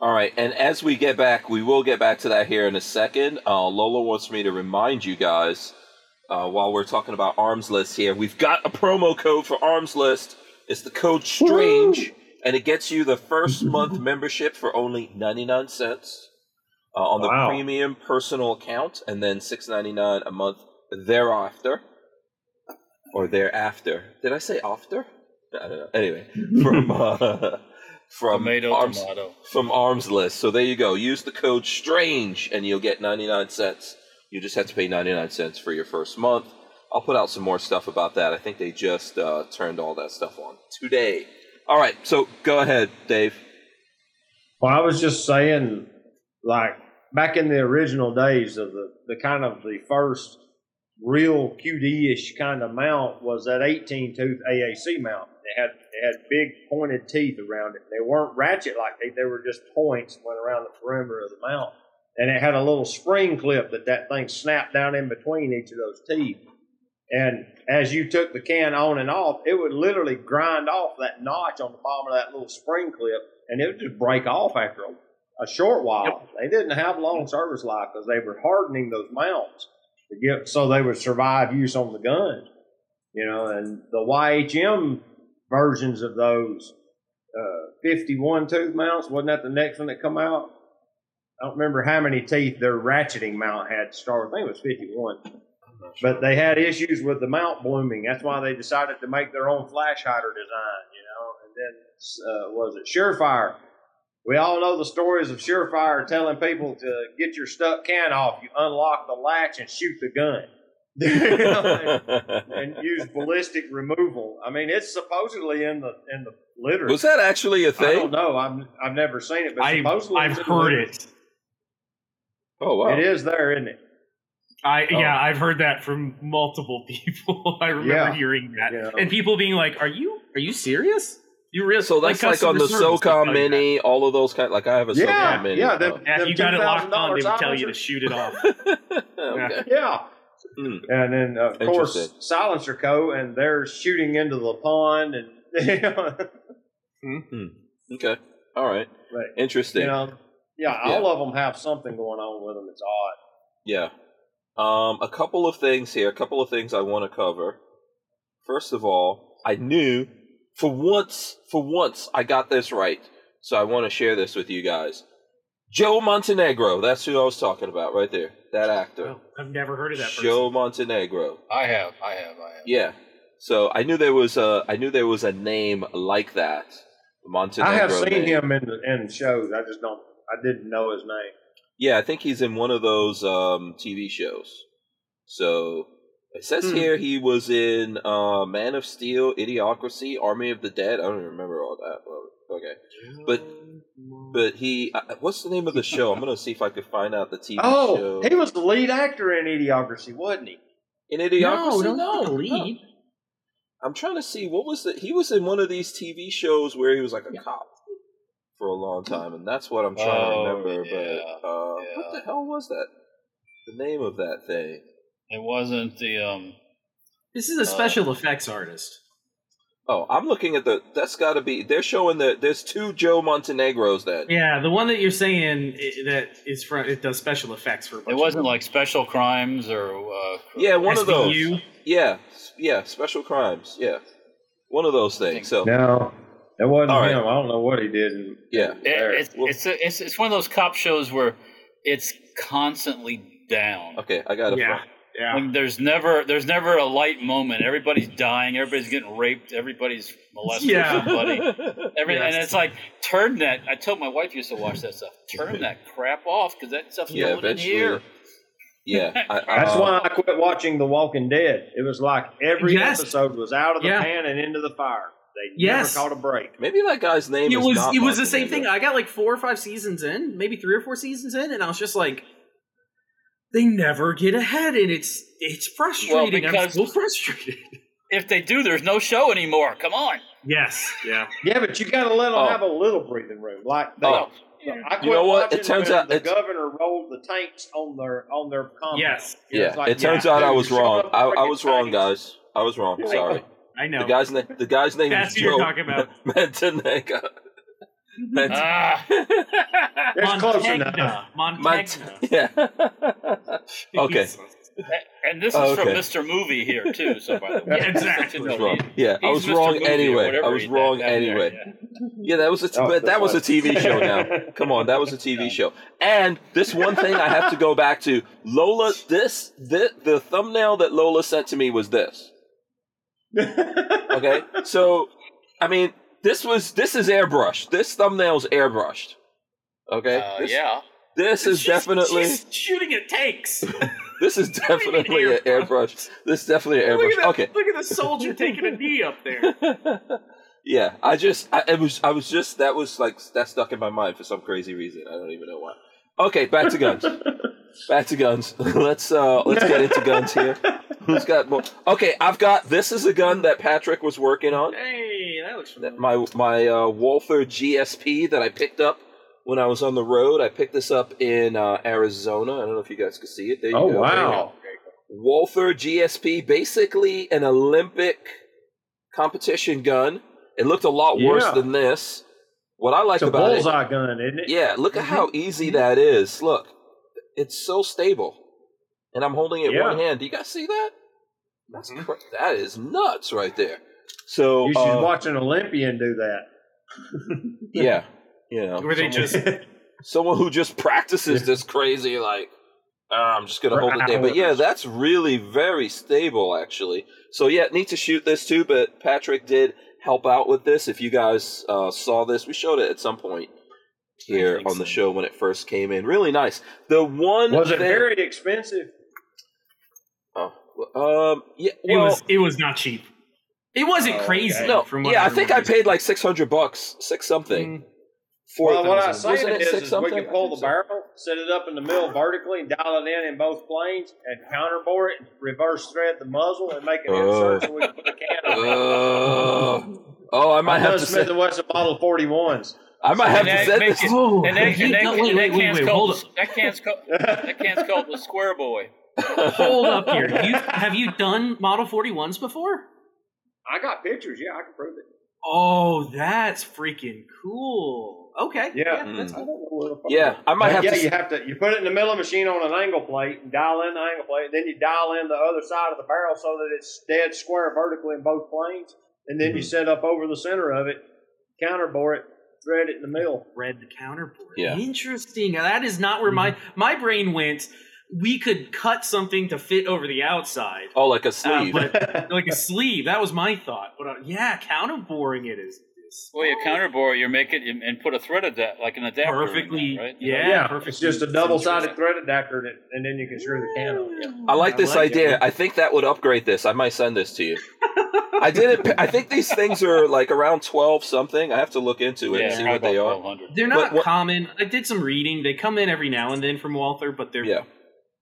[SPEAKER 8] All right, and as we get back, we will get back to that here in a second. Uh, Lola wants me to remind you guys uh, while we're talking about Arms List here, we've got a promo code for Arms List. It's the code STRANGE, and it gets you the first month membership for only 99 cents uh, on the
[SPEAKER 4] Wow.
[SPEAKER 8] premium personal account, and then 6.99 a month thereafter. Or thereafter. Did I say after? I don't know. Anyway, from uh, from
[SPEAKER 2] Tomato,
[SPEAKER 8] Arms
[SPEAKER 2] tomato.
[SPEAKER 8] from Arms List. So there you go. Use the code STRANGE and you'll get 99 cents. You just have to pay 99 cents for your first month. I'll put out some more stuff about that. I think they just uh, turned all that stuff on today. All right, so go ahead, Dave.
[SPEAKER 4] Well, I was just saying, like back in the original days of the, the kind of the first real QD ish kind of mount was that 18 tooth AAC mount. They had they had big pointed teeth around it. They weren't ratchet like they they were just points went around the perimeter of the mount, and it had a little spring clip that that thing snapped down in between each of those teeth. And as you took the can on and off, it would literally grind off that notch on the bottom of that little spring clip, and it would just break off after a, a short while. They didn't have long service life because they were hardening those mounts to get so they would survive use on the gun. You know, and the YHM versions of those uh, 51 tooth mounts. Wasn't that the next one that come out? I don't remember how many teeth their ratcheting mount had started. I think it was 51. But they had issues with the mount blooming. That's why they decided to make their own flash hider design, you know. And then uh, was it Surefire? We all know the stories of Surefire telling people to get your stuck can off. You unlock the latch and shoot the gun. You know, and use ballistic removal. I mean, it's supposedly in the in the literature.
[SPEAKER 8] Was that actually a
[SPEAKER 4] I don't
[SPEAKER 8] thing?
[SPEAKER 4] know. I'm I've never seen it, but
[SPEAKER 5] I,
[SPEAKER 4] supposedly
[SPEAKER 5] I've
[SPEAKER 4] it's in the
[SPEAKER 5] heard
[SPEAKER 4] literature.
[SPEAKER 5] it.
[SPEAKER 8] Oh wow!
[SPEAKER 4] It is there, isn't it?
[SPEAKER 5] I
[SPEAKER 8] Oh.
[SPEAKER 5] yeah, I've heard that from multiple people. I remember
[SPEAKER 4] Yeah.
[SPEAKER 5] hearing that,
[SPEAKER 4] Yeah.
[SPEAKER 5] and people being like, "Are you are you serious? You really?"
[SPEAKER 8] So that's like, on
[SPEAKER 5] customer
[SPEAKER 8] the
[SPEAKER 5] service will tell you
[SPEAKER 8] SoCom
[SPEAKER 5] that.
[SPEAKER 8] Mini, all of those kind. Like I have a
[SPEAKER 4] Yeah,
[SPEAKER 8] SoCom Mini.
[SPEAKER 4] yeah, them-
[SPEAKER 5] Yeah, if you got it locked on, they would tell you to
[SPEAKER 4] $10,000
[SPEAKER 5] shoot it off.
[SPEAKER 8] Oh, okay.
[SPEAKER 4] Yeah.
[SPEAKER 8] Hmm.
[SPEAKER 4] And then uh, of course
[SPEAKER 8] Interesting.
[SPEAKER 4] Silencer Co. and they're shooting into the pond and
[SPEAKER 8] Okay. All right.
[SPEAKER 4] Right.
[SPEAKER 8] Interesting.
[SPEAKER 4] you know yeah,
[SPEAKER 8] Yeah.
[SPEAKER 4] all of them have something going on with them. It's odd.
[SPEAKER 8] Yeah. Um, a couple of things here. A couple of things I want to cover. First of all, I knew for once, for once, I got this right. So I want to share this with you guys. Joe Montenegro. That's who I was talking about right there. That actor.
[SPEAKER 4] Oh,
[SPEAKER 5] Well, I've never heard of that.
[SPEAKER 8] Joe Montenegro.
[SPEAKER 2] I have, I have, I have.
[SPEAKER 8] Yeah. So I knew there was a I knew there was a name like that. Montenegro.
[SPEAKER 4] I have seen
[SPEAKER 8] name.
[SPEAKER 4] him in the, in shows. I just don't. I didn't know his name.
[SPEAKER 8] Yeah, I think he's in one of those um, TV shows. So it says
[SPEAKER 5] Hmm.
[SPEAKER 8] here he was in uh, Man of Steel, Idiocracy, Army of the Dead. I don't even remember all that. Well, Okay,
[SPEAKER 5] person.
[SPEAKER 8] but- but he uh, what's the name of the show? I'm gonna see if I could find out the TV
[SPEAKER 4] Oh,
[SPEAKER 8] show.
[SPEAKER 4] he was the lead actor in Idiocracy, wasn't he?
[SPEAKER 8] in
[SPEAKER 5] no,
[SPEAKER 8] Idiocracy.
[SPEAKER 5] no, not the lead.
[SPEAKER 8] I'm trying to see what was the he was in one of these TV shows where he was like a cop for a long time, and that's what I'm trying
[SPEAKER 2] Oh,
[SPEAKER 8] to remember. but uh, what
[SPEAKER 2] yeah.
[SPEAKER 8] the hell was that? The name of that thing.
[SPEAKER 2] It wasn't the um.
[SPEAKER 5] This is a special effects artist.
[SPEAKER 8] Oh, I'm looking at the. That's got to be. They're showing that there's two Joe Montenegros then.
[SPEAKER 5] Yeah, the one that you're saying i that is from it does special effects for. A bunch
[SPEAKER 2] It
[SPEAKER 5] of
[SPEAKER 2] wasn't like special crimes or uh,
[SPEAKER 8] Yeah, one of those.
[SPEAKER 5] SVU.
[SPEAKER 8] Yeah, s- yeah, special crimes. Yeah, one of those things. So
[SPEAKER 4] No, it wasn't
[SPEAKER 8] All right.
[SPEAKER 4] him. I don't know what he did. in-
[SPEAKER 8] yeah,
[SPEAKER 4] there.
[SPEAKER 2] It, it's,
[SPEAKER 8] Well-
[SPEAKER 2] it's, a, it's it's one of those cop shows where it's constantly down.
[SPEAKER 8] okay, I got it.
[SPEAKER 5] Yeah, yeah.
[SPEAKER 2] Like, there's never there's never a light moment. Everybody's dying. Everybody's getting raped. Everybody's molesting
[SPEAKER 5] Yeah.
[SPEAKER 2] somebody. Every,
[SPEAKER 5] Yes.
[SPEAKER 2] And it's like turn that. I told my wife used to watch that stuff. Turn that crap off because that stuff's
[SPEAKER 8] Yeah,
[SPEAKER 2] going in
[SPEAKER 8] eventually.
[SPEAKER 2] here.
[SPEAKER 8] Yeah, I, I,
[SPEAKER 4] That's
[SPEAKER 8] uh,
[SPEAKER 4] why I quit watching The Walking Dead. It was like every
[SPEAKER 5] Yes.
[SPEAKER 4] episode was out of the
[SPEAKER 5] Yeah.
[SPEAKER 4] pan and into the fire. They
[SPEAKER 5] Yes.
[SPEAKER 4] never caught a break.
[SPEAKER 8] Maybe that guy's name.
[SPEAKER 5] It
[SPEAKER 8] is
[SPEAKER 5] was
[SPEAKER 8] not
[SPEAKER 5] it was the same thing.
[SPEAKER 8] Montenegro.
[SPEAKER 5] I got like four or five seasons in, maybe three or four seasons in, and I was just like, they never get ahead, and it's it's frustrating. I'm
[SPEAKER 2] because-
[SPEAKER 5] so frustrated.
[SPEAKER 2] If they do, there's no show anymore. Come on.
[SPEAKER 5] Yes. Yeah.
[SPEAKER 4] Yeah, but you got to let them
[SPEAKER 8] Oh.
[SPEAKER 4] have a little breathing room. Like they,
[SPEAKER 8] Oh.
[SPEAKER 4] I quit
[SPEAKER 8] You know what? It
[SPEAKER 4] watching
[SPEAKER 8] turns
[SPEAKER 4] when
[SPEAKER 8] out
[SPEAKER 4] the
[SPEAKER 8] it's-
[SPEAKER 4] governor rolled the tanks on their on their compound.
[SPEAKER 5] Yes.
[SPEAKER 4] You know,
[SPEAKER 8] Yeah,
[SPEAKER 4] it's like,
[SPEAKER 8] it turns out I
[SPEAKER 4] dude,
[SPEAKER 8] was
[SPEAKER 4] shut
[SPEAKER 8] wrong.
[SPEAKER 4] up,
[SPEAKER 8] I, I
[SPEAKER 4] freaking
[SPEAKER 8] was wrong,
[SPEAKER 4] tanks.
[SPEAKER 8] guys. I was wrong.
[SPEAKER 4] Yeah.
[SPEAKER 8] Sorry.
[SPEAKER 5] I know.
[SPEAKER 8] The guy's name. The guy's name
[SPEAKER 5] That's
[SPEAKER 8] is
[SPEAKER 5] who you're
[SPEAKER 8] Joe
[SPEAKER 5] talking about.
[SPEAKER 8] Montenegro. Monte-
[SPEAKER 2] Ah,
[SPEAKER 4] It's close enough.
[SPEAKER 5] Montegna. Montegna.
[SPEAKER 8] Mont- yeah. Okay.
[SPEAKER 5] Jesus.
[SPEAKER 2] and this is
[SPEAKER 8] Oh,
[SPEAKER 2] from
[SPEAKER 8] okay.
[SPEAKER 2] Mr. Movie here too. So by the way,
[SPEAKER 5] Yeah, exactly.
[SPEAKER 8] I was wrong. Yeah, I
[SPEAKER 2] He's
[SPEAKER 8] was
[SPEAKER 2] Mr.
[SPEAKER 8] wrong
[SPEAKER 2] Movie or
[SPEAKER 8] anyway.
[SPEAKER 2] whatever
[SPEAKER 8] I was
[SPEAKER 2] he-
[SPEAKER 8] wrong
[SPEAKER 2] that- that-
[SPEAKER 8] anyway.
[SPEAKER 2] yeah.
[SPEAKER 8] Yeah, that was a t-
[SPEAKER 4] Oh,
[SPEAKER 8] but that
[SPEAKER 4] that's
[SPEAKER 8] was a
[SPEAKER 4] right.
[SPEAKER 8] TV show. Now, come on, that was a TV show. And this one thing I have to go back to Lola. This the the thumbnail that Lola sent to me was this. Okay, so I mean, this was this is airbrushed. This thumbnail's airbrushed. Okay,
[SPEAKER 2] Uh,
[SPEAKER 8] this,
[SPEAKER 2] yeah.
[SPEAKER 8] This is
[SPEAKER 5] She's-
[SPEAKER 8] definitely
[SPEAKER 5] she's shooting at tanks. Look
[SPEAKER 8] this is
[SPEAKER 5] you mean
[SPEAKER 8] definitely an airbrush. This is definitely an
[SPEAKER 5] at
[SPEAKER 8] airbrush.
[SPEAKER 5] that,
[SPEAKER 8] Okay,
[SPEAKER 5] Look at the soldier taking a knee up there.
[SPEAKER 8] yeah, I just, I it was, I was just, that was like, that stuck in my mind for some crazy reason. I don't even know why. Okay, back to guns. back to guns. let's, uh, let's get into guns here. Who's got more? Okay, I've got. This is a gun that Patrick was working on.
[SPEAKER 5] Hey, that looks
[SPEAKER 8] That
[SPEAKER 5] familiar.
[SPEAKER 8] my my uh, Walther GSP that I picked up when I was on the road. I picked this up in uh, Arizona. I don't know if you guys could see it. There you
[SPEAKER 4] Oh
[SPEAKER 8] go.
[SPEAKER 4] wow!
[SPEAKER 8] Walther GSP, basically an Olympic competition gun. It looked a lot worse
[SPEAKER 4] Yeah.
[SPEAKER 8] than this. What I
[SPEAKER 4] it's
[SPEAKER 8] like
[SPEAKER 4] a
[SPEAKER 8] about it,
[SPEAKER 4] bullseye Mm-hmm. gun, isn't it?
[SPEAKER 8] yeah, look at how easy that is. Look, it's so stable, and I'm holding it
[SPEAKER 4] Yeah. Mm-hmm.
[SPEAKER 8] one hand. Do you guys see that? That's
[SPEAKER 5] Mhm.
[SPEAKER 8] cra- that is nuts right there. So
[SPEAKER 4] You should
[SPEAKER 8] uh,
[SPEAKER 4] watch an Olympian do that.
[SPEAKER 8] yeah, you know,
[SPEAKER 5] Where they just
[SPEAKER 8] someone who just practices this crazy like "Ah, i'm just gonna hold it there but yeah that's really very stable actually so yeah need to shoot this too but patrick did help out with this if you guys uh, saw this we showed it at some point
[SPEAKER 5] I
[SPEAKER 8] here
[SPEAKER 5] think
[SPEAKER 8] on the
[SPEAKER 5] so.
[SPEAKER 8] show when it first came in really nice the one
[SPEAKER 4] Was it
[SPEAKER 8] thing-
[SPEAKER 4] very expensive?
[SPEAKER 8] oh, um yeah
[SPEAKER 5] it
[SPEAKER 8] well
[SPEAKER 5] was it was not cheap. It wasn't
[SPEAKER 4] Oh,
[SPEAKER 5] crazy.
[SPEAKER 4] okay.
[SPEAKER 8] no
[SPEAKER 5] from what
[SPEAKER 8] yeah
[SPEAKER 5] I,
[SPEAKER 8] I think i
[SPEAKER 5] remember.
[SPEAKER 8] paid like 600 bucks six
[SPEAKER 5] Mm.
[SPEAKER 8] something for
[SPEAKER 4] Well, what I'm
[SPEAKER 8] wasn't
[SPEAKER 4] saying
[SPEAKER 8] it
[SPEAKER 4] is,
[SPEAKER 8] six
[SPEAKER 4] is we
[SPEAKER 8] something?
[SPEAKER 4] can
[SPEAKER 8] I
[SPEAKER 4] pull the
[SPEAKER 8] think so.
[SPEAKER 4] barrel, set it up in the mill vertically, and dial it in in both planes, and counterbore it, reverse thread the muzzle, and make an insert so we can put a can on it.
[SPEAKER 8] Ugh. oh i might
[SPEAKER 4] I
[SPEAKER 8] have to
[SPEAKER 4] must Smith
[SPEAKER 8] send,
[SPEAKER 4] and Wesson bottle 41s.
[SPEAKER 8] i might have to
[SPEAKER 2] And
[SPEAKER 8] send
[SPEAKER 2] make
[SPEAKER 8] this
[SPEAKER 2] it-
[SPEAKER 5] Oh,
[SPEAKER 2] And that,
[SPEAKER 5] hey,
[SPEAKER 2] and that,
[SPEAKER 5] no,
[SPEAKER 2] and
[SPEAKER 5] wait,
[SPEAKER 2] that
[SPEAKER 5] wait, wait,
[SPEAKER 2] can's
[SPEAKER 5] wait,
[SPEAKER 2] called
[SPEAKER 5] hold
[SPEAKER 2] that can's called that can's called the Square Boy.
[SPEAKER 5] Hold up here. You, have you done Model 41s before?
[SPEAKER 4] I got pictures. Yeah, I can prove it.
[SPEAKER 5] Oh, that's freaking cool. Okay.
[SPEAKER 4] Yeah.
[SPEAKER 5] that's
[SPEAKER 8] Mm.
[SPEAKER 5] cool.
[SPEAKER 8] Yeah, I might have
[SPEAKER 4] yeah,
[SPEAKER 8] to.
[SPEAKER 4] you have to. You put it in the middle of the machine on an angle plate, and dial in the angle plate, and then you dial in the other side of the barrel so that it's dead square vertically in both planes, and then you
[SPEAKER 8] Hmm.
[SPEAKER 4] set up over the center of it, counterbore it, thread it in the mill.
[SPEAKER 5] Read the counterboard.
[SPEAKER 8] Yeah.
[SPEAKER 5] Interesting. That is not where my
[SPEAKER 4] Mm-hmm.
[SPEAKER 5] my brain went. We could cut something to fit over the outside,
[SPEAKER 8] oh, like a
[SPEAKER 5] uh,
[SPEAKER 8] sleeve.
[SPEAKER 5] but like a sleeve. That was my thought. But uh, yeah, counterboarding it is. is-
[SPEAKER 2] Well, you counterbore, you make it and and put a thread of that like an adapter. in that,
[SPEAKER 5] Perfectly,
[SPEAKER 2] right?
[SPEAKER 5] yeah, perfect.
[SPEAKER 4] It's just a double-sided thread adapter, and, and then you can screw the can on. Yeah.
[SPEAKER 8] I like this
[SPEAKER 5] it.
[SPEAKER 8] idea. I think that would upgrade this. I might send this to you. I didn't. p- I think these things are like around twelve something. I have to look into it and see
[SPEAKER 2] probably
[SPEAKER 8] what they
[SPEAKER 2] about
[SPEAKER 8] are.
[SPEAKER 2] 1200.
[SPEAKER 5] They're not
[SPEAKER 8] But what-
[SPEAKER 5] common. I did some reading. They come in every now and then from Walther, but they're
[SPEAKER 8] Yeah.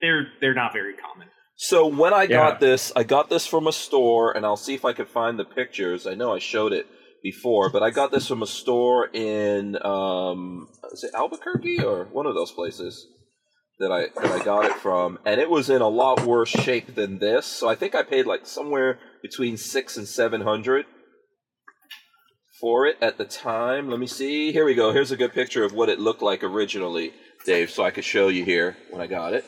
[SPEAKER 5] they're they're not very common.
[SPEAKER 8] So when I
[SPEAKER 4] Yeah.
[SPEAKER 8] got this, I got this from a store, and I'll see if I can find the pictures. I know I showed it before, but I got this from a store in um, is it Albuquerque or one of those places that I that I got it from, and it was in a lot worse shape than this. So I think I paid like somewhere between six and seven hundred for it at the time. Let me see. Here we go. Here's a good picture of what it looked like originally, Dave, so I could show you here when I got it.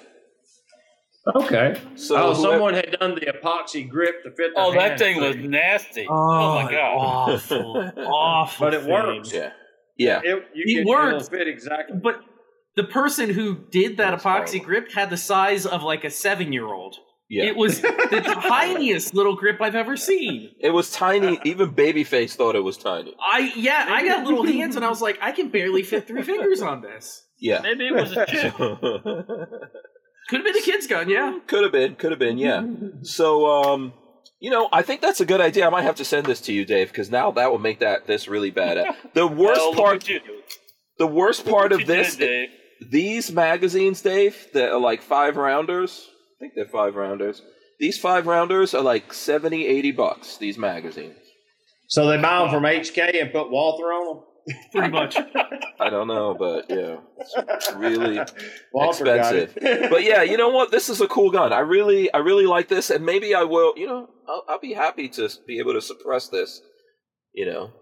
[SPEAKER 4] Okay.
[SPEAKER 8] So
[SPEAKER 4] oh,
[SPEAKER 8] whoever-
[SPEAKER 4] someone had done the epoxy grip to fit. Their
[SPEAKER 2] Oh, that
[SPEAKER 4] hand
[SPEAKER 2] thing was
[SPEAKER 4] through.
[SPEAKER 2] nasty. Oh, my god.
[SPEAKER 5] awful, awful.
[SPEAKER 4] But it
[SPEAKER 5] thing.
[SPEAKER 4] works.
[SPEAKER 8] Yeah. Yeah.
[SPEAKER 4] It, you
[SPEAKER 5] It
[SPEAKER 4] can,
[SPEAKER 5] worked.
[SPEAKER 4] It'll fit exactly.
[SPEAKER 5] But the person who did that
[SPEAKER 8] That's
[SPEAKER 5] epoxy
[SPEAKER 8] horrible.
[SPEAKER 5] grip had the size of like a seven-year-old.
[SPEAKER 8] Yeah.
[SPEAKER 5] It was the tiniest little grip I've ever seen.
[SPEAKER 8] It was
[SPEAKER 2] Uh,
[SPEAKER 8] tiny. Even Babyface thought it was tiny.
[SPEAKER 5] I yeah, I got little hands, and I was like, I can barely fit three fingers on this.
[SPEAKER 8] Yeah.
[SPEAKER 2] Maybe it was a chick.
[SPEAKER 5] Could have been a kid's gun, yeah.
[SPEAKER 8] could have been. Could have been. Yeah. So, um, you know, I think that's a good idea. I might have to send this to you, Dave, because now that will make that this really bad. The worst
[SPEAKER 2] Oh, look
[SPEAKER 8] part.
[SPEAKER 2] at you.
[SPEAKER 8] The worst
[SPEAKER 2] What
[SPEAKER 8] part of
[SPEAKER 2] you
[SPEAKER 8] this.
[SPEAKER 2] did, Dave.
[SPEAKER 8] these magazines, Dave, that are like five rounders. I think they're five rounders. These five rounders are like 70, 80 bucks. These magazines.
[SPEAKER 4] so they buy them from HK and put Walther on them.
[SPEAKER 5] Pretty much.
[SPEAKER 8] I don't know, but yeah, it's really.
[SPEAKER 4] Walter got it.
[SPEAKER 8] but yeah, you know what? This is a cool gun. I really, I really like this, and maybe I will. You know, I'll, I'll be happy to be able to suppress this. You know,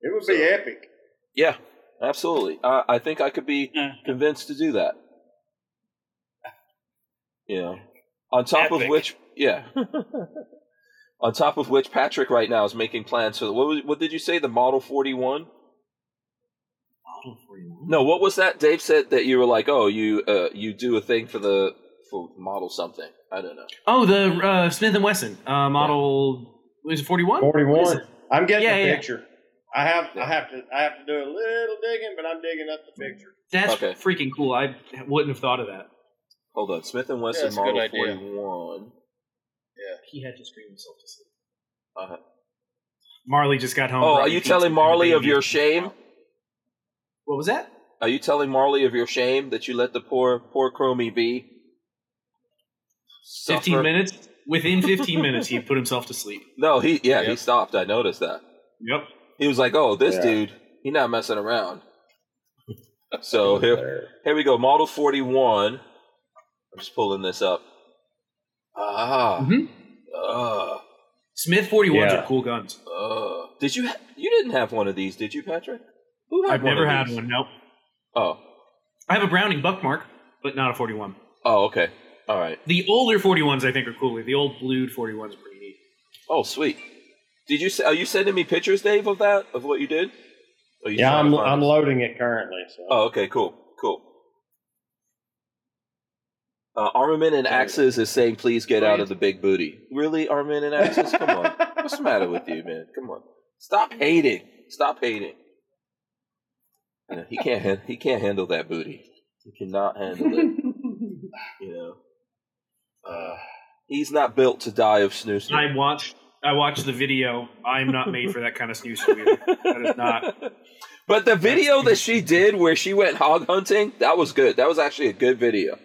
[SPEAKER 4] It would be
[SPEAKER 8] So-
[SPEAKER 4] epic.
[SPEAKER 8] yeah, absolutely. I, I think I could be
[SPEAKER 2] Yeah.
[SPEAKER 8] convinced to do that. You know, on top of
[SPEAKER 2] Epic.
[SPEAKER 8] which, yeah. On top of which, Patrick right now is making plans for what? Was, what did you say? The Model Forty One? No, what was that? Dave said that you were like, oh, you uh, you do a thing for the for model something. I don't know.
[SPEAKER 5] Oh, the uh, Smith and Wesson uh, model was it forty one?
[SPEAKER 4] Forty-one. I'm getting
[SPEAKER 5] Yeah,
[SPEAKER 4] the
[SPEAKER 5] yeah.
[SPEAKER 4] picture. I have.
[SPEAKER 8] Yeah.
[SPEAKER 4] I have to. I have to do a little digging, but I'm digging up the picture.
[SPEAKER 5] That's
[SPEAKER 8] Okay.
[SPEAKER 5] freaking cool. I wouldn't have thought of that.
[SPEAKER 8] Hold on, Smith and Wesson
[SPEAKER 2] that's a good
[SPEAKER 8] Model
[SPEAKER 2] idea.
[SPEAKER 8] Forty
[SPEAKER 5] Oh,
[SPEAKER 8] One.
[SPEAKER 5] He had to scream himself to sleep.
[SPEAKER 8] Uh-huh.
[SPEAKER 5] Marley just got home.
[SPEAKER 8] Oh,
[SPEAKER 5] brought
[SPEAKER 8] are
[SPEAKER 5] me
[SPEAKER 8] you
[SPEAKER 5] pizza
[SPEAKER 8] telling
[SPEAKER 5] and
[SPEAKER 8] Marley
[SPEAKER 5] everything
[SPEAKER 8] of your
[SPEAKER 5] needed.
[SPEAKER 8] shame?
[SPEAKER 5] What was that?
[SPEAKER 8] Are you telling Marley of your shame that you let the poor poor Chromie be? suffer?
[SPEAKER 5] Fifteen minutes. Within fifteen minutes, he put himself to sleep.
[SPEAKER 8] No, he yeah he
[SPEAKER 2] Yep.
[SPEAKER 8] stopped. I noticed that.
[SPEAKER 5] Yep.
[SPEAKER 8] He was like, "Oh, this
[SPEAKER 4] Yeah.
[SPEAKER 8] dude, he not messing around." So here, here we go. Model forty one. I'm just pulling this up. Ah,
[SPEAKER 5] Mhm.
[SPEAKER 8] uh,
[SPEAKER 5] Smith forty ones
[SPEAKER 4] Yeah.
[SPEAKER 5] are cool guns.
[SPEAKER 8] uh. Did you? Ha- you didn't have one of these, did you, Patrick? Who had
[SPEAKER 5] I've
[SPEAKER 8] one
[SPEAKER 5] never
[SPEAKER 8] of
[SPEAKER 5] had
[SPEAKER 8] these?
[SPEAKER 5] one. Nope.
[SPEAKER 8] Oh,
[SPEAKER 5] I have a Browning Buckmark, but not a forty one.
[SPEAKER 8] oh, okay, all right.
[SPEAKER 5] The older forty ones I think are cooler. The old blued forty ones are pretty neat.
[SPEAKER 8] Oh, sweet. Did you? s- Are you sending me pictures, Dave, of that of what you did? Or you
[SPEAKER 4] Yeah,
[SPEAKER 8] trying
[SPEAKER 4] I'm
[SPEAKER 8] to find
[SPEAKER 4] I'm
[SPEAKER 8] it?
[SPEAKER 4] loading it currently. So
[SPEAKER 8] Oh, okay, cool, cool. Uh, Armament and Axes is saying, "Please get out of the big booty." Really, Armament and Axes? Come on, what's the matter with you, man? Come on, stop hating. Stop hating. You know, he can't. han- He can't handle that booty. He cannot handle it. You know, uh, he's not built to die of snoo snoo.
[SPEAKER 5] I watched I watched the video. I'm not made for that kind of snooze. That is not.
[SPEAKER 8] But the video that she did where she went hog hunting, that was good. That was actually a good video.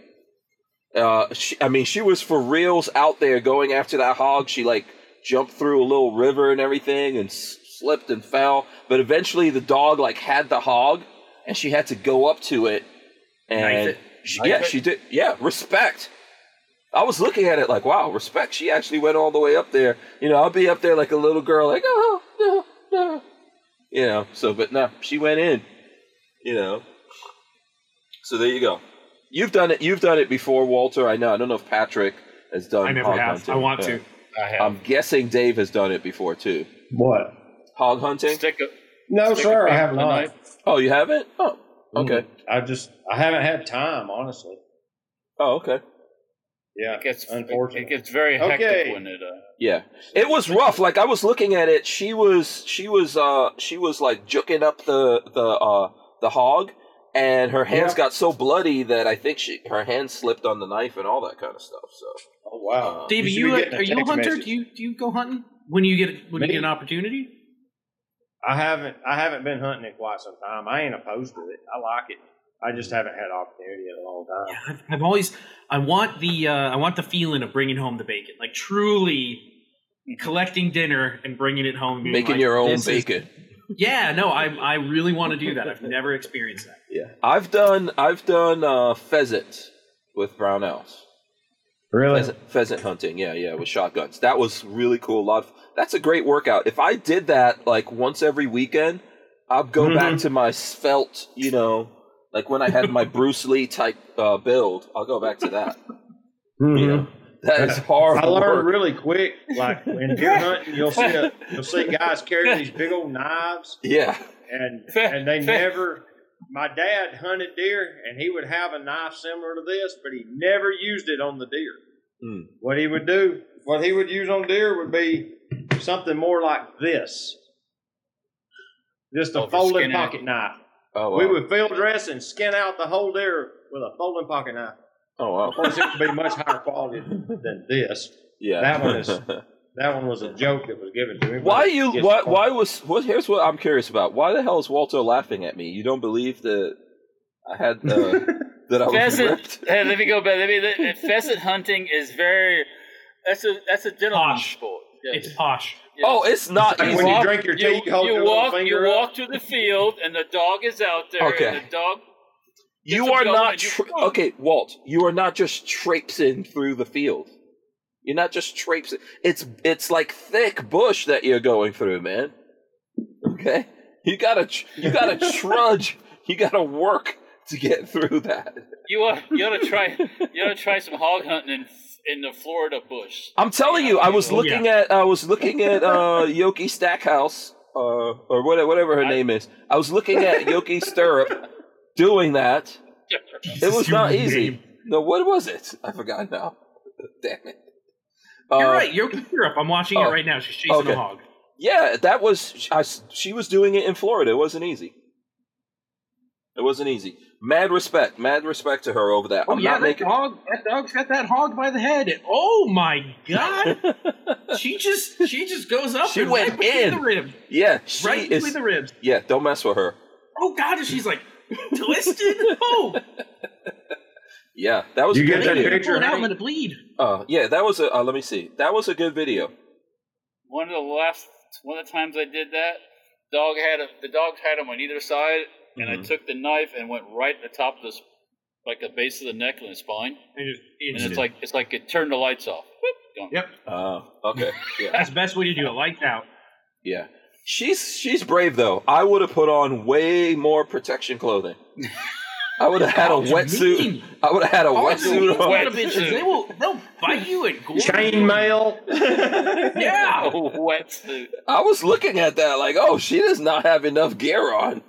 [SPEAKER 8] Uh, she, I mean, she was for reals out there going after that hog. She like jumped through a little river and everything and s- slipped and fell. But eventually the dog like had the hog and she had to go up to it
[SPEAKER 5] Knife
[SPEAKER 8] and
[SPEAKER 5] it.
[SPEAKER 8] she- yeah, she did. Yeah, respect. I was looking at it like, wow, respect. She actually went all the way up there. You know, I'll be up there like a little girl, like, oh, no, no. You know, so, but no, she went in, you know. So there you go. You've done it. You've done it before, Walter. I know. I don't know if Patrick has done
[SPEAKER 5] I never
[SPEAKER 8] hog
[SPEAKER 5] have.
[SPEAKER 8] hunting.
[SPEAKER 5] I want
[SPEAKER 8] Yeah.
[SPEAKER 5] to.
[SPEAKER 2] I have
[SPEAKER 8] I'm guessing Dave has done it before, too.
[SPEAKER 4] what?
[SPEAKER 8] Hog hunting?
[SPEAKER 2] stick a
[SPEAKER 4] No,
[SPEAKER 2] stick a
[SPEAKER 4] sir, I
[SPEAKER 2] pin
[SPEAKER 4] have
[SPEAKER 2] in the
[SPEAKER 4] not.
[SPEAKER 2] knife.
[SPEAKER 8] Oh, you haven't? Oh, okay.
[SPEAKER 4] I just I haven't had time, honestly.
[SPEAKER 8] Oh, okay.
[SPEAKER 4] Yeah,
[SPEAKER 2] It gets It,
[SPEAKER 4] unfortunate.
[SPEAKER 2] it gets very hectic
[SPEAKER 4] Okay.
[SPEAKER 2] when it. Uh,
[SPEAKER 8] Yeah, it was rough. Like I was looking at it, she was she was uh she was like juking up the the uh the hog, and her hands
[SPEAKER 4] Yeah.
[SPEAKER 8] got so bloody that I think she her hand slipped on the knife and all that kind of stuff. So
[SPEAKER 4] oh wow,
[SPEAKER 8] Uh,
[SPEAKER 5] Dave, are
[SPEAKER 4] should be
[SPEAKER 5] you a,
[SPEAKER 4] getting
[SPEAKER 5] are you a
[SPEAKER 4] text
[SPEAKER 5] hunter?
[SPEAKER 4] message.
[SPEAKER 5] Do you do you go hunting when you get when
[SPEAKER 4] Me?
[SPEAKER 5] you get an opportunity?
[SPEAKER 4] I haven't I haven't been hunting in quite some time. I ain't opposed to it. I like it. I just haven't had opportunity in a long time.
[SPEAKER 5] Yeah, I've, I've always I want the uh, I want the feeling of bringing home the bacon, like truly collecting dinner and bringing it home, and being
[SPEAKER 8] making
[SPEAKER 5] like,
[SPEAKER 8] your own
[SPEAKER 5] "This is-
[SPEAKER 8] bacon.
[SPEAKER 5] yeah, no, I I really want to do that. I've never experienced that.
[SPEAKER 8] Yeah, I've done I've done uh pheasants with brown owls.
[SPEAKER 4] Really?
[SPEAKER 8] Pheasant, pheasant hunting, yeah, yeah, with shotguns. That was really cool. A lot of that's a great workout. If I did that like once every weekend, I'd go
[SPEAKER 4] Mm-hmm.
[SPEAKER 8] back to my svelte, you know, like when I had my Bruce Lee type uh, build. I'll go back to that. You know, that is hard.
[SPEAKER 4] Mm-hmm. I learned
[SPEAKER 8] work.
[SPEAKER 4] really quick. Like when deer hunting, you'll see a, you'll see guys carrying these big old knives,
[SPEAKER 8] yeah,
[SPEAKER 4] and and they never. My dad hunted deer, and he would have a knife similar to this, but he never used it on the deer.
[SPEAKER 8] Hmm.
[SPEAKER 4] What he would do, what he would use on deer, would be something more like this, just a
[SPEAKER 2] Oh, for
[SPEAKER 4] folding
[SPEAKER 2] skinning it.
[SPEAKER 4] pocket knife.
[SPEAKER 8] oh wow,
[SPEAKER 4] We would field dress and skin out the whole deer with a folding pocket knife.
[SPEAKER 8] oh wow,
[SPEAKER 4] Of course, it would be much higher quality than this.
[SPEAKER 8] yeah.
[SPEAKER 4] That one is- That one was a joke that was given to me. but
[SPEAKER 8] why
[SPEAKER 4] it
[SPEAKER 8] you?
[SPEAKER 4] gets
[SPEAKER 8] Why?
[SPEAKER 4] fun.
[SPEAKER 8] Why was? What? Here's what I'm curious about. Why the hell is Walter laughing at me? You don't believe that I had uh, that I was
[SPEAKER 2] pheasant.
[SPEAKER 8] ripped?
[SPEAKER 2] Hey, let me go back. Let me, let- pheasant hunting is very. That's a that's a gentleman's
[SPEAKER 5] Posh.
[SPEAKER 2] sport.
[SPEAKER 5] It's posh.
[SPEAKER 2] yes.
[SPEAKER 8] Oh, it's not.
[SPEAKER 4] Like
[SPEAKER 8] easy.
[SPEAKER 4] when you
[SPEAKER 2] walk-
[SPEAKER 4] drink your tea,
[SPEAKER 2] you,
[SPEAKER 4] you, hold
[SPEAKER 2] you
[SPEAKER 4] your little
[SPEAKER 2] walk you
[SPEAKER 4] finger up.
[SPEAKER 2] walk to the field and the dog is out there
[SPEAKER 8] Okay.
[SPEAKER 2] and the dog Get
[SPEAKER 8] You
[SPEAKER 2] some
[SPEAKER 8] are
[SPEAKER 2] gum
[SPEAKER 8] not
[SPEAKER 2] and you-
[SPEAKER 8] tra- okay, Walt. You are not just traipsing through the field. You're not just traipsing. It's it's like thick bush that you're going through, man. Okay, you gotta tr- you gotta trudge. You gotta work to get through that.
[SPEAKER 2] you ought, you ought to try you ought to try some hog hunting in in the Florida bush.
[SPEAKER 8] I'm telling you, I was
[SPEAKER 2] Oh,
[SPEAKER 8] looking at I was looking at uh, Yoki Stackhouse uh, or whatever, whatever her
[SPEAKER 2] I-
[SPEAKER 8] name is. I was looking at Yoki Stirrup doing that. It was not easy. No, what was it? I forgot now. Damn it.
[SPEAKER 5] You're
[SPEAKER 8] Uh,
[SPEAKER 5] right. You're Europe. I'm watching
[SPEAKER 8] oh,
[SPEAKER 5] it right now. She's chasing
[SPEAKER 8] okay.
[SPEAKER 5] a hog.
[SPEAKER 8] Yeah, that was. I, she was doing it in Florida. It wasn't easy. It wasn't easy. Mad respect. Mad respect to her over
[SPEAKER 5] Oh,
[SPEAKER 8] that. I'm not making.
[SPEAKER 5] dog. That dog's got that hog by the head. Oh my god! she just she just goes up.
[SPEAKER 8] She
[SPEAKER 5] and
[SPEAKER 8] went
[SPEAKER 5] right between
[SPEAKER 8] in.
[SPEAKER 5] the rib,
[SPEAKER 8] Yeah, she
[SPEAKER 5] right between
[SPEAKER 8] is.
[SPEAKER 5] the ribs.
[SPEAKER 8] yeah, don't mess with her.
[SPEAKER 5] Oh god! And she's like twisted. Oh,
[SPEAKER 8] Yeah, that was.
[SPEAKER 4] You
[SPEAKER 8] a
[SPEAKER 4] get
[SPEAKER 8] good
[SPEAKER 4] that
[SPEAKER 8] video.
[SPEAKER 4] picture?
[SPEAKER 5] pull it out. I'm
[SPEAKER 4] honey.
[SPEAKER 5] gonna bleed.
[SPEAKER 8] Uh, yeah, that was a. Uh, let me see. That was a good video.
[SPEAKER 2] one of the last one of the times I did that, dog had a, the dogs had him on either side, and I
[SPEAKER 8] Mhm.
[SPEAKER 2] took the knife and went right at the top of this, like the base of the neck and the spine,
[SPEAKER 5] And just,
[SPEAKER 2] and
[SPEAKER 5] it's-
[SPEAKER 2] it's like it's like it turned the lights off. Whoop, gone.
[SPEAKER 5] Yep.
[SPEAKER 8] Uh, okay. Yeah.
[SPEAKER 5] that's the best way to do it. Lights out.
[SPEAKER 8] Yeah. She's she's brave though. I would have put on way more protection clothing. I would have had a
[SPEAKER 5] Dogs are
[SPEAKER 8] wetsuit.
[SPEAKER 5] mean.
[SPEAKER 8] I would have had a
[SPEAKER 5] Dogs are mean.
[SPEAKER 8] wetsuit on.
[SPEAKER 5] Son of bitches. They will. They'll by you and Gordon.
[SPEAKER 4] Chainmail.
[SPEAKER 5] Yeah.
[SPEAKER 2] Oh, wetsuit.
[SPEAKER 8] I was looking at that like, oh, she does not have enough gear on.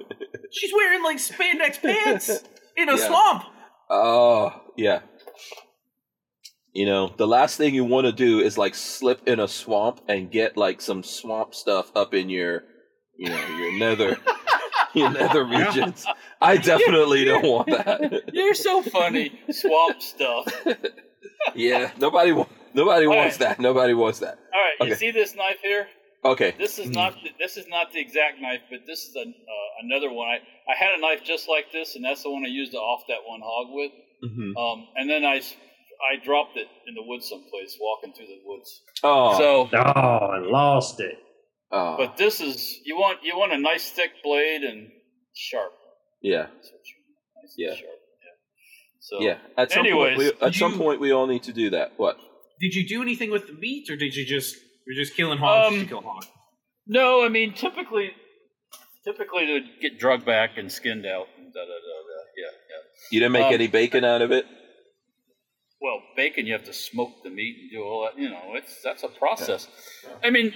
[SPEAKER 5] She's wearing like spandex pants in a
[SPEAKER 8] Yeah.
[SPEAKER 5] swamp.
[SPEAKER 8] Oh, yeah. You know, the last thing you want to do is like slip in a swamp and get like some swamp stuff up in your, you know, your nether, your nether regions. I definitely don't want that.
[SPEAKER 2] You're so funny. Swamp stuff.
[SPEAKER 8] yeah, nobody, wa- nobody
[SPEAKER 2] All
[SPEAKER 8] wants that. Nobody wants that.
[SPEAKER 2] All right, you
[SPEAKER 8] Okay.
[SPEAKER 2] see this knife here?
[SPEAKER 8] Okay,
[SPEAKER 2] This is not this is not the exact knife, but this is an, uh, another one. I, I had a knife just like this, and that's the one I used to off that one hog with.
[SPEAKER 8] Mhm.
[SPEAKER 2] Um, and then I, s- I dropped it in the woods someplace, walking through the woods.
[SPEAKER 8] Oh,
[SPEAKER 2] So,
[SPEAKER 4] Oh, I lost it.
[SPEAKER 8] oh,
[SPEAKER 2] but this is you want you want a nice thick blade and sharp.
[SPEAKER 8] yeah,
[SPEAKER 2] That's what you want, nice
[SPEAKER 8] Yeah.
[SPEAKER 2] and sharp. Yeah. So
[SPEAKER 8] yeah. At some
[SPEAKER 2] Anyways,
[SPEAKER 8] point, we, uh, at some
[SPEAKER 5] you-
[SPEAKER 8] point, we all need to do that. What?
[SPEAKER 5] Did you do anything with the meat, or did you just you're just killing hogs
[SPEAKER 2] Um,
[SPEAKER 5] to kill hogs?
[SPEAKER 2] No, I mean typically, typically they would get drug back and skinned out. And da, da, da, da. Yeah, yeah.
[SPEAKER 8] You didn't make
[SPEAKER 2] Um,
[SPEAKER 8] any bacon out of it?
[SPEAKER 2] Well, bacon you have to smoke the meat and do all that. You know, it's that's a process. I mean,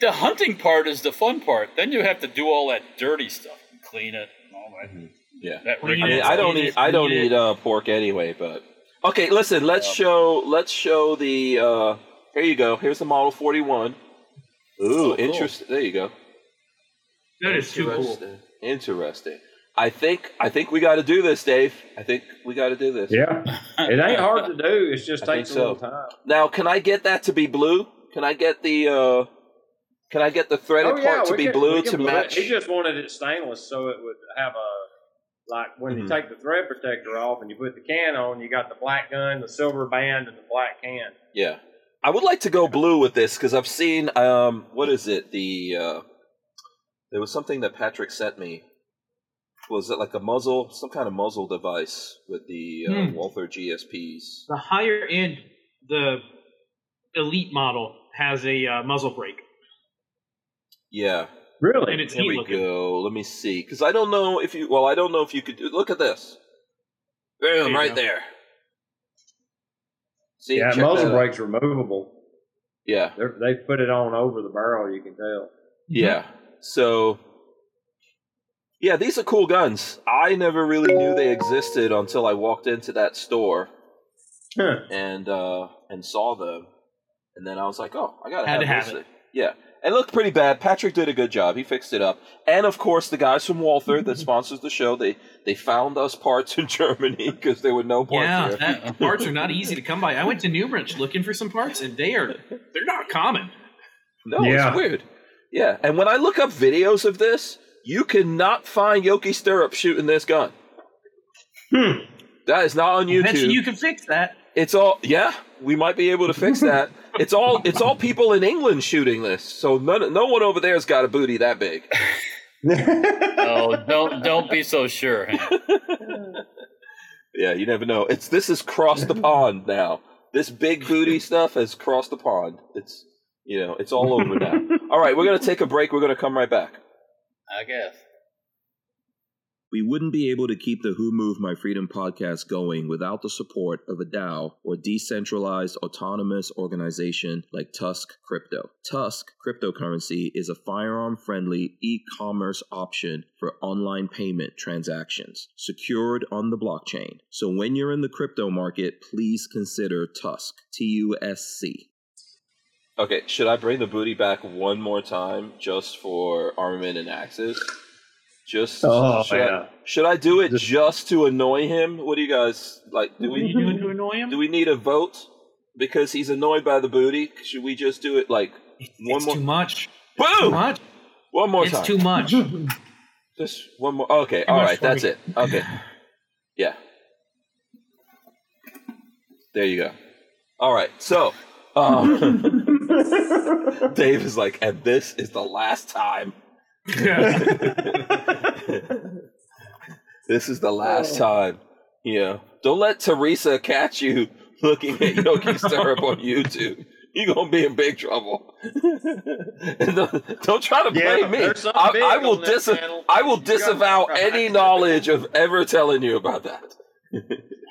[SPEAKER 2] the hunting part is the fun part. Then you have to do all that dirty stuff and clean it and all that.
[SPEAKER 8] Mm-hmm. Yeah.
[SPEAKER 2] That
[SPEAKER 5] Clean
[SPEAKER 8] I mean,
[SPEAKER 5] it,
[SPEAKER 8] I don't
[SPEAKER 5] eat
[SPEAKER 8] eat.
[SPEAKER 5] it,
[SPEAKER 8] I don't
[SPEAKER 5] eat it.
[SPEAKER 8] eat uh, pork anyway. But okay, listen. Let's show. Let's show the. Uh, here you go. Here's the model forty one. Ooh,
[SPEAKER 4] Oh,
[SPEAKER 2] cool.
[SPEAKER 8] interesting. There you go.
[SPEAKER 5] That is too cool.
[SPEAKER 8] Interesting. Interesting. I think. I think we got to do this, Dave. I think we got to do this.
[SPEAKER 4] Yeah. It ain't hard to do. It just
[SPEAKER 8] I
[SPEAKER 4] takes a
[SPEAKER 8] think
[SPEAKER 4] little
[SPEAKER 8] so.
[SPEAKER 4] time.
[SPEAKER 8] Now, can I get that to be blue? Can I get the? uh Can I get the threaded part
[SPEAKER 4] Oh,
[SPEAKER 8] to
[SPEAKER 4] we
[SPEAKER 8] be
[SPEAKER 4] can- we
[SPEAKER 8] blue
[SPEAKER 4] can
[SPEAKER 8] to
[SPEAKER 4] blue it.
[SPEAKER 8] match?
[SPEAKER 4] He just wanted it stainless so it would have a like when
[SPEAKER 8] Mhm.
[SPEAKER 4] you take the thread protector off and you put the can on, you got the black gun, the silver band, and the black can.
[SPEAKER 8] Yeah. I would like to go blue with this because I've seen um what is it? The uh there was something that Patrick sent me. Was it like a muzzle, some kind of muzzle device with the uh,
[SPEAKER 5] Hmm.
[SPEAKER 8] Walther GSPs?
[SPEAKER 5] The higher end, the elite model has a uh, muzzle brake,
[SPEAKER 8] Yeah,
[SPEAKER 5] and
[SPEAKER 4] Really?
[SPEAKER 5] it's
[SPEAKER 8] here
[SPEAKER 5] neat
[SPEAKER 8] we
[SPEAKER 5] looking.
[SPEAKER 8] go. Let me see, because I don't know if you. Well, I don't know if you could do. Look at this.
[SPEAKER 5] There
[SPEAKER 8] Boom!
[SPEAKER 5] you
[SPEAKER 8] Right
[SPEAKER 5] go.
[SPEAKER 8] there. See,
[SPEAKER 4] Yeah,
[SPEAKER 8] check
[SPEAKER 4] muzzle
[SPEAKER 8] that out.
[SPEAKER 4] brake's removable.
[SPEAKER 8] Yeah,
[SPEAKER 4] They're, they put it on over the barrel. You can tell.
[SPEAKER 5] Mm-hmm.
[SPEAKER 8] Yeah. So Yeah, these are cool guns. I never really knew they existed until I walked into that store
[SPEAKER 4] Huh.
[SPEAKER 8] and uh and saw them. And then I was like, "Oh, I got to
[SPEAKER 5] Had
[SPEAKER 8] have,
[SPEAKER 5] to have
[SPEAKER 8] this."
[SPEAKER 5] it.
[SPEAKER 8] thing. Yeah. It looked pretty bad. Patrick did a good job. He fixed it up. And of course, the guys from Walther that sponsors the show, they they found us parts in Germany because there were no parts
[SPEAKER 5] Yeah,
[SPEAKER 8] here.
[SPEAKER 5] that, parts are not easy to come by. I went to Newbridge looking for some parts, and they are they're not common.
[SPEAKER 8] No,
[SPEAKER 4] Yeah.
[SPEAKER 8] it's weird. Yeah. And when I look up videos of this, you cannot find Yoki Stirrup shooting this gun.
[SPEAKER 4] Hmm.
[SPEAKER 8] That is not on YouTube.
[SPEAKER 5] Eventually, you can fix that.
[SPEAKER 8] It's all yeah. We might be able to fix that. It's all it's all people in England shooting this. So none, no one over there's got a booty that big.
[SPEAKER 2] oh, don't don't be so sure. Hank.
[SPEAKER 8] Yeah, you never know. It's this is crossed the pond now. This big booty stuff has crossed the pond. It's you know it's all over now. All right, we're gonna take a break. We're gonna come right back.
[SPEAKER 2] I guess.
[SPEAKER 8] We wouldn't be able to keep the Who Moved My Freedom podcast going without the support of a DAO or decentralized autonomous organization like Tusk Crypto. Tusk cryptocurrency is a firearm friendly e commerce option for online payment transactions secured on the blockchain. So when you're in the crypto market, please consider Tusk, T U S C. Okay, should I bring the booty back one more time just for armament and axes? Just
[SPEAKER 4] oh
[SPEAKER 8] should I-
[SPEAKER 4] yeah.
[SPEAKER 8] should I do it
[SPEAKER 4] Just-
[SPEAKER 8] just to annoy him? What do you guys like? Do
[SPEAKER 5] What are
[SPEAKER 8] we
[SPEAKER 5] you doing to annoy him?
[SPEAKER 8] do we need a vote because he's annoyed by the booty? Should we just do it like one
[SPEAKER 5] it's
[SPEAKER 8] more-
[SPEAKER 5] too much. Too
[SPEAKER 8] boom?
[SPEAKER 5] much.
[SPEAKER 8] One more
[SPEAKER 5] It's
[SPEAKER 8] time.
[SPEAKER 5] too much.
[SPEAKER 8] just one more. Okay, all
[SPEAKER 5] much
[SPEAKER 8] right,
[SPEAKER 5] for
[SPEAKER 8] that's
[SPEAKER 5] me.
[SPEAKER 8] it. Okay, yeah. There you go. All right, so um, Dave is like, and this is the last time.
[SPEAKER 5] Yeah.
[SPEAKER 8] this is the last time. Yeah. Don't let Teresa catch you looking at Yogi Syrup on YouTube. You're gonna be in big trouble. And don't, don't try to
[SPEAKER 4] Yeah,
[SPEAKER 8] blame me.
[SPEAKER 4] there's something
[SPEAKER 8] I,
[SPEAKER 4] big
[SPEAKER 8] I will
[SPEAKER 4] on that
[SPEAKER 8] dis-
[SPEAKER 4] channel.
[SPEAKER 8] I will
[SPEAKER 4] You got
[SPEAKER 8] disavow
[SPEAKER 4] that right.
[SPEAKER 8] any knowledge of ever telling you about that.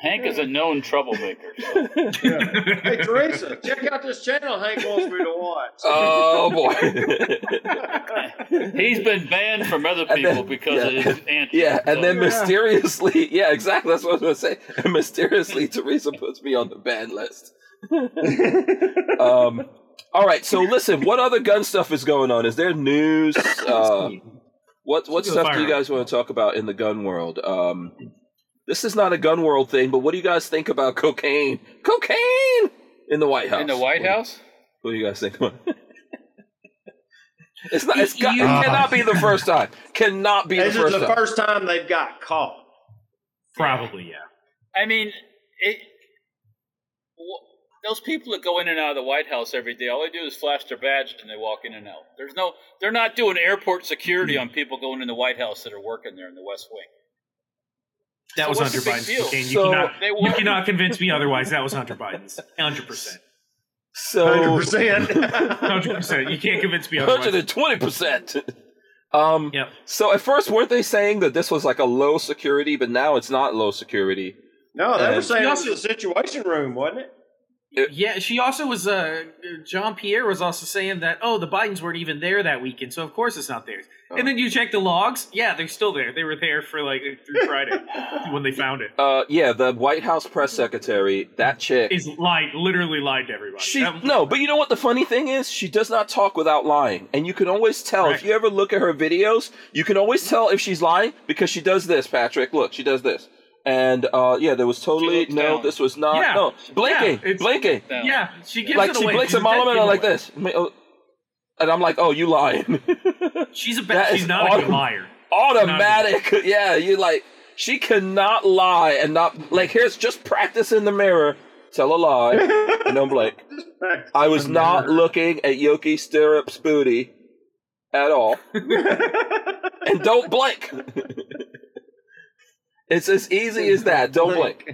[SPEAKER 2] Hank is a known troublemaker. so-
[SPEAKER 4] Yeah. hey Teresa, check out this channel Hank wants me to watch.
[SPEAKER 8] Oh boy.
[SPEAKER 2] He's been banned from other
[SPEAKER 8] And
[SPEAKER 2] people
[SPEAKER 8] then-
[SPEAKER 2] because
[SPEAKER 8] yeah.
[SPEAKER 2] of his antics.
[SPEAKER 8] Oh, yeah, and then
[SPEAKER 2] so-
[SPEAKER 8] mysteriously, yeah, exactly. That's what I was gonna say. And mysteriously, Teresa puts me on the ban list. um, all right. So listen, what other gun stuff is going on? Is there news? Uh, what
[SPEAKER 5] Speaking of
[SPEAKER 8] what stuff do you
[SPEAKER 5] firearms.
[SPEAKER 8] guys want to talk about in the gun world? Um, this is not a gun world thing, but what do you guys think about cocaine? Cocaine in the White House.
[SPEAKER 2] in the White
[SPEAKER 8] What-
[SPEAKER 2] House.
[SPEAKER 8] What do you guys think? about it? it's not. It's got,
[SPEAKER 5] You-
[SPEAKER 8] it cannot be the first time. Cannot be the
[SPEAKER 4] This is
[SPEAKER 8] first
[SPEAKER 4] the
[SPEAKER 8] time.
[SPEAKER 4] first time they've got caught.
[SPEAKER 5] Probably, yeah.
[SPEAKER 2] I mean, it. wh- Those people that go in and out of the White House every day, all they do is flash their badge and they walk in and out. There's no, they're not doing airport security on people going in the White House that are working there in the West Wing.
[SPEAKER 5] That
[SPEAKER 2] So
[SPEAKER 5] was
[SPEAKER 2] what's
[SPEAKER 5] Hunter
[SPEAKER 2] the big
[SPEAKER 5] Biden's
[SPEAKER 2] deal?
[SPEAKER 5] cocaine. You,
[SPEAKER 8] So-
[SPEAKER 5] cannot,
[SPEAKER 2] They
[SPEAKER 5] you
[SPEAKER 2] were-
[SPEAKER 5] cannot convince me otherwise. That was Hunter Biden's. 100%.
[SPEAKER 8] So Oh.
[SPEAKER 4] Hundred percent.
[SPEAKER 5] 100%. You can't convince me otherwise.
[SPEAKER 8] hundred and twenty percent. Um.
[SPEAKER 5] Yep.
[SPEAKER 8] So at first, weren't they saying that this was like a low security, but now it's not low security?
[SPEAKER 4] No, they
[SPEAKER 8] Uh,
[SPEAKER 4] were saying
[SPEAKER 5] he
[SPEAKER 4] it was
[SPEAKER 5] also-
[SPEAKER 4] the situation room, wasn't it?
[SPEAKER 5] Yeah, she also was. Uh, John Pierre was also saying that, oh, the Bidens weren't even there that weekend, so of course it's not theirs. And then you check the logs. Yeah, they're still there. They were there for like through Friday when they found it.
[SPEAKER 8] Uh. Yeah. The White House press secretary, that chick.
[SPEAKER 5] Is lied, literally lied to everybody.
[SPEAKER 8] she
[SPEAKER 5] That-
[SPEAKER 8] no, but you know what the funny thing is? She does not talk without lying, and you can always tell if
[SPEAKER 5] Right.
[SPEAKER 8] you ever look at her videos. You can always tell if she's lying because she does this, Patrick. Look, she does this, and uh, yeah, there was totally
[SPEAKER 2] looks
[SPEAKER 8] no.
[SPEAKER 2] down.
[SPEAKER 8] This was not
[SPEAKER 5] Yeah.
[SPEAKER 8] no blinking,
[SPEAKER 5] it's-
[SPEAKER 8] blinking.
[SPEAKER 2] Now,
[SPEAKER 5] Yeah, she gives
[SPEAKER 8] like
[SPEAKER 5] it
[SPEAKER 8] she
[SPEAKER 5] away.
[SPEAKER 8] blinks
[SPEAKER 5] She's
[SPEAKER 8] a mile
[SPEAKER 5] dead
[SPEAKER 8] a minute like
[SPEAKER 5] giveaway.
[SPEAKER 8] this, Ma- oh. and I'm like, oh, you lying.
[SPEAKER 5] She's a
[SPEAKER 8] That
[SPEAKER 5] bad.
[SPEAKER 8] is
[SPEAKER 5] She's not a good
[SPEAKER 8] awesome.
[SPEAKER 5] liar.
[SPEAKER 8] automatic. Yeah, you like she cannot lie and not like. Here's just practice in the mirror, tell a lie, and don't blink. I was not looking at Yoki Stirrup's booty at all, and don't blink. it's as easy as that. Don't blink.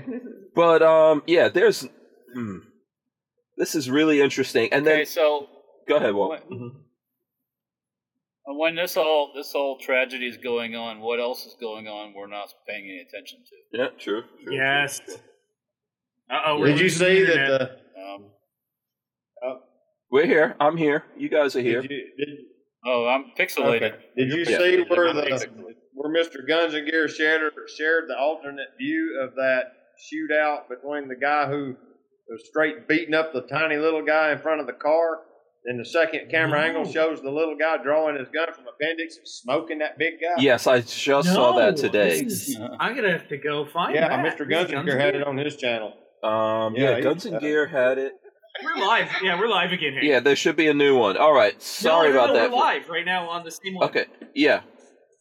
[SPEAKER 8] But um, yeah, there's. Hmm. This is really interesting. And then mm-hmm.
[SPEAKER 2] Okay, so
[SPEAKER 8] go ahead, Walt.
[SPEAKER 2] What- when this all this whole tragedy is going on, what else is going on? We're not paying any attention to.
[SPEAKER 8] Yeah, true. true,
[SPEAKER 5] Yes. Uh oh.
[SPEAKER 4] Did you see that the
[SPEAKER 2] Um,
[SPEAKER 8] We're here. I'm here. You guys are here.
[SPEAKER 4] did you, did,
[SPEAKER 2] oh, I'm pixelated.
[SPEAKER 4] okay. did you
[SPEAKER 8] Yeah.
[SPEAKER 4] see where
[SPEAKER 2] I'm
[SPEAKER 4] the
[SPEAKER 2] pixelated.
[SPEAKER 4] where Mr. Guns and Gear shared shared the alternate view of that shootout between the guy who was straight beating up the tiny little guy in front of the car, and the second camera
[SPEAKER 8] Mm.
[SPEAKER 4] angle shows the little guy drawing his gun from appendix and smoking that big guy.
[SPEAKER 8] Yes, I just saw that today.
[SPEAKER 5] I'm gonna have to go find.
[SPEAKER 4] uh, Yeah,
[SPEAKER 5] that.
[SPEAKER 4] Mr. Guns and Gear had it on his channel.
[SPEAKER 8] Um, yeah,
[SPEAKER 4] Yeah, he-
[SPEAKER 8] Guns and
[SPEAKER 4] uh,
[SPEAKER 8] Gear had it.
[SPEAKER 5] We're live. Yeah, we're live again. Hank.
[SPEAKER 8] Yeah, there should be a new one. All right,
[SPEAKER 5] No,
[SPEAKER 8] sorry
[SPEAKER 5] no, no,
[SPEAKER 8] about that.
[SPEAKER 5] We're live right now on the same one.
[SPEAKER 8] Okay, yeah,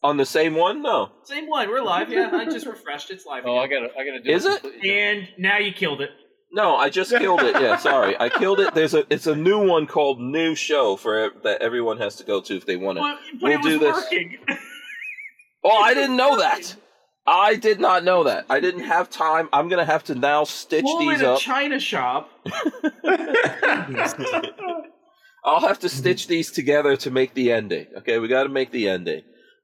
[SPEAKER 8] on the same one. No,
[SPEAKER 5] Same one. We're live. Yeah, I just refreshed. It's live.
[SPEAKER 2] Oh, I
[SPEAKER 5] again.
[SPEAKER 2] gotta, I gotta do.
[SPEAKER 8] Is it?
[SPEAKER 2] completely different.
[SPEAKER 5] And now you killed it.
[SPEAKER 8] no, I just killed it. Yeah, sorry, I killed it. There's a, it's a new one called New Show for ev- that everyone has to go to if they want to.
[SPEAKER 5] But, but
[SPEAKER 8] We'll
[SPEAKER 5] it was
[SPEAKER 8] do this.
[SPEAKER 5] working.
[SPEAKER 8] Oh, I didn't know that. I did not know that. I didn't have time. I'm gonna have to now stitch
[SPEAKER 5] Well,
[SPEAKER 8] these
[SPEAKER 5] in a
[SPEAKER 8] up.
[SPEAKER 5] China shop. Uh,
[SPEAKER 8] I'll have to
[SPEAKER 5] Mhm.
[SPEAKER 8] stitch these together to make the ending. Okay, we got to make the ending.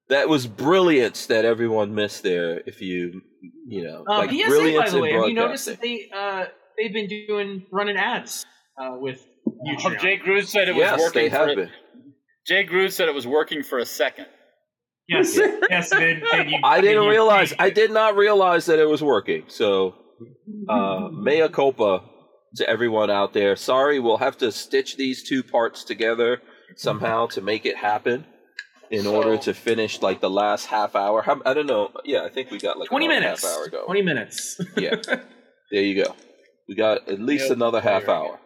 [SPEAKER 8] That was brilliance that everyone missed there. If you, you know,
[SPEAKER 5] Uh,
[SPEAKER 8] like
[SPEAKER 5] PSA, by
[SPEAKER 8] brilliance
[SPEAKER 5] the
[SPEAKER 8] in
[SPEAKER 5] way, have you noticed
[SPEAKER 8] broadcasting.
[SPEAKER 5] that they uh, they've been doing running ads uh, with
[SPEAKER 2] Oh,
[SPEAKER 5] Patreon?
[SPEAKER 2] Jay Gruden said it was
[SPEAKER 8] yes,
[SPEAKER 2] working.
[SPEAKER 8] they
[SPEAKER 2] for
[SPEAKER 8] have
[SPEAKER 2] it.
[SPEAKER 8] been.
[SPEAKER 2] Jay Gruden said it was working for a second.
[SPEAKER 5] Yes, yes. Then, then you,
[SPEAKER 8] I
[SPEAKER 5] then
[SPEAKER 8] didn't
[SPEAKER 5] you-
[SPEAKER 8] realize. I did not realize that it was working. So, uh, mea culpa to everyone out there. Sorry, we'll have to stitch these two parts together somehow to make it happen. In
[SPEAKER 2] So-
[SPEAKER 8] order to finish like the last half hour, How- I don't know. Yeah, I think we got like
[SPEAKER 5] Twenty
[SPEAKER 8] another
[SPEAKER 5] minutes.
[SPEAKER 8] Half hour going.
[SPEAKER 5] Twenty minutes.
[SPEAKER 8] yeah. There you go. We got at least
[SPEAKER 2] Yep.
[SPEAKER 8] another half
[SPEAKER 2] There.
[SPEAKER 8] hour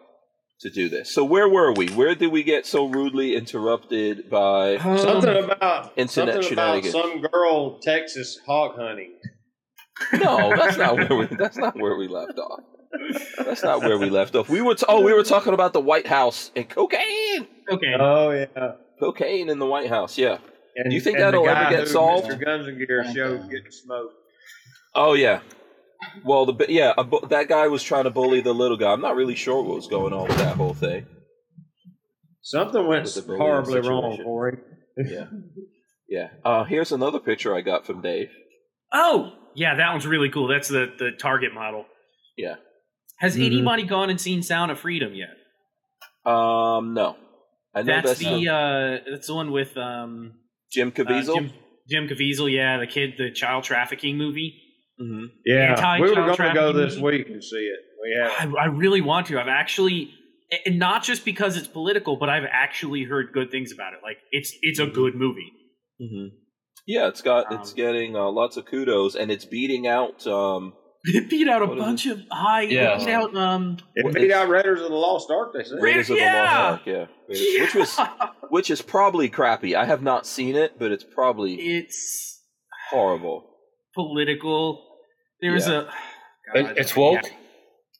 [SPEAKER 8] to do this. So where were we? Where did we get so rudely interrupted by
[SPEAKER 4] Something about
[SPEAKER 8] Mm. Internet
[SPEAKER 4] something about
[SPEAKER 8] shenanigans.
[SPEAKER 4] some girl Texas hog hunting.
[SPEAKER 8] No, that's not where we that's not where we left off. That's not where we left off. We were t- oh, we were talking about the White House and cocaine.
[SPEAKER 5] okay.
[SPEAKER 4] Oh yeah.
[SPEAKER 8] Cocaine in the White House, yeah.
[SPEAKER 4] And,
[SPEAKER 8] Do you think
[SPEAKER 4] and the
[SPEAKER 8] that'll ever
[SPEAKER 4] guy
[SPEAKER 8] get
[SPEAKER 4] who
[SPEAKER 8] solved?
[SPEAKER 4] Mr. Guns and Gear showed getting smoked.
[SPEAKER 8] Oh yeah. Well, the bi- yeah, a bu- that guy was trying to bully the little guy. I'm not really sure what was going on with that whole thing.
[SPEAKER 4] Something went
[SPEAKER 8] With the bullying
[SPEAKER 4] horribly wrong
[SPEAKER 8] situation.
[SPEAKER 4] for him.
[SPEAKER 8] Yeah. Yeah. Uh, here's another picture I got from Dave.
[SPEAKER 5] Oh, yeah, that one's really cool. That's the the target model.
[SPEAKER 8] Yeah.
[SPEAKER 5] Has
[SPEAKER 1] Mhm.
[SPEAKER 5] anybody gone and seen Sound of Freedom yet?
[SPEAKER 8] Um, no, I know
[SPEAKER 5] That's
[SPEAKER 8] that's,
[SPEAKER 5] the uh, that's the one with um
[SPEAKER 8] Jim
[SPEAKER 5] uh,
[SPEAKER 8] Caviezel.
[SPEAKER 5] Jim, Jim Caviezel. Yeah, the kid, the child trafficking movie.
[SPEAKER 8] hmm
[SPEAKER 4] Yeah,
[SPEAKER 5] Anti-child
[SPEAKER 4] we were going to go
[SPEAKER 5] trafficking
[SPEAKER 4] this
[SPEAKER 5] movie?
[SPEAKER 4] week and see it. We haven't.
[SPEAKER 5] I, I really want to. I've actually, and not just because it's political, but I've actually heard good things about it. Like it's it's
[SPEAKER 8] Mm-hmm.
[SPEAKER 5] a good movie.
[SPEAKER 8] hmm Yeah, it's got it's
[SPEAKER 5] Um,
[SPEAKER 8] getting uh, lots of kudos, and it's beating out. Um,
[SPEAKER 5] It beat out a
[SPEAKER 8] What is
[SPEAKER 5] bunch of high.
[SPEAKER 2] Yeah.
[SPEAKER 5] It beat out um.
[SPEAKER 4] It
[SPEAKER 8] What
[SPEAKER 4] beat
[SPEAKER 8] is-
[SPEAKER 4] out Raiders of the Lost Ark. They said.
[SPEAKER 5] Raiders-
[SPEAKER 8] Raiders of the
[SPEAKER 5] yeah!
[SPEAKER 8] Lost Ark, yeah, Raiders- which was which is probably crappy. I have not seen it, but it's probably
[SPEAKER 5] it's
[SPEAKER 8] horrible.
[SPEAKER 5] political. There was
[SPEAKER 8] Yeah.
[SPEAKER 5] a. God,
[SPEAKER 2] It- It's woke.
[SPEAKER 5] yeah,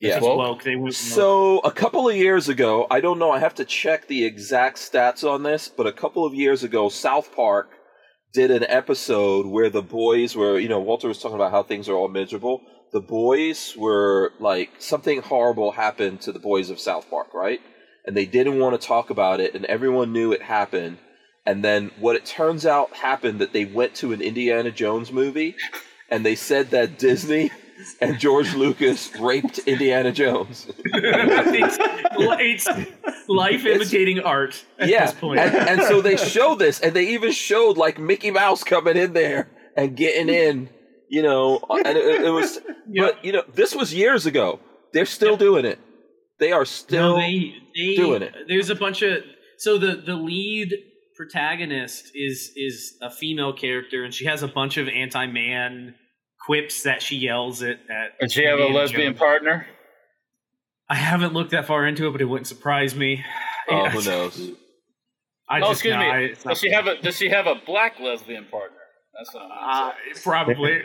[SPEAKER 8] Yeah.
[SPEAKER 5] It's woke. They went
[SPEAKER 8] So a couple of years ago, I don't know. I have to check the exact stats on this, but a couple of years ago, South Park did an episode where the boys were. You know, Walter was talking about how things are all miserable. The boys were like something horrible happened to the boys of South Park, right? And they didn't want to talk about it, and everyone knew it happened. And then what it turns out happened that they went to an Indiana Jones movie, and they said that Disney and George Lucas raped Indiana Jones.
[SPEAKER 5] it's, it's life imitating art at
[SPEAKER 8] yeah.
[SPEAKER 5] this point.
[SPEAKER 8] And, and so they show this, and they even showed like Mickey Mouse coming in there and getting in, you know. And it, it was,
[SPEAKER 5] Yeah.
[SPEAKER 8] but you know, this was years ago. They're still doing it. They are still.
[SPEAKER 5] No, they, they
[SPEAKER 8] doing it.
[SPEAKER 5] There's a bunch of so the the lead protagonist is is a female character, and she has a bunch of anti man quips that she yells at. at
[SPEAKER 2] And she have a
[SPEAKER 5] Indiana
[SPEAKER 2] lesbian
[SPEAKER 5] Jones.
[SPEAKER 2] partner.
[SPEAKER 5] I haven't looked that far into it, but it wouldn't surprise me.
[SPEAKER 8] oh, who knows?
[SPEAKER 5] I
[SPEAKER 2] No,
[SPEAKER 5] just,
[SPEAKER 2] Oh, excuse
[SPEAKER 5] no,
[SPEAKER 2] me.
[SPEAKER 5] I- it's not-
[SPEAKER 2] Does she have a Does she have a black lesbian partner? That's what
[SPEAKER 5] Uh,
[SPEAKER 2] I'm
[SPEAKER 5] probably.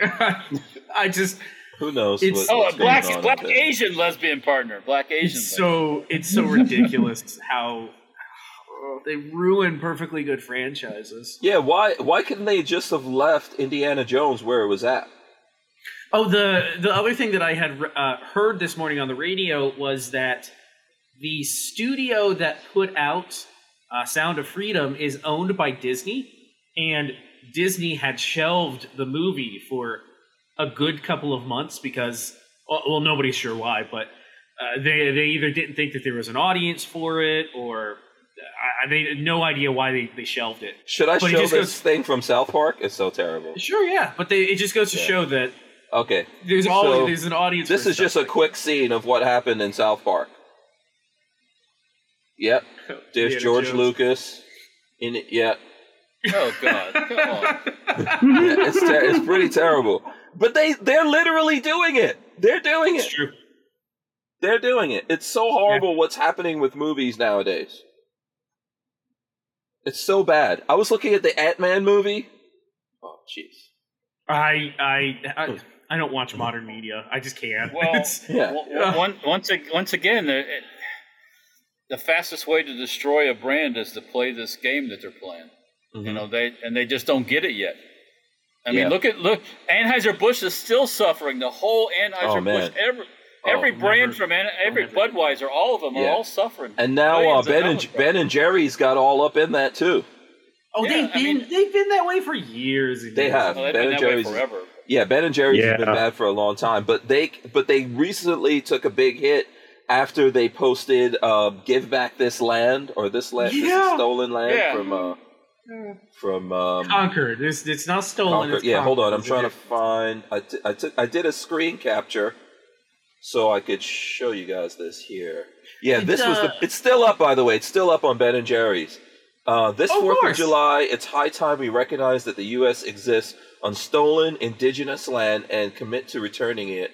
[SPEAKER 5] I just
[SPEAKER 8] Who knows?
[SPEAKER 5] It's-
[SPEAKER 2] saying.
[SPEAKER 8] what's
[SPEAKER 2] oh, a
[SPEAKER 8] going
[SPEAKER 2] black
[SPEAKER 8] on
[SPEAKER 2] black
[SPEAKER 8] out there.
[SPEAKER 2] Asian lesbian partner. Black Asian.
[SPEAKER 5] it's so it's so ridiculous how oh, they ruin perfectly good franchises.
[SPEAKER 8] Yeah, why why couldn't they just have left Indiana Jones where it was at?
[SPEAKER 5] Oh, the the other thing that I had uh, heard this morning on the radio was that the studio that put out uh, Sound of Freedom is owned by Disney, and Disney had shelved the movie for a good couple of months because well, well nobody's sure why, but uh, they they either didn't think that there was an audience for it or uh, I- they no idea why they, they shelved it.
[SPEAKER 8] Should I
[SPEAKER 5] But he
[SPEAKER 8] show this
[SPEAKER 5] just goes-
[SPEAKER 8] thing from South Park? It's so terrible.
[SPEAKER 5] Sure, yeah, but they, it just goes to
[SPEAKER 8] Yeah.
[SPEAKER 5] show that
[SPEAKER 8] Okay,
[SPEAKER 5] there's always
[SPEAKER 8] So,
[SPEAKER 5] there's an audience.
[SPEAKER 8] this
[SPEAKER 5] for
[SPEAKER 8] is
[SPEAKER 5] stuff
[SPEAKER 8] just a
[SPEAKER 5] like that.
[SPEAKER 8] quick scene of what happened in South Park. Yep, there's
[SPEAKER 5] Indiana
[SPEAKER 8] George
[SPEAKER 5] Jones.
[SPEAKER 8] Lucas. In it, yeah,
[SPEAKER 2] Like. Oh God! Come on.
[SPEAKER 8] Yeah, it's ter- it's pretty terrible. But they they're literally doing it. They're doing
[SPEAKER 5] It's
[SPEAKER 8] it.
[SPEAKER 5] true.
[SPEAKER 8] They're doing it. It's so horrible what's happening with movies nowadays. It's so bad. I was looking at the Ant Man movie. Oh jeez.
[SPEAKER 5] I, I I I don't watch modern media. I just can't.
[SPEAKER 2] Well,
[SPEAKER 5] It's-
[SPEAKER 8] Yeah.
[SPEAKER 2] Well,
[SPEAKER 5] Yeah.
[SPEAKER 2] One, once, ag- once again, the, it, the fastest way to destroy a brand is to play this game that they're playing. You know, they and they just don't get it yet. I mean,
[SPEAKER 8] Mm-hmm. Yeah.
[SPEAKER 2] look at look. Anheuser Busch is still suffering. The whole Anheuser Busch,
[SPEAKER 8] Oh, man.
[SPEAKER 2] every
[SPEAKER 8] Oh,
[SPEAKER 2] every brand
[SPEAKER 5] never-
[SPEAKER 2] from An- every
[SPEAKER 5] never.
[SPEAKER 2] Budweiser, all of them
[SPEAKER 8] Yeah.
[SPEAKER 2] are all suffering.
[SPEAKER 8] And now uh,
[SPEAKER 2] Billions of
[SPEAKER 8] Ben and
[SPEAKER 2] dollars.
[SPEAKER 8] Ben and Jerry's got all up in that too.
[SPEAKER 5] oh,
[SPEAKER 2] yeah,
[SPEAKER 5] they've
[SPEAKER 2] I
[SPEAKER 5] been
[SPEAKER 2] mean-
[SPEAKER 5] they've been that way for years. and
[SPEAKER 8] They
[SPEAKER 5] years.
[SPEAKER 8] have.
[SPEAKER 2] Well, they've
[SPEAKER 8] Ben
[SPEAKER 2] been
[SPEAKER 8] and
[SPEAKER 2] that way
[SPEAKER 8] Jerry's is-
[SPEAKER 2] forever.
[SPEAKER 8] Yeah, Ben and Jerry's has
[SPEAKER 1] Yeah.
[SPEAKER 8] been bad for a long time, but they but they recently took a big hit after they posted uh, "Give Back This Land" or "This Land, This
[SPEAKER 5] Yeah.
[SPEAKER 8] is Stolen Land"
[SPEAKER 2] Yeah.
[SPEAKER 8] from uh, from um,
[SPEAKER 5] Conquered. It's, it's not stolen.
[SPEAKER 8] Conquer-
[SPEAKER 5] it's
[SPEAKER 8] Yeah, hold on,
[SPEAKER 5] conquered.
[SPEAKER 8] I'm trying to find. I, t- I took I did a screen capture so I could show you guys this here. Yeah,
[SPEAKER 5] It's,
[SPEAKER 8] this was the.
[SPEAKER 5] uh,
[SPEAKER 8] It's still up, by the way. It's still up on Ben and Jerry's. Uh, this
[SPEAKER 5] Oh, of
[SPEAKER 8] Fourth of
[SPEAKER 5] course.
[SPEAKER 8] July, it's high time we recognize that the U.S. exists on stolen indigenous land and commit to returning it.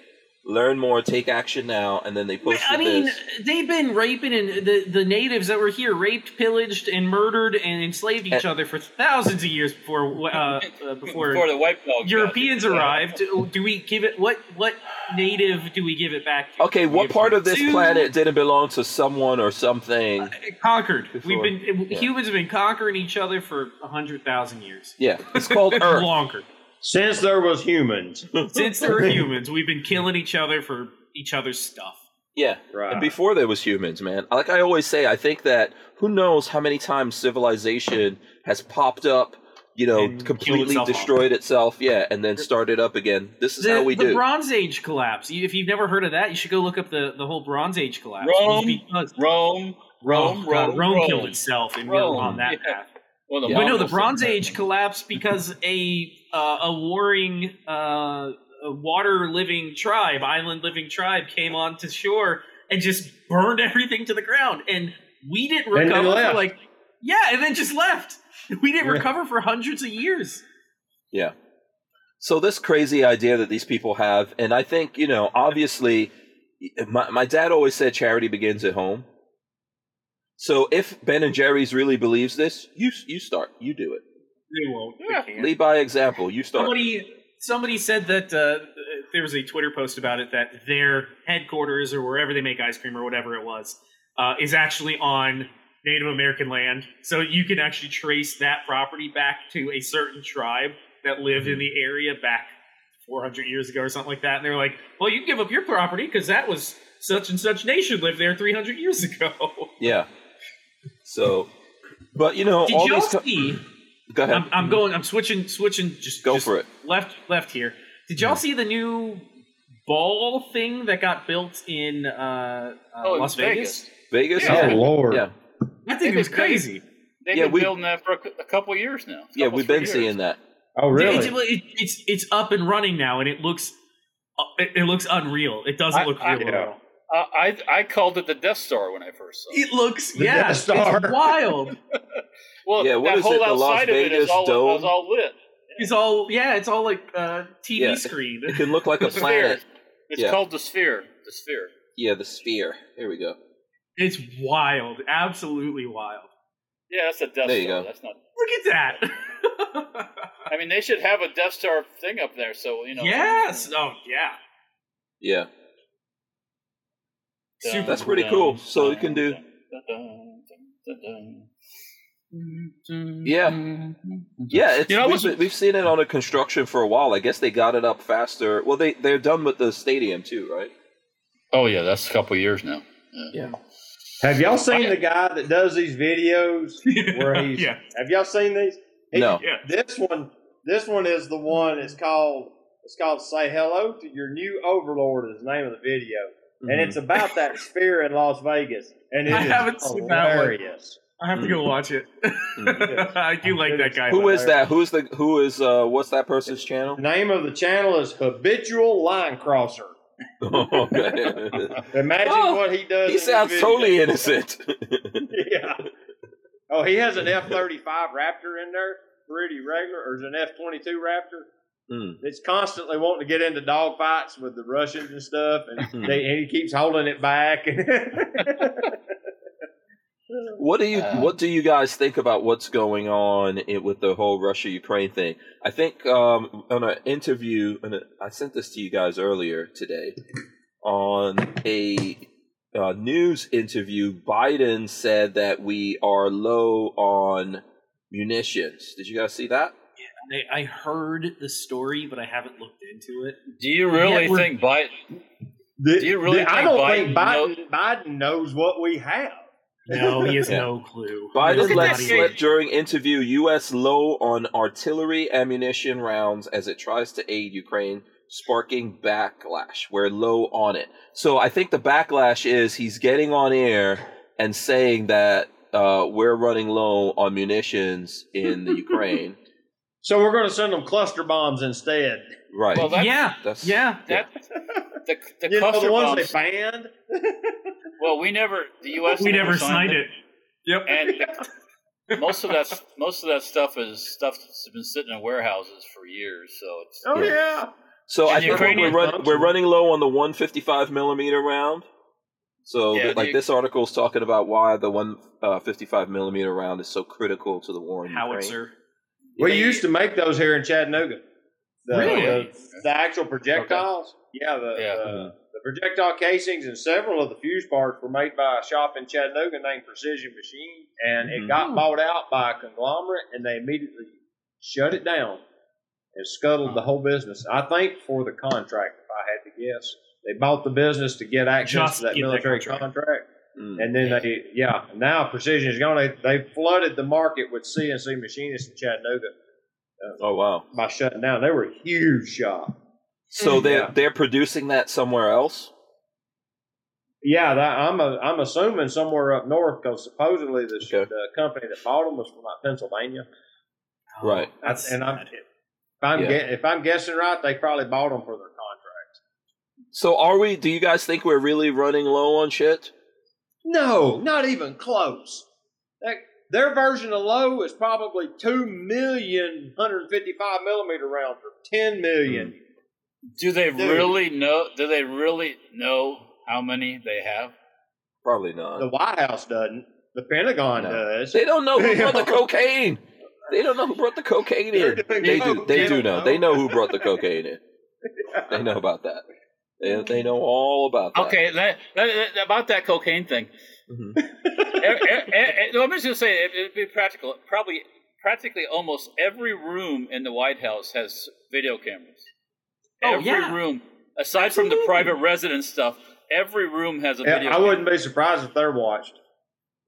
[SPEAKER 8] Learn more, take action now, and then they
[SPEAKER 5] Wait,
[SPEAKER 8] posted
[SPEAKER 5] I mean,
[SPEAKER 8] this.
[SPEAKER 5] they've been raping and the, the natives that were here raped, pillaged, and murdered and enslaved each
[SPEAKER 8] And-
[SPEAKER 5] other for thousands of years before uh, uh, before,
[SPEAKER 2] Before the white dog
[SPEAKER 5] Europeans arrived. Do we give it what what native do we give it back? to?
[SPEAKER 8] Okay,
[SPEAKER 5] Do we
[SPEAKER 8] what
[SPEAKER 5] give it
[SPEAKER 8] part of
[SPEAKER 5] to-
[SPEAKER 8] this planet didn't belong to someone or something?
[SPEAKER 5] conquered. We've
[SPEAKER 8] Before-
[SPEAKER 5] been
[SPEAKER 8] yeah.
[SPEAKER 5] humans have been conquering each other for hundred thousand years.
[SPEAKER 8] Yeah, it's called Earth.
[SPEAKER 5] Longer
[SPEAKER 4] Since there was humans, Oh,
[SPEAKER 5] since there were humans, we've been killing each other for each other's stuff.
[SPEAKER 8] Yeah.
[SPEAKER 4] right?
[SPEAKER 8] And before there was humans, man. Like I always say, I think that who knows how many times civilization has popped up you know,
[SPEAKER 5] And kill
[SPEAKER 8] completely
[SPEAKER 5] itself off.
[SPEAKER 8] destroyed itself. Yeah, and then started up again. This is
[SPEAKER 5] the,
[SPEAKER 8] how we
[SPEAKER 5] the
[SPEAKER 8] do.
[SPEAKER 5] Bronze Age collapse. You- If you've never heard of that, you should go look up the, the whole Bronze Age collapse.
[SPEAKER 2] Rome,
[SPEAKER 5] Because-
[SPEAKER 2] Rome, Rome,
[SPEAKER 5] Oh, God,
[SPEAKER 2] Rome,
[SPEAKER 5] Rome
[SPEAKER 2] Rome.
[SPEAKER 5] killed itself, and
[SPEAKER 2] Rome,
[SPEAKER 5] we're on that
[SPEAKER 2] yeah.
[SPEAKER 5] path.
[SPEAKER 2] Well,
[SPEAKER 8] Yeah.
[SPEAKER 5] But no, the
[SPEAKER 2] Mongols
[SPEAKER 5] Bronze
[SPEAKER 2] did that.
[SPEAKER 5] Age collapsed because a uh, a warring uh, water living tribe, island living tribe, came onto shore and just burned everything to the ground, and we didn't
[SPEAKER 4] Then they
[SPEAKER 5] recover for
[SPEAKER 4] left.
[SPEAKER 5] like yeah, and then just left. We didn't
[SPEAKER 4] Yeah.
[SPEAKER 5] recover for hundreds of years.
[SPEAKER 8] Yeah. So this crazy idea that these people have, and I think you know, obviously, my my dad always said charity begins at home. So if Ben and Jerry's really believes this, you you start, you do it.
[SPEAKER 5] They won't.
[SPEAKER 2] Yeah.
[SPEAKER 8] Lead by example. You start.
[SPEAKER 5] Somebody somebody said that uh, there was a Twitter post about it that their headquarters or wherever they make ice cream or whatever it was uh, is actually on Native American land, so you can actually trace that property back to a certain tribe that lived
[SPEAKER 8] Mm-hmm.
[SPEAKER 5] in the area back 400 years ago or something like that. And they're like, "Well, you can give up your property because that was such and such nation lived there 300 years ago."
[SPEAKER 8] Yeah. So, but you know,
[SPEAKER 5] Did
[SPEAKER 8] all
[SPEAKER 5] y'all
[SPEAKER 8] these. Co-
[SPEAKER 5] see?
[SPEAKER 8] go ahead.
[SPEAKER 5] I'm, I'm going. I'm switching. Switching. Just
[SPEAKER 8] Go
[SPEAKER 5] just
[SPEAKER 8] for it.
[SPEAKER 5] Left. Left here. Did y'all see the new ball thing that got built in uh, uh,
[SPEAKER 2] Oh, in
[SPEAKER 5] Las Vegas?
[SPEAKER 2] Vegas.
[SPEAKER 8] Vegas.
[SPEAKER 4] Oh Lord!
[SPEAKER 8] Yeah.
[SPEAKER 5] I think
[SPEAKER 2] They
[SPEAKER 5] it was
[SPEAKER 2] did-
[SPEAKER 5] crazy.
[SPEAKER 2] They've
[SPEAKER 8] Yeah,
[SPEAKER 2] been
[SPEAKER 8] we-
[SPEAKER 2] building that for a, cou- a couple years now.
[SPEAKER 8] Yeah,
[SPEAKER 2] Almost
[SPEAKER 8] we've
[SPEAKER 2] three
[SPEAKER 8] been
[SPEAKER 2] years.
[SPEAKER 8] seeing that.
[SPEAKER 4] Oh really?
[SPEAKER 5] It's, well, it- it's it's up and running now, and it looks uh, it, it looks unreal. It doesn't
[SPEAKER 2] I-
[SPEAKER 5] look
[SPEAKER 2] I-
[SPEAKER 5] real. at
[SPEAKER 4] yeah.
[SPEAKER 5] all.
[SPEAKER 2] I, I I called it the Death Star when I first saw it.
[SPEAKER 5] It looks
[SPEAKER 4] The
[SPEAKER 5] yeah,
[SPEAKER 4] Death Star.
[SPEAKER 5] it's wild.
[SPEAKER 2] Well,
[SPEAKER 8] Yeah, what
[SPEAKER 2] that
[SPEAKER 8] is
[SPEAKER 2] whole
[SPEAKER 8] it, the Las
[SPEAKER 2] outside of it
[SPEAKER 8] Vegas
[SPEAKER 2] is all,
[SPEAKER 8] dome?
[SPEAKER 2] is all lit.
[SPEAKER 5] It's all yeah, it's all like uh, TV
[SPEAKER 8] Yeah.
[SPEAKER 5] screen.
[SPEAKER 8] It can look like a
[SPEAKER 2] Sphere.
[SPEAKER 8] planet.
[SPEAKER 2] It's
[SPEAKER 8] Yeah.
[SPEAKER 2] called the Sphere. The Sphere.
[SPEAKER 8] Yeah, the sphere. There we go.
[SPEAKER 5] It's wild, absolutely wild.
[SPEAKER 2] Yeah, that's a Death
[SPEAKER 8] There you
[SPEAKER 2] Star.
[SPEAKER 8] go.
[SPEAKER 2] That's not.
[SPEAKER 5] Look at that.
[SPEAKER 2] I mean, they should have a Death Star thing up there. So you know.
[SPEAKER 5] Yes. Oh yeah.
[SPEAKER 8] Yeah.
[SPEAKER 2] Dun,
[SPEAKER 5] Super
[SPEAKER 8] That's pretty
[SPEAKER 2] dun,
[SPEAKER 8] cool. So
[SPEAKER 2] dun,
[SPEAKER 8] you can do-
[SPEAKER 2] dun, dun, dun, dun, dun, dun.
[SPEAKER 8] Yeah.
[SPEAKER 4] Mm-hmm.
[SPEAKER 8] Yeah, it's,
[SPEAKER 2] You know, I
[SPEAKER 8] we've,
[SPEAKER 2] wasn't-
[SPEAKER 8] we've seen it on a construction for a while. I guess they got it up faster. Well, they they're done with the stadium too, right?
[SPEAKER 2] Oh yeah, that's a couple years now.
[SPEAKER 4] Have y'all seen the guy that does these videos where he's?
[SPEAKER 5] yeah.
[SPEAKER 4] Have y'all seen these? He-
[SPEAKER 8] No.
[SPEAKER 5] Yeah.
[SPEAKER 4] This one, this one is the one. It's called. It's called "Say Hello to Your New Overlord." Is the name of the video, and
[SPEAKER 2] Mm-hmm.
[SPEAKER 4] it's about that sphere in Las Vegas. And it
[SPEAKER 5] I
[SPEAKER 4] is
[SPEAKER 5] haven't seen that one.
[SPEAKER 4] hilarious.
[SPEAKER 5] I have to go watch it. Mm-hmm.
[SPEAKER 8] Mm.
[SPEAKER 5] I do like that guy.
[SPEAKER 8] Who
[SPEAKER 5] though.
[SPEAKER 8] is that? Who's the who is uh what's that person's channel?
[SPEAKER 4] The name of the channel is Habitual Line Crosser. Imagine
[SPEAKER 8] Oh,
[SPEAKER 4] what he does.
[SPEAKER 8] he
[SPEAKER 4] in
[SPEAKER 8] sounds
[SPEAKER 4] his videos.
[SPEAKER 8] totally innocent.
[SPEAKER 4] yeah. Oh, he has an F thirty five Raptor in there, pretty regular, or is it an F twenty two Raptor.
[SPEAKER 8] Mm.
[SPEAKER 4] It's constantly wanting to get into dogfights with the Russians and stuff, and, they, and he keeps holding it back.
[SPEAKER 8] What do you
[SPEAKER 2] Uh,
[SPEAKER 8] what do you guys think about what's going on i with the whole Russia Ukraine thing? I think um, on an interview, and I sent this to you guys earlier today on a uh, news interview. Biden said that we are low on munitions. Did you guys see that?
[SPEAKER 5] I, I heard the story, but I haven't looked into it.
[SPEAKER 2] Do you really
[SPEAKER 5] Yeah, we're-
[SPEAKER 2] think Biden?
[SPEAKER 4] Do
[SPEAKER 2] you really think
[SPEAKER 4] I don't
[SPEAKER 2] Biden
[SPEAKER 4] think Biden Biden knows what we have.
[SPEAKER 5] No, he has
[SPEAKER 8] Yeah.
[SPEAKER 5] no clue.
[SPEAKER 8] Biden
[SPEAKER 2] at
[SPEAKER 5] He
[SPEAKER 8] let
[SPEAKER 5] does
[SPEAKER 2] that
[SPEAKER 5] not
[SPEAKER 2] shit.
[SPEAKER 5] even-
[SPEAKER 8] slip during interview U.S. low on artillery ammunition rounds as it tries to aid Ukraine, sparking backlash. We're low on it. So I think the backlash is he's getting on air and saying that uh, we're running low on munitions in the Ukraine.
[SPEAKER 4] So we're going to send them cluster bombs instead.
[SPEAKER 8] Right.
[SPEAKER 2] Well, that-
[SPEAKER 5] Yeah,
[SPEAKER 8] that's
[SPEAKER 5] yeah.
[SPEAKER 2] That the the
[SPEAKER 4] you know
[SPEAKER 2] cluster
[SPEAKER 4] the ones
[SPEAKER 2] bombs.
[SPEAKER 4] they banned.
[SPEAKER 2] Well, we never the U.S.
[SPEAKER 5] We never signed
[SPEAKER 2] it.
[SPEAKER 5] it. Yep.
[SPEAKER 2] and most of that most of that stuff is stuff that's been sitting in warehouses for years. So it's
[SPEAKER 4] Oh
[SPEAKER 8] Yeah.
[SPEAKER 4] yeah,
[SPEAKER 8] So I
[SPEAKER 2] And
[SPEAKER 8] think we're,
[SPEAKER 2] Ukrainian
[SPEAKER 8] run,
[SPEAKER 4] folks-
[SPEAKER 8] we're running low on the 155 millimeter round. So,
[SPEAKER 2] Yeah,
[SPEAKER 8] th- like
[SPEAKER 2] the-
[SPEAKER 8] this article is talking about why the 155 millimeter round is so critical to the war in Ukraine.
[SPEAKER 5] Howitzer.
[SPEAKER 4] we used to make those here in Chattanooga. The,
[SPEAKER 5] Oh,
[SPEAKER 4] uh,
[SPEAKER 5] Really?
[SPEAKER 4] The, the actual projectiles. Yeah. The,
[SPEAKER 2] Yeah.
[SPEAKER 4] the the projectile casings and several of the fuse parts were made by a shop in Chattanooga named Precision Machine, and
[SPEAKER 8] Mhm.
[SPEAKER 4] it got bought out by a conglomerate, and they immediately shut it down and scuttled the whole business. I think for the contract, if I had to guess, they bought the business to get access
[SPEAKER 5] Just
[SPEAKER 4] to that
[SPEAKER 5] get that
[SPEAKER 4] military
[SPEAKER 5] contract.
[SPEAKER 4] contract.
[SPEAKER 8] Mm.
[SPEAKER 4] And then they, yeah, now Precision is gone. They, they flooded the market with CNC machinists in Chattanooga
[SPEAKER 8] Oh wow!
[SPEAKER 4] by shutting down. They were a huge shop.
[SPEAKER 8] So they
[SPEAKER 4] Yeah.
[SPEAKER 8] are they're producing that somewhere else.
[SPEAKER 4] Yeah, that, I'm a, I'm assuming somewhere up north because supposedly the, sh
[SPEAKER 8] Okay.
[SPEAKER 4] the company that bought them was from like Pennsylvania.
[SPEAKER 8] Right.
[SPEAKER 5] That's
[SPEAKER 4] and I'm
[SPEAKER 5] sad.
[SPEAKER 4] if I'm,
[SPEAKER 8] Yeah.
[SPEAKER 4] gue- if I'm guessing right, they probably bought them for their contract.
[SPEAKER 8] So are we? Do you guys think we're really running low on shit?
[SPEAKER 4] No, not even close. That, their version of low is probably two million 155 millimeter rounds or 10 million.
[SPEAKER 2] Do they
[SPEAKER 4] Dude.
[SPEAKER 2] really know? Do they really know how many they have?
[SPEAKER 8] Probably not.
[SPEAKER 4] The White House doesn't. The Pentagon
[SPEAKER 8] No.
[SPEAKER 4] does.
[SPEAKER 8] They don't know who
[SPEAKER 4] Yeah.
[SPEAKER 8] brought the cocaine. They don't know who brought the cocaine
[SPEAKER 4] They're
[SPEAKER 8] in.
[SPEAKER 4] doing
[SPEAKER 8] They do.
[SPEAKER 4] coke.
[SPEAKER 8] They
[SPEAKER 4] They
[SPEAKER 8] do
[SPEAKER 4] don't
[SPEAKER 8] know.
[SPEAKER 4] know.
[SPEAKER 8] They know who brought the cocaine in. They know about that. They, they know all about that.
[SPEAKER 2] Okay, let, let- let- about that cocaine thing.
[SPEAKER 8] Mhm.
[SPEAKER 2] E- e- e- let me just say, it, it'd be practical. Probably, practically, almost every room in the White House has video cameras.
[SPEAKER 5] Oh,
[SPEAKER 2] every
[SPEAKER 5] yeah.
[SPEAKER 2] room, aside from the private residence stuff, every room has a
[SPEAKER 4] Yeah,
[SPEAKER 2] video.
[SPEAKER 4] I wouldn't be surprised if they're watched.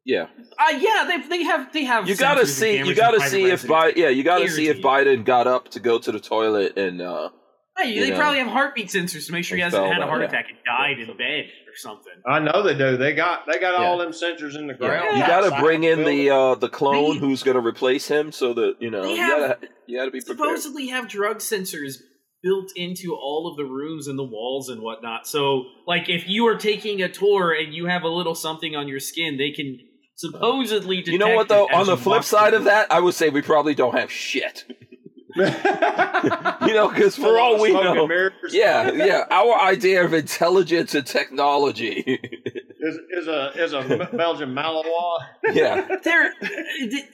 [SPEAKER 8] Yeah.
[SPEAKER 5] Uh, yeah, they they have they have.
[SPEAKER 8] You
[SPEAKER 5] sensors
[SPEAKER 8] gotta
[SPEAKER 5] and
[SPEAKER 8] see. You
[SPEAKER 5] cameras
[SPEAKER 8] gotta
[SPEAKER 5] in private
[SPEAKER 8] see if
[SPEAKER 5] residences.
[SPEAKER 8] Biden. Yeah. You gotta see if
[SPEAKER 5] Guaranteed.
[SPEAKER 8] Biden got up to go to the toilet and. uh
[SPEAKER 5] Hey, they
[SPEAKER 8] you know.
[SPEAKER 5] probably have heartbeat sensors to make sure he
[SPEAKER 8] They
[SPEAKER 5] hasn't
[SPEAKER 8] fell
[SPEAKER 5] had a
[SPEAKER 8] down,
[SPEAKER 5] heart
[SPEAKER 8] yeah.
[SPEAKER 5] attack and died in bed or something.
[SPEAKER 4] I know they do. They got they got
[SPEAKER 8] Yeah.
[SPEAKER 4] all them sensors in the
[SPEAKER 8] yeah.
[SPEAKER 4] ground.
[SPEAKER 8] You gotta
[SPEAKER 4] outside
[SPEAKER 8] bring in the
[SPEAKER 4] building.
[SPEAKER 8] uh the clone
[SPEAKER 5] They-
[SPEAKER 8] who's gonna replace him, so that you know
[SPEAKER 5] They
[SPEAKER 8] you
[SPEAKER 5] have-
[SPEAKER 8] gotta you gotta be prepared.
[SPEAKER 5] supposedly have drug sensors built into all of the rooms and the walls and whatnot. So, like, if you are taking a tour and you have a little something on your skin, they can supposedly detect.
[SPEAKER 8] You know what
[SPEAKER 5] it
[SPEAKER 8] though?
[SPEAKER 5] as
[SPEAKER 8] On the
[SPEAKER 5] you
[SPEAKER 8] flip
[SPEAKER 5] walk
[SPEAKER 8] side
[SPEAKER 5] through.
[SPEAKER 8] of that, I would say we probably don't have shit. You know, because for all we
[SPEAKER 4] Smoke and
[SPEAKER 8] know,
[SPEAKER 4] mirrors
[SPEAKER 8] Yeah, yeah. Our idea of intelligence and technology.
[SPEAKER 4] is, is a is a Belgian Malinois.
[SPEAKER 8] yeah,
[SPEAKER 5] there,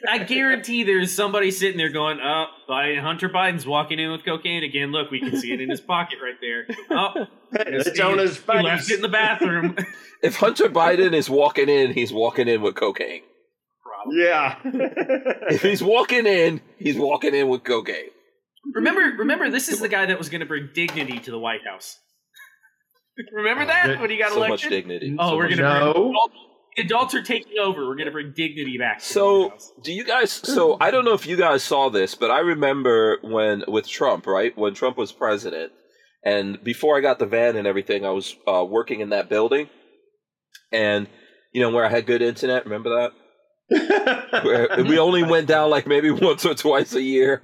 [SPEAKER 5] I guarantee there's somebody sitting there going, "Oh, Biden, Hunter Biden's walking in with cocaine again. Look, we can see it in his pocket right there. Oh,
[SPEAKER 4] it's
[SPEAKER 5] he-
[SPEAKER 4] on his face.
[SPEAKER 5] He left it in the bathroom.
[SPEAKER 8] if Hunter Biden is walking in, he's walking in with cocaine.
[SPEAKER 5] Probably.
[SPEAKER 4] Yeah.
[SPEAKER 8] If he's walking in, he's walking in with cocaine.
[SPEAKER 5] Remember, remember, this is the guy that was going to bring dignity to the White House. remember that when he got
[SPEAKER 8] Oh, so much
[SPEAKER 5] elected.
[SPEAKER 8] dignity.
[SPEAKER 5] Oh,
[SPEAKER 8] so
[SPEAKER 5] we're
[SPEAKER 8] much-
[SPEAKER 5] gonna
[SPEAKER 4] No.
[SPEAKER 5] bring adults, adults are taking over. We're gonna bring dignity back. to the White
[SPEAKER 8] So,
[SPEAKER 5] House.
[SPEAKER 8] do you guys? So, I don't know if you guys saw this, but I remember when with Trump, right? When Trump was president, and before I got the van and everything, I was uh, working in that building, and you know where I had good internet. Remember that? Where- we only went down like maybe once or twice a year.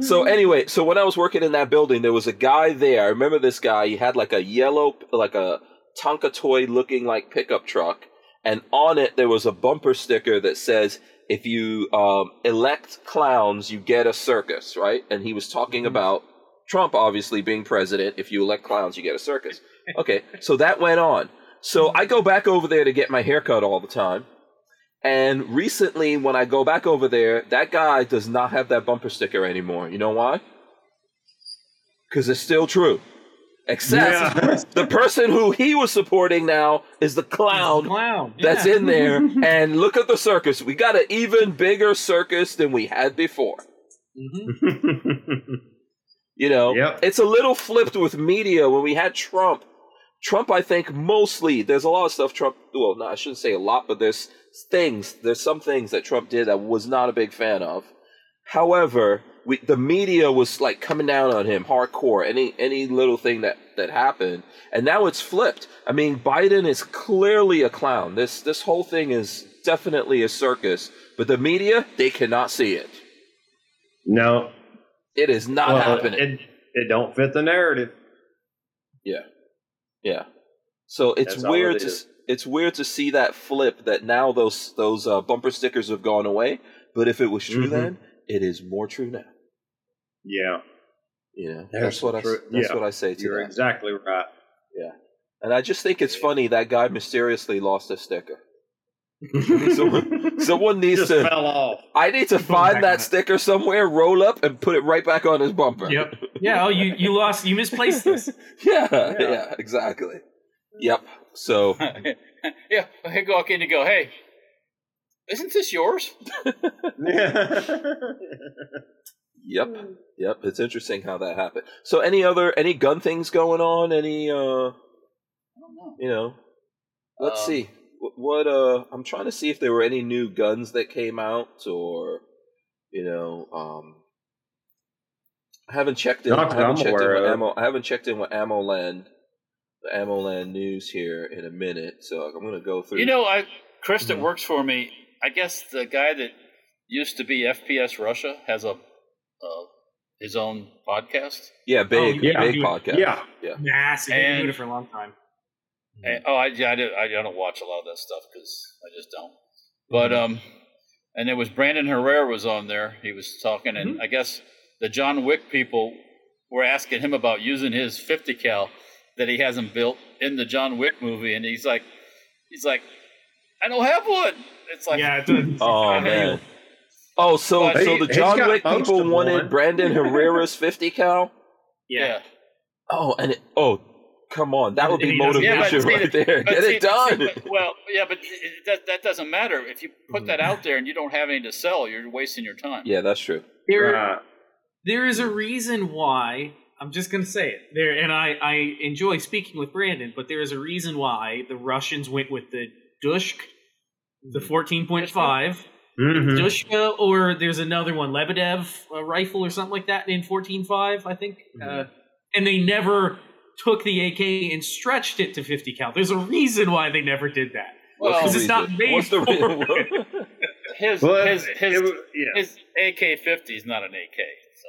[SPEAKER 8] So anyway, so when I was working in that building, there was a guy there. I remember this guy. He had like a yellow, like a Tonka toy looking like pickup truck, and on it there was a bumper sticker that says, "If you um, elect clowns, you get a circus." Right? And he was talking about Trump obviously being president. If you elect clowns, you get a circus. Okay, so that went on. So I go back over there to get my haircut all the time. And recently, when I go back over there, that guy does not have that bumper sticker anymore. You know why? Because it's still true. Except
[SPEAKER 4] Yeah.
[SPEAKER 8] the person who he was supporting now is the
[SPEAKER 5] He's a
[SPEAKER 8] clown
[SPEAKER 5] clown.
[SPEAKER 8] um, that's
[SPEAKER 5] yeah.
[SPEAKER 8] in there. And look at the circus. We got an even bigger circus than we had before.
[SPEAKER 5] Mhm.
[SPEAKER 8] You know,
[SPEAKER 4] Yep.
[SPEAKER 8] it's a little flipped with media when we had Trump. Trump, I think, mostly there's a lot of stuff Trump. Well, no, I shouldn't say a lot, but there's things. There's some things that Trump did I was not a big fan of. However, we, the media was like coming down on him hardcore. Any any little thing that that happened, and now it's flipped. I mean, Biden is clearly a clown. This this whole thing is definitely a circus, but the media they cannot see it.
[SPEAKER 4] No.
[SPEAKER 8] It is not
[SPEAKER 4] Well, uh,
[SPEAKER 8] happening.
[SPEAKER 4] It, it don't fit the narrative.
[SPEAKER 8] Yeah. So it's
[SPEAKER 4] That's all
[SPEAKER 8] weird
[SPEAKER 4] it
[SPEAKER 8] to
[SPEAKER 4] is.
[SPEAKER 8] it's weird to see that flip that now those those uh, bumper stickers have gone away. But if it was true
[SPEAKER 4] Mhm.
[SPEAKER 8] then, it is more true now.
[SPEAKER 4] Yeah.
[SPEAKER 8] You know,
[SPEAKER 4] There's
[SPEAKER 8] that's what I
[SPEAKER 4] true-
[SPEAKER 8] that's
[SPEAKER 4] yeah.
[SPEAKER 8] what I say to
[SPEAKER 4] You're
[SPEAKER 8] that.
[SPEAKER 4] exactly right.
[SPEAKER 8] And I just think it's funny that guy mysteriously lost a sticker. someone, someone needs
[SPEAKER 4] Just
[SPEAKER 8] to.
[SPEAKER 4] fell off.
[SPEAKER 8] I need to
[SPEAKER 5] back
[SPEAKER 8] find
[SPEAKER 5] on
[SPEAKER 8] that
[SPEAKER 5] it.
[SPEAKER 8] sticker somewhere, roll up, and put it right back on his bumper.
[SPEAKER 5] Yep. Yeah. Oh, you you lost. You misplaced this.
[SPEAKER 8] Yeah. Yeah.
[SPEAKER 4] Yeah.
[SPEAKER 8] exactly. Yep. So
[SPEAKER 2] yeah, I walk in and go, hey, isn't this yours?
[SPEAKER 8] Yep.
[SPEAKER 2] Hmm.
[SPEAKER 8] Yep. It's interesting how that happened. So any other any gun things going on? Any uh
[SPEAKER 2] I don't know.
[SPEAKER 8] you know let's
[SPEAKER 2] Um,
[SPEAKER 8] see. What, what uh I'm trying to see if there were any new guns that came out or you know, um I haven't checked in. I
[SPEAKER 4] Not that
[SPEAKER 8] haven't
[SPEAKER 4] I'm
[SPEAKER 8] checked in
[SPEAKER 4] aware
[SPEAKER 8] with
[SPEAKER 4] of.
[SPEAKER 8] ammo. I haven't checked in with Amoland, the Amoland news here in a minute. So I'm gonna go through.
[SPEAKER 2] You know, I Chris that works for me. I guess the guy that used to be FPS Russia has a uh, his own podcast.
[SPEAKER 8] yeah, big,
[SPEAKER 5] you-
[SPEAKER 4] um, yeah,
[SPEAKER 8] big
[SPEAKER 5] you-
[SPEAKER 8] podcast.
[SPEAKER 4] Yeah.
[SPEAKER 8] yeah.
[SPEAKER 5] Massive. You've been doing
[SPEAKER 2] And-
[SPEAKER 5] it for a long time.
[SPEAKER 2] And- oh, I, yeah, I, did, I don't watch a lot of that stuff because I just don't. But
[SPEAKER 8] Mm-hmm.
[SPEAKER 2] um, and there was Brandon Herrera was on there. He was talking, and
[SPEAKER 8] Mm-hmm.
[SPEAKER 2] I guess the John Wick people were asking him about using his 50 cal that he hasn't built in the John Wick movie, and he's like, he's like, I don't have one. It's like,
[SPEAKER 5] yeah, it's a,
[SPEAKER 8] Oh
[SPEAKER 2] I-
[SPEAKER 8] man. Oh, so
[SPEAKER 2] But
[SPEAKER 8] so
[SPEAKER 4] he-
[SPEAKER 8] the
[SPEAKER 4] he's
[SPEAKER 8] John
[SPEAKER 4] got
[SPEAKER 8] Wick
[SPEAKER 4] most
[SPEAKER 8] people
[SPEAKER 4] of
[SPEAKER 8] wanted
[SPEAKER 4] one.
[SPEAKER 8] Brandon Herrera's fifty cal.
[SPEAKER 5] yeah.
[SPEAKER 8] Oh, and it, oh, come on, that would
[SPEAKER 5] And
[SPEAKER 8] be
[SPEAKER 5] he doesn't-
[SPEAKER 2] Yeah, but
[SPEAKER 8] motivation
[SPEAKER 2] see,
[SPEAKER 8] right there.
[SPEAKER 2] But
[SPEAKER 8] Get
[SPEAKER 2] see,
[SPEAKER 8] it done.
[SPEAKER 2] but- well, yeah, but it- that that doesn't matter. If you put that out there and you don't have any to sell, you're wasting your time.
[SPEAKER 8] Mm-hmm. Yeah, that's true.
[SPEAKER 5] There-
[SPEAKER 8] Uh,
[SPEAKER 4] Right.
[SPEAKER 5] there is a reason why I'm just gonna say it there, and I I enjoy speaking with Brandon, but there is a reason why the Russians went with the Dushk, the 14.5
[SPEAKER 4] Mhm.
[SPEAKER 5] Dushka, or there's another one Lebedev a rifle or something like that in 14.5, I think, uh, and they never took the AK and stretched it to 50 cal. There's a reason why they never did that.
[SPEAKER 2] Well,
[SPEAKER 5] Because it's not made
[SPEAKER 8] What's the reason?
[SPEAKER 5] for it.
[SPEAKER 8] What's the
[SPEAKER 2] his
[SPEAKER 4] Well,
[SPEAKER 2] his
[SPEAKER 4] it
[SPEAKER 2] his,
[SPEAKER 4] was- yeah.
[SPEAKER 2] his AK fifty is not an AK. So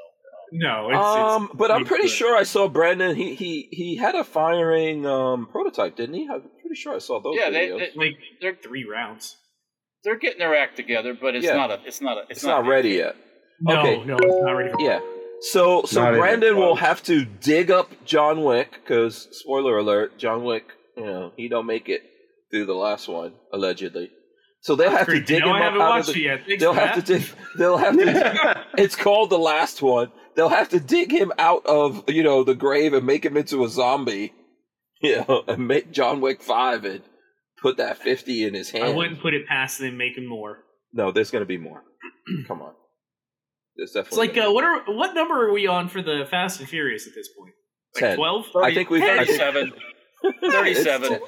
[SPEAKER 5] No, it's,
[SPEAKER 8] um, but I'm
[SPEAKER 5] it's
[SPEAKER 8] pretty
[SPEAKER 5] good.
[SPEAKER 8] sure I saw Brandon. He he he had a firing um prototype, didn't he? I'm pretty sure I saw those.
[SPEAKER 2] yeah, they,
[SPEAKER 8] videos.
[SPEAKER 2] they
[SPEAKER 5] it's like
[SPEAKER 2] they're
[SPEAKER 5] three rounds.
[SPEAKER 2] they're getting their act together, but it's
[SPEAKER 8] Yeah.
[SPEAKER 2] not a it's not a it's,
[SPEAKER 8] it's, not, ready yet.
[SPEAKER 5] No,
[SPEAKER 8] Okay.
[SPEAKER 5] no, it's not ready for
[SPEAKER 8] Yeah. So so
[SPEAKER 4] Not even
[SPEAKER 8] Brandon will
[SPEAKER 4] close.
[SPEAKER 8] have to dig up John Wick because spoiler alert, John Wick, you know, he don't make it through the last one allegedly. So they'll have to
[SPEAKER 5] Great.
[SPEAKER 8] dig
[SPEAKER 5] no,
[SPEAKER 8] him
[SPEAKER 5] I
[SPEAKER 8] up
[SPEAKER 5] haven't
[SPEAKER 8] out
[SPEAKER 5] watched
[SPEAKER 8] of the.
[SPEAKER 5] it yet. Thanks
[SPEAKER 8] They'll
[SPEAKER 5] for
[SPEAKER 8] have to
[SPEAKER 5] that.
[SPEAKER 8] dig. They'll have to. it's called the last one. They'll have to dig him out of you know the grave and make him into a zombie. You know, and make John Wick five and put that fifty in his hand.
[SPEAKER 5] I wouldn't put it past them making more.
[SPEAKER 8] No, there's going to be more. Come on, there's definitely.
[SPEAKER 5] It's like
[SPEAKER 8] gonna
[SPEAKER 5] uh, what are what number are we on for the Fast and Furious at this point?
[SPEAKER 8] be
[SPEAKER 5] Like
[SPEAKER 8] ten.
[SPEAKER 5] 12?
[SPEAKER 8] I think we've- I
[SPEAKER 2] Thirty
[SPEAKER 8] think-
[SPEAKER 2] seven. Thirty seven.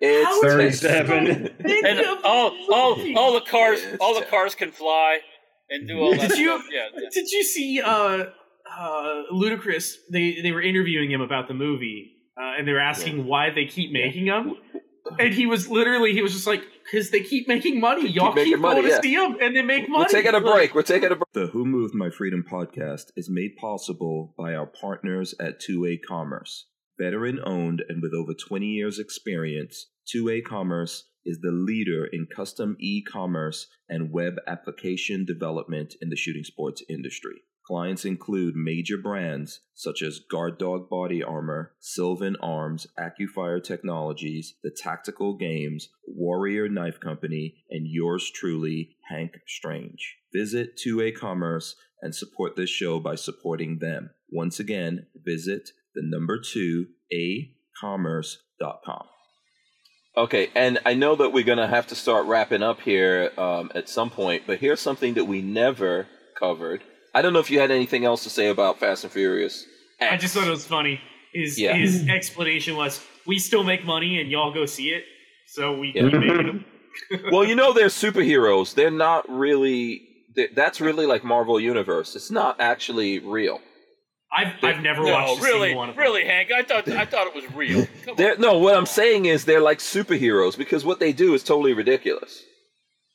[SPEAKER 8] It's
[SPEAKER 5] How is
[SPEAKER 8] ten.
[SPEAKER 5] it
[SPEAKER 4] 37.
[SPEAKER 5] Many
[SPEAKER 2] And
[SPEAKER 5] of
[SPEAKER 2] all
[SPEAKER 8] Oh,
[SPEAKER 5] these
[SPEAKER 2] all
[SPEAKER 5] movies.
[SPEAKER 2] all the cars
[SPEAKER 8] Yeah, it's
[SPEAKER 2] all the
[SPEAKER 8] terrible.
[SPEAKER 2] cars can fly and do all that
[SPEAKER 5] Did you-
[SPEAKER 2] stuff. Yeah.
[SPEAKER 5] Did you see uh, uh, Ludacris? They they were interviewing him about the movie, uh, and they were asking why they keep making them. And he was literally he was just like, "Cause they keep making money. Y'all keep,
[SPEAKER 8] making money,
[SPEAKER 5] going
[SPEAKER 8] yeah.
[SPEAKER 5] to see them, and they make money."
[SPEAKER 8] We're taking a
[SPEAKER 5] Like,
[SPEAKER 8] break. We're taking a break.
[SPEAKER 1] The Who Moved My Freedom podcast is made possible by our partners at 2A Commerce. Veteran owned and with over 20 years' experience, 2A Commerce is the leader in custom e commerce and web application development in the shooting sports industry. Clients include major brands such as Guard Dog Body Armor, Sylvan Arms, Accufire Technologies, The Tactical Games, Warrior Knife Company, and yours truly, Hank Strange. Visit 2A Commerce and support this show by supporting them. Once again, visit the number 2 a commerce.com.
[SPEAKER 8] Okay, and I know that we're going to have to start wrapping up here um, at some point, but here's something that we never covered. I don't know if you had anything else to say about Fast and Furious.
[SPEAKER 5] I
[SPEAKER 8] X.
[SPEAKER 5] just thought it was funny. His
[SPEAKER 8] Yeah.
[SPEAKER 5] his explanation was, "We still make money, and y'all go see it, so we
[SPEAKER 8] Yeah.
[SPEAKER 5] keep making them."
[SPEAKER 8] well, you know, they're superheroes. They're not really. they that's really like Marvel Universe. It's not actually real.
[SPEAKER 5] I've
[SPEAKER 8] They-
[SPEAKER 5] I've never
[SPEAKER 2] No,
[SPEAKER 5] watched a
[SPEAKER 2] really,
[SPEAKER 5] single one of them.
[SPEAKER 2] really, Hank. I thought I thought it was real. Come on.
[SPEAKER 8] They're, no, what I'm saying is they're like superheroes because what they do is totally ridiculous.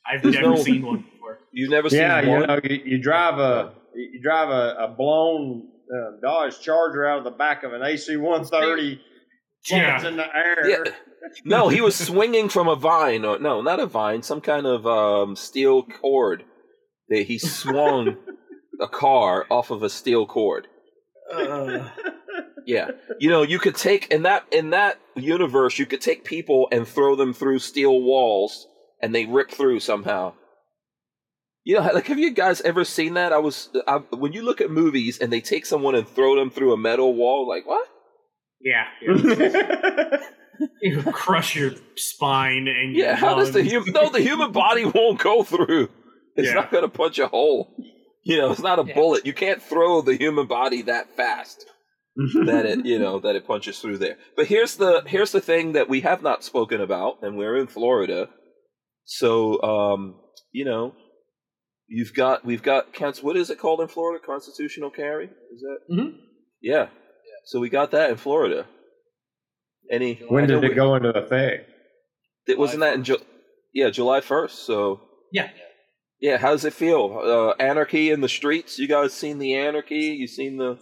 [SPEAKER 5] I've
[SPEAKER 8] There's
[SPEAKER 5] never
[SPEAKER 8] no-
[SPEAKER 5] seen one before.
[SPEAKER 8] You've never seen
[SPEAKER 4] Yeah, you
[SPEAKER 8] one.
[SPEAKER 4] know, you, you drive a you drive a, a blown uh, Dodge Charger out of the back of an AC 130.
[SPEAKER 5] Yeah.
[SPEAKER 4] It's in the air.
[SPEAKER 8] Yeah. No, he was swinging from a vine, or no, not a vine, some kind of um, steel cord. That he swung a car off of a steel cord. Yeah, you know, you could take in that in that universe, you could take people and throw them through steel walls, and they rip through somehow. You know, like have you guys ever seen that? I was I, when you look at movies and they take someone and throw them through a metal wall, like what?
[SPEAKER 5] yeah, It'll crush your spine and your
[SPEAKER 8] Yeah, how does the
[SPEAKER 5] lungs.
[SPEAKER 8] human? No, the human body won't go through. It's
[SPEAKER 5] Yeah.
[SPEAKER 8] not going to punch a hole. You know, it's not a
[SPEAKER 2] Yeah.
[SPEAKER 8] bullet. You can't throw the human body that fast that it, you know, that it punches through there. But here's the here's the thing that we have not spoken about, and we're in Florida, so um, you know, You've got we've got cons- what is it called in Florida? Constitutional carry is that?
[SPEAKER 4] Mm-hmm.
[SPEAKER 5] Mhm.
[SPEAKER 8] Yeah. So we got that in Florida. Any
[SPEAKER 4] When
[SPEAKER 8] I know
[SPEAKER 4] did it
[SPEAKER 8] we-
[SPEAKER 4] go into effect?
[SPEAKER 8] It wasn't that in Ju- yeah July first. So
[SPEAKER 5] Yeah.
[SPEAKER 8] yeah. How does it feel? Uh, anarchy in the streets. You guys seen the anarchy? You seen the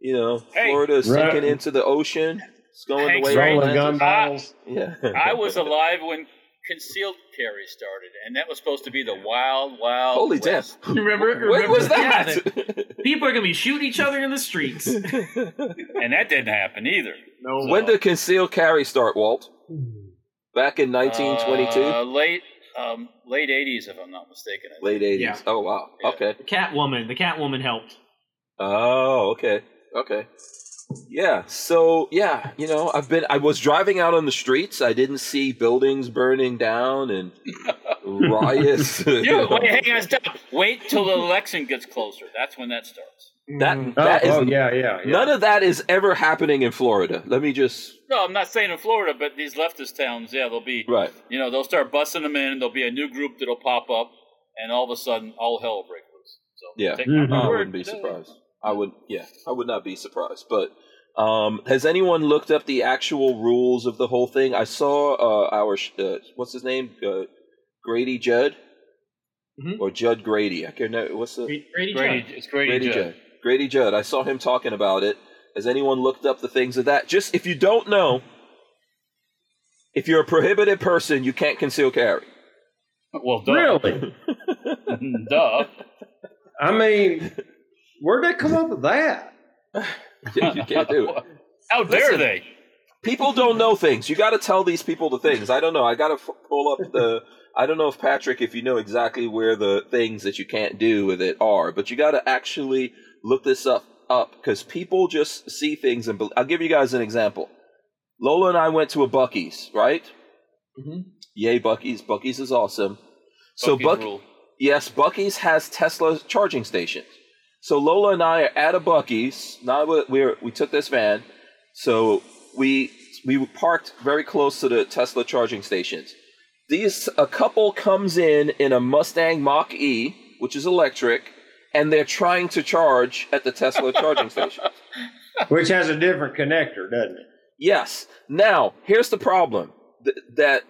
[SPEAKER 8] you know
[SPEAKER 2] Hey.
[SPEAKER 8] Florida sinking
[SPEAKER 4] Right.
[SPEAKER 8] into the ocean? It's going
[SPEAKER 2] Hank's
[SPEAKER 8] the way
[SPEAKER 2] right.
[SPEAKER 8] of
[SPEAKER 4] Rolling gun
[SPEAKER 8] Atlantis.
[SPEAKER 4] battles.
[SPEAKER 8] Yeah.
[SPEAKER 2] I was alive when concealed carry started, and that was supposed to be the wild, wild.
[SPEAKER 8] Holy damn!
[SPEAKER 2] West.
[SPEAKER 5] Remember?
[SPEAKER 8] When
[SPEAKER 5] remember-
[SPEAKER 8] was
[SPEAKER 5] Yeah,
[SPEAKER 8] that?
[SPEAKER 5] the- people are gonna be shooting each other in the streets.
[SPEAKER 2] And that didn't happen either.
[SPEAKER 4] Oh,
[SPEAKER 5] no.
[SPEAKER 8] when did concealed carry start, Walt? Back in 1922,
[SPEAKER 2] Uh, late, um, late '80s, if I'm not mistaken. I think.
[SPEAKER 8] late 80s.
[SPEAKER 5] yeah.
[SPEAKER 8] Oh wow.
[SPEAKER 2] Yeah.
[SPEAKER 8] Okay.
[SPEAKER 5] The Catwoman. The Catwoman helped.
[SPEAKER 8] Oh, okay. Okay. Yeah. So, yeah, you know, I've been I was driving out on the streets. I didn't see buildings burning down and riots. you
[SPEAKER 2] Dude,
[SPEAKER 8] know.
[SPEAKER 2] wait, hang on, stop. Wait till the election gets closer. That's when that starts.
[SPEAKER 8] That-
[SPEAKER 4] Oh,
[SPEAKER 8] That is-
[SPEAKER 4] oh, yeah, yeah. yeah.
[SPEAKER 8] None of that is ever happening in Florida. Let me just
[SPEAKER 2] No, I'm not saying in Florida, but these leftist towns, yeah, they'll be,
[SPEAKER 8] Right.
[SPEAKER 2] you know, they'll start busting them in. There'll be a new group that'll pop up, and all of a sudden, all hell will break loose. So
[SPEAKER 8] Yeah.
[SPEAKER 2] take my
[SPEAKER 4] Mhm.
[SPEAKER 8] I
[SPEAKER 2] word.
[SPEAKER 8] wouldn't be surprised. I would yeah, I would not be surprised. But um has anyone looked up the actual rules of the whole thing? I saw uh our sh- uh, what's his name? Uh, Grady Judd
[SPEAKER 5] Mhm.
[SPEAKER 8] or Judd Grady. I can't know what's the
[SPEAKER 5] Grady, Grady
[SPEAKER 2] Grady,
[SPEAKER 5] Judd.
[SPEAKER 2] it's Grady,
[SPEAKER 8] Grady
[SPEAKER 2] Judd.
[SPEAKER 8] Judd. Grady Judd. I saw him talking about it. Has anyone looked up the things of that? Just if you don't know, if you're a prohibited person, you can't conceal carry.
[SPEAKER 2] Well, duh.
[SPEAKER 4] Really?
[SPEAKER 2] duh.
[SPEAKER 4] I mean, where'd they come up with that?
[SPEAKER 8] Yeah, you can't do it.
[SPEAKER 2] How dare
[SPEAKER 8] Listen.
[SPEAKER 2] they?
[SPEAKER 8] People don't know things. You got to tell these people the things. I don't know. I got to f- pull up the. I don't know if Patrick, if you know exactly where the things that you can't do with it are, but you got to actually look this up up because people just see things and. bel I'll give you guys an example. Lola and I went to a Bucky's, right?
[SPEAKER 5] Mhm.
[SPEAKER 8] Yay, Bucky's! Bucky's is awesome. So
[SPEAKER 2] Bucky's
[SPEAKER 8] Buck,
[SPEAKER 2] rule.
[SPEAKER 8] yes, Bucky's has Tesla charging stations. So Lola and I are at a Bucky's. Now we- we're, we took this van, so we we parked very close to the Tesla charging stations. These a couple comes in in a Mustang Mach E, which is electric, and they're trying to charge at the Tesla charging station.
[SPEAKER 4] Which has a different connector, doesn't it?
[SPEAKER 8] Yes. Now, here's the problem Th- that,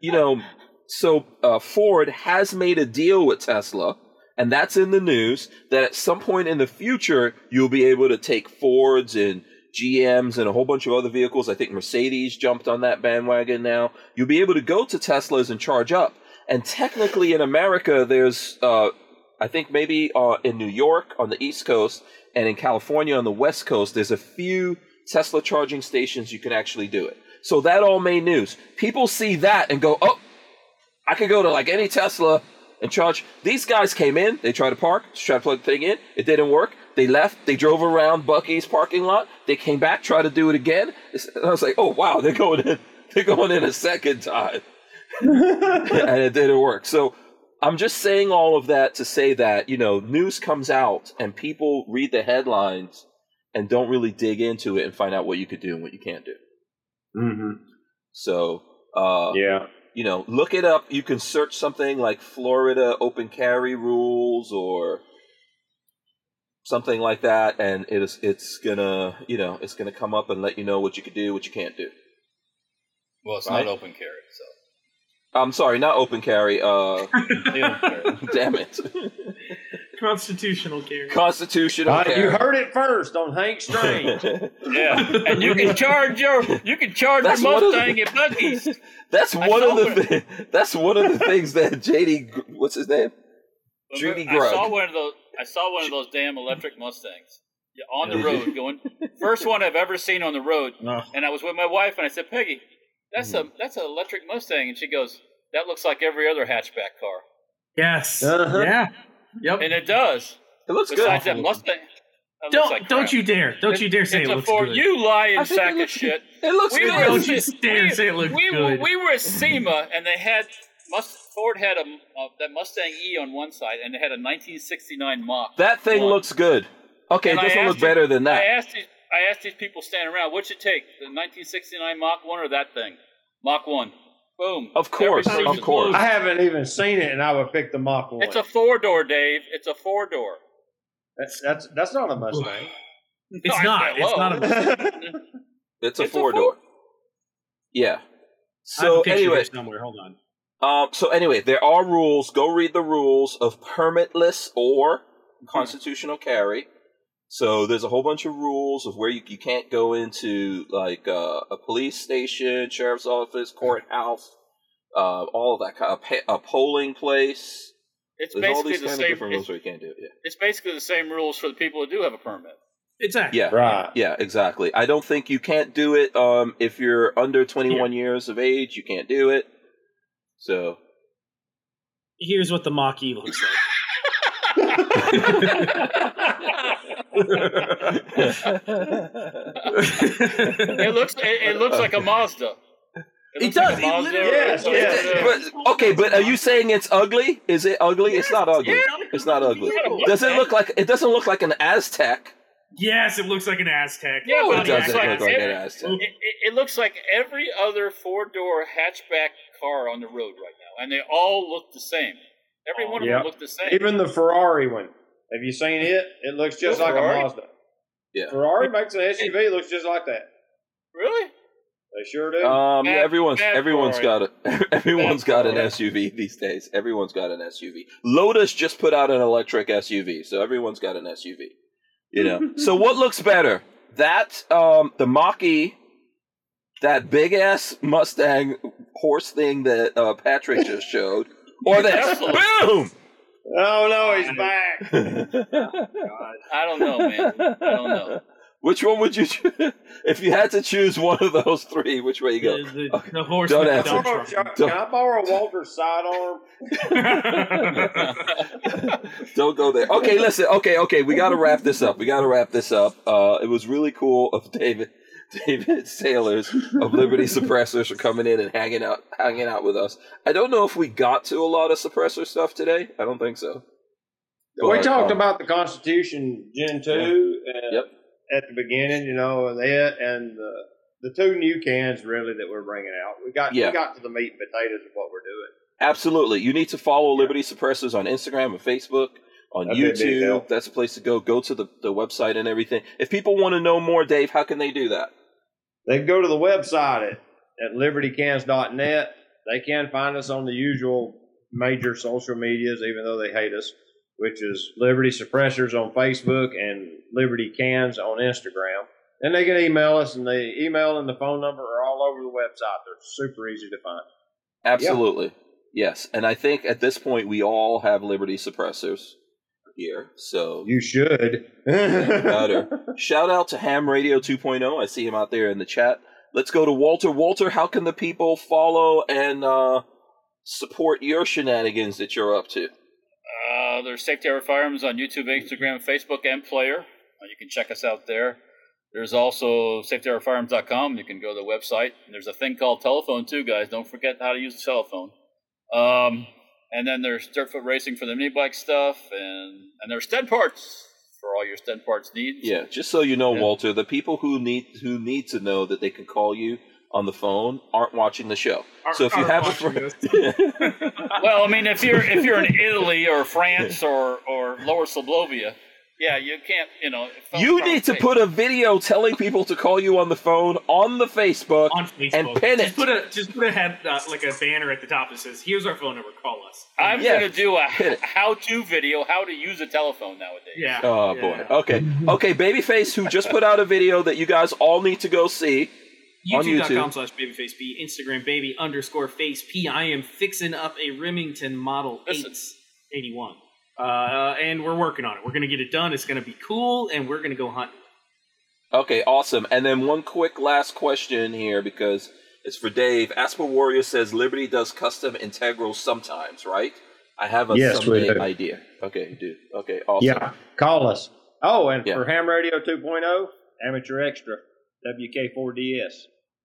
[SPEAKER 8] you know, so uh, Ford has made a deal with Tesla, and that's in the news that at some point in the future, you'll be able to take Fords and GMs and a whole bunch of other vehicles. I think Mercedes jumped on that bandwagon now. You'll be able to go to Teslas and charge up. And technically, in America, there's, uh, I think maybe uh, in New York on the East Coast and in California on the West Coast, there's a few Tesla charging stations you can actually do it. So that all made news. People see that and go, oh, I could go to like any Tesla and charge. These guys came in, they tried to park, tried to plug the thing in, it didn't work. They left, they drove around Bucky's parking lot, they came back, tried to do it again. It's- And I was like, oh wow, they're going in, they're going in a second time. and it didn't work. So I'm just saying all of that to say that, you know, news comes out and people read the headlines and don't really dig into it and find out what you could do and what you can't do.
[SPEAKER 4] Mm-hmm.
[SPEAKER 8] So uh
[SPEAKER 4] Yeah.
[SPEAKER 8] you know, look it up. You can search something like Florida open carry rules or something like that, and it is it's gonna you know it's gonna come up and let you know what you can do, what you can't do.
[SPEAKER 2] Well, it's
[SPEAKER 8] Right.
[SPEAKER 2] not open carry, so
[SPEAKER 8] I'm sorry, not open carry. Uh,
[SPEAKER 2] concealed carry.
[SPEAKER 8] damn it,
[SPEAKER 5] Constitutional carry.
[SPEAKER 8] constitutional
[SPEAKER 4] Uh,
[SPEAKER 8] carry.
[SPEAKER 4] you heard it first on Hank Strange.
[SPEAKER 2] Yeah, and you can charge your you can charge your
[SPEAKER 8] That's one of the-
[SPEAKER 2] Mustang at Bucky's.
[SPEAKER 8] that's
[SPEAKER 2] I
[SPEAKER 8] one
[SPEAKER 2] saw
[SPEAKER 8] of the thi- that's one of the things that JD Gr- what's his name Judy
[SPEAKER 2] I saw
[SPEAKER 8] Grug.
[SPEAKER 2] one of those. I saw one of those damn electric Mustangs yeah, on the
[SPEAKER 8] Did
[SPEAKER 2] road,
[SPEAKER 8] you?
[SPEAKER 2] going first one I've ever seen on the road.
[SPEAKER 5] Oh.
[SPEAKER 2] And I was with my wife, and I said, "Peggy, that's
[SPEAKER 5] Hmm.
[SPEAKER 2] a that's an electric Mustang," and she goes, "That looks like every other hatchback car,"
[SPEAKER 5] Yes.
[SPEAKER 4] Uh-huh.
[SPEAKER 5] Yeah. Yep.
[SPEAKER 2] and it does.
[SPEAKER 8] It looks
[SPEAKER 2] Besides
[SPEAKER 8] good.
[SPEAKER 2] that Mustang, that looks
[SPEAKER 5] don't
[SPEAKER 2] like
[SPEAKER 5] don't
[SPEAKER 2] crap.
[SPEAKER 5] you dare! Don't you dare say
[SPEAKER 2] it's
[SPEAKER 5] it
[SPEAKER 2] a
[SPEAKER 5] looks
[SPEAKER 2] Ford.
[SPEAKER 5] good.
[SPEAKER 2] You lying
[SPEAKER 8] I think
[SPEAKER 2] sack
[SPEAKER 8] it looks-
[SPEAKER 2] of shit.
[SPEAKER 8] It looks
[SPEAKER 2] We
[SPEAKER 8] good.
[SPEAKER 2] were
[SPEAKER 5] Don't you dare
[SPEAKER 2] we,
[SPEAKER 5] say it looked
[SPEAKER 2] we
[SPEAKER 5] good.
[SPEAKER 2] Were, we were at SEMA, and they had Must, Ford had a uh, that Mustang E on one side, and they had a 1969 Mach.
[SPEAKER 8] that thing
[SPEAKER 2] One.
[SPEAKER 8] looks good. Okay,
[SPEAKER 2] And
[SPEAKER 8] it
[SPEAKER 2] I
[SPEAKER 8] doesn't look
[SPEAKER 2] asked you-
[SPEAKER 8] better than that.
[SPEAKER 2] I asked these, I asked these people standing around, "What'd you take, the 1969 Mach one or that thing?" Mach one. Boom.
[SPEAKER 8] Of course,
[SPEAKER 2] Every
[SPEAKER 8] of
[SPEAKER 2] person's
[SPEAKER 8] course.
[SPEAKER 2] blue.
[SPEAKER 4] I haven't even seen it, and I would pick the Mach one.
[SPEAKER 2] It's a four door, Dave. It's a four door.
[SPEAKER 4] that's, that's that's not a Mustang.
[SPEAKER 5] It's not. It's not a.
[SPEAKER 8] It's a
[SPEAKER 2] It's a
[SPEAKER 8] four door. Yeah.
[SPEAKER 5] I have a
[SPEAKER 8] So
[SPEAKER 5] picture here
[SPEAKER 8] anyway,
[SPEAKER 5] somewhere. Hold on.
[SPEAKER 8] um, so anyway, there are rules. Go read the rules of permitless or constitutional carry. So there's a whole bunch of rules of where you, you can't go into like uh, a police station, sheriff's office, courthouse, uh, all of that kind of pa- a polling place.
[SPEAKER 2] It's
[SPEAKER 8] There's all
[SPEAKER 2] basically
[SPEAKER 8] these
[SPEAKER 2] the
[SPEAKER 8] kind of
[SPEAKER 2] same.
[SPEAKER 8] different rules
[SPEAKER 2] It's,
[SPEAKER 8] where you can't do it. Yeah.
[SPEAKER 2] it's basically the same rules for the people who do have a permit.
[SPEAKER 5] Exactly.
[SPEAKER 8] Yeah.
[SPEAKER 4] right.
[SPEAKER 8] Yeah, exactly. I don't think you can't do it. Um, if you're under 21 years of age, you can't do it. So
[SPEAKER 5] Here's what the Mach E looks like.
[SPEAKER 2] It looks. It, it looks like a Mazda.
[SPEAKER 8] It
[SPEAKER 2] looks
[SPEAKER 8] does,
[SPEAKER 2] Like
[SPEAKER 8] it
[SPEAKER 2] a Mazda
[SPEAKER 8] literally-
[SPEAKER 2] or
[SPEAKER 4] Yes,
[SPEAKER 2] something
[SPEAKER 4] yes.
[SPEAKER 2] like that.
[SPEAKER 8] but okay, but are you saying it's ugly? Is it ugly? it's not ugly. it's not ugly. Does it look like it doesn't look like an Aztec?
[SPEAKER 5] yes, it looks like an Aztec.
[SPEAKER 2] Yeah,
[SPEAKER 8] No,
[SPEAKER 2] but
[SPEAKER 8] it
[SPEAKER 2] it's
[SPEAKER 8] doesn't
[SPEAKER 2] like
[SPEAKER 8] look like an
[SPEAKER 2] every-
[SPEAKER 8] Aztec.
[SPEAKER 2] It, it, it looks like every other four door hatchback car on the road right now, and they all look the same. Every one of
[SPEAKER 4] Yeah.
[SPEAKER 2] them look the same.
[SPEAKER 4] Even the Ferrari one. Have you seen it? It looks just
[SPEAKER 2] The
[SPEAKER 4] like
[SPEAKER 2] Ferrari?
[SPEAKER 4] a Mazda.
[SPEAKER 8] Yeah.
[SPEAKER 4] Ferrari makes an SUV looks just like that.
[SPEAKER 2] really?
[SPEAKER 4] They sure do.
[SPEAKER 8] Um, yeah,
[SPEAKER 2] Bad-
[SPEAKER 8] everyone's
[SPEAKER 2] bad
[SPEAKER 8] everyone's got
[SPEAKER 2] Ferrari.
[SPEAKER 8] a everyone's got an
[SPEAKER 2] Ferrari.
[SPEAKER 8] SUV these days. Everyone's got an SUV. Lotus just put out an electric SUV, so everyone's got an SUV. You know. so what looks better? That um the Mach-E, that big ass Mustang horse thing that uh, Patrick just showed, or that
[SPEAKER 2] Absolutely.
[SPEAKER 8] boom.
[SPEAKER 4] oh no, he's back.
[SPEAKER 2] I don't know, man. I don't know.
[SPEAKER 8] Which one would you choose? if you had to choose one of those three? Which way you
[SPEAKER 5] The,
[SPEAKER 8] go?
[SPEAKER 5] the, the horse
[SPEAKER 8] Don't
[SPEAKER 5] with the
[SPEAKER 8] ask.
[SPEAKER 5] dump
[SPEAKER 4] Borrow-
[SPEAKER 5] truck.
[SPEAKER 4] can I borrow Walter's sidearm?
[SPEAKER 8] Don't go there. Okay, listen. Okay, okay. We got to wrap this up. We got to wrap this up. Uh, it was really cool of David, David Sailors of Liberty Suppressors for coming in and hanging out, hanging out with us. I don't know if we got to a lot of suppressor stuff today. I don't think so.
[SPEAKER 4] we
[SPEAKER 8] But,
[SPEAKER 4] talked
[SPEAKER 8] um,
[SPEAKER 4] about the Constitution Gen two and
[SPEAKER 8] Yep.
[SPEAKER 4] at the beginning, you know, and it and the, the two new cans really that we're bringing out. We got
[SPEAKER 8] Yeah.
[SPEAKER 4] we got to the meat and potatoes of what we're doing.
[SPEAKER 8] Absolutely. You need to follow Liberty Suppressors on Instagram and Facebook, on
[SPEAKER 4] That'd be a big deal.
[SPEAKER 8] YouTube. That's a place to go. Go to the, the website and everything. If people want to know more, Dave, how can they do that?
[SPEAKER 4] They can go to the website at, at libertycans.net. They can find us on the usual major social medias, even though they hate us, which is Liberty Suppressors on Facebook and Liberty Cans on Instagram. And they can email us, and the email and the phone number are all over the website. They're super easy to find.
[SPEAKER 8] Absolutely. Yes. And I think at this point, we all have Liberty Suppressors here. So
[SPEAKER 4] You should.
[SPEAKER 8] better. Shout out to Ham Radio 2.0. I see him out there in the chat. Let's go to Walter. Walter, how can the people follow and uh, support your shenanigans that you're up to?
[SPEAKER 2] Uh, there's Safety Hour Firearms on YouTube, Instagram, Facebook, and Player. Uh, you can check us out there. There's also safetyhourfirearms.com. You can go to the website. And there's a thing called telephone too, guys. Don't forget how to use the telephone. Um, and then there's Dirtfoot Racing for the mini bike stuff, and and there's Stead Parts for all your Stead Parts needs.
[SPEAKER 8] Yeah, just so you know,
[SPEAKER 2] Yeah.
[SPEAKER 8] Walter, the people who need who need to know that they can call you on the phone aren't watching the show.
[SPEAKER 5] Are-
[SPEAKER 8] so if you
[SPEAKER 5] are
[SPEAKER 8] have a
[SPEAKER 5] watching
[SPEAKER 8] friend,
[SPEAKER 2] Well, I mean, if you're if you're in Italy or France or or Lower Slovenia, yeah, you can't. You know, phone-
[SPEAKER 8] you
[SPEAKER 2] phone
[SPEAKER 8] need to
[SPEAKER 2] tape.
[SPEAKER 8] put a video telling people to call you on the phone on the Facebook.
[SPEAKER 5] on Facebook
[SPEAKER 8] And pin
[SPEAKER 5] Just
[SPEAKER 8] it.
[SPEAKER 5] put a just put a head uh, like a banner at the top that says, "Here's our phone number. Call us."
[SPEAKER 2] I'm
[SPEAKER 8] Yeah.
[SPEAKER 2] gonna do a
[SPEAKER 8] Hit it.
[SPEAKER 2] how-to video how to use a telephone nowadays.
[SPEAKER 5] Yeah.
[SPEAKER 8] Oh
[SPEAKER 5] yeah.
[SPEAKER 8] boy. Okay. Okay, Babyface who just put out a video that you guys all need to go see. On YouTube.
[SPEAKER 5] YouTube.com slash babyface B, Instagram baby underscore face P. I am fixing up a Remington Model
[SPEAKER 2] Listen.
[SPEAKER 5] 881. Uh, and we're working on it. We're going to get it done. It's going to be cool, and we're going to go hunting.
[SPEAKER 8] Okay, awesome. And then one quick last question here because it's for Dave. Asper Warrior says Liberty does custom integrals sometimes, right? I have a
[SPEAKER 4] Yes, we
[SPEAKER 8] someday
[SPEAKER 4] do.
[SPEAKER 8] idea. Okay, dude. Okay, awesome.
[SPEAKER 4] yeah, call us. Oh, and
[SPEAKER 8] Yeah.
[SPEAKER 4] oh, for Ham Radio 2.0, Amateur Extra, WK4DS.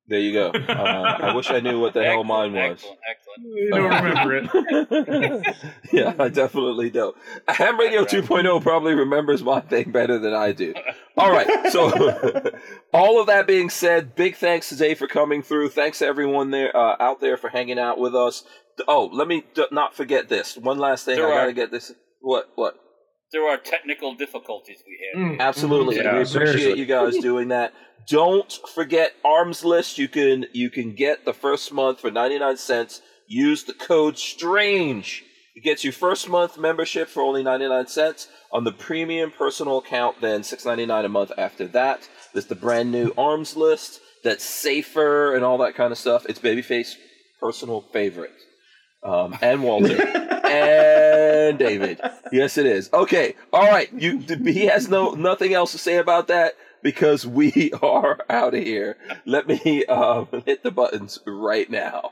[SPEAKER 8] There you go. Uh, I wish I knew what the hell mine was.
[SPEAKER 2] Excellent, excellent.
[SPEAKER 5] You don't remember it.
[SPEAKER 8] yeah, I definitely don't. Ham Radio 2.0 probably remembers my thing better than I do. All right. So, all of that being said, big thanks today for coming through. Thanks to everyone there uh, out there for hanging out with us. D- Oh, let me d- not forget this. One last thing.
[SPEAKER 2] There
[SPEAKER 8] I
[SPEAKER 2] are-
[SPEAKER 8] got to get this. What? What?
[SPEAKER 2] There are technical difficulties we had.
[SPEAKER 5] Mm.
[SPEAKER 8] Absolutely.
[SPEAKER 4] Mm-hmm. Yeah,
[SPEAKER 8] we appreciate
[SPEAKER 4] seriously.
[SPEAKER 8] you guys doing that. Don't forget Arms List. You can you can get the first month for 99 cents. Use the code STRANGE. It gets you first month membership for only 99 cents on the premium personal account, then 6.99 a month after that. There's the brand new Arms List that's safer and all that kind of stuff. It's Babyface personal favorite. Um, and Walter and David. Yes, it is. Okay. All right. You. He has no nothing else to say about that because we are out of here. Let me um, hit the buttons right now.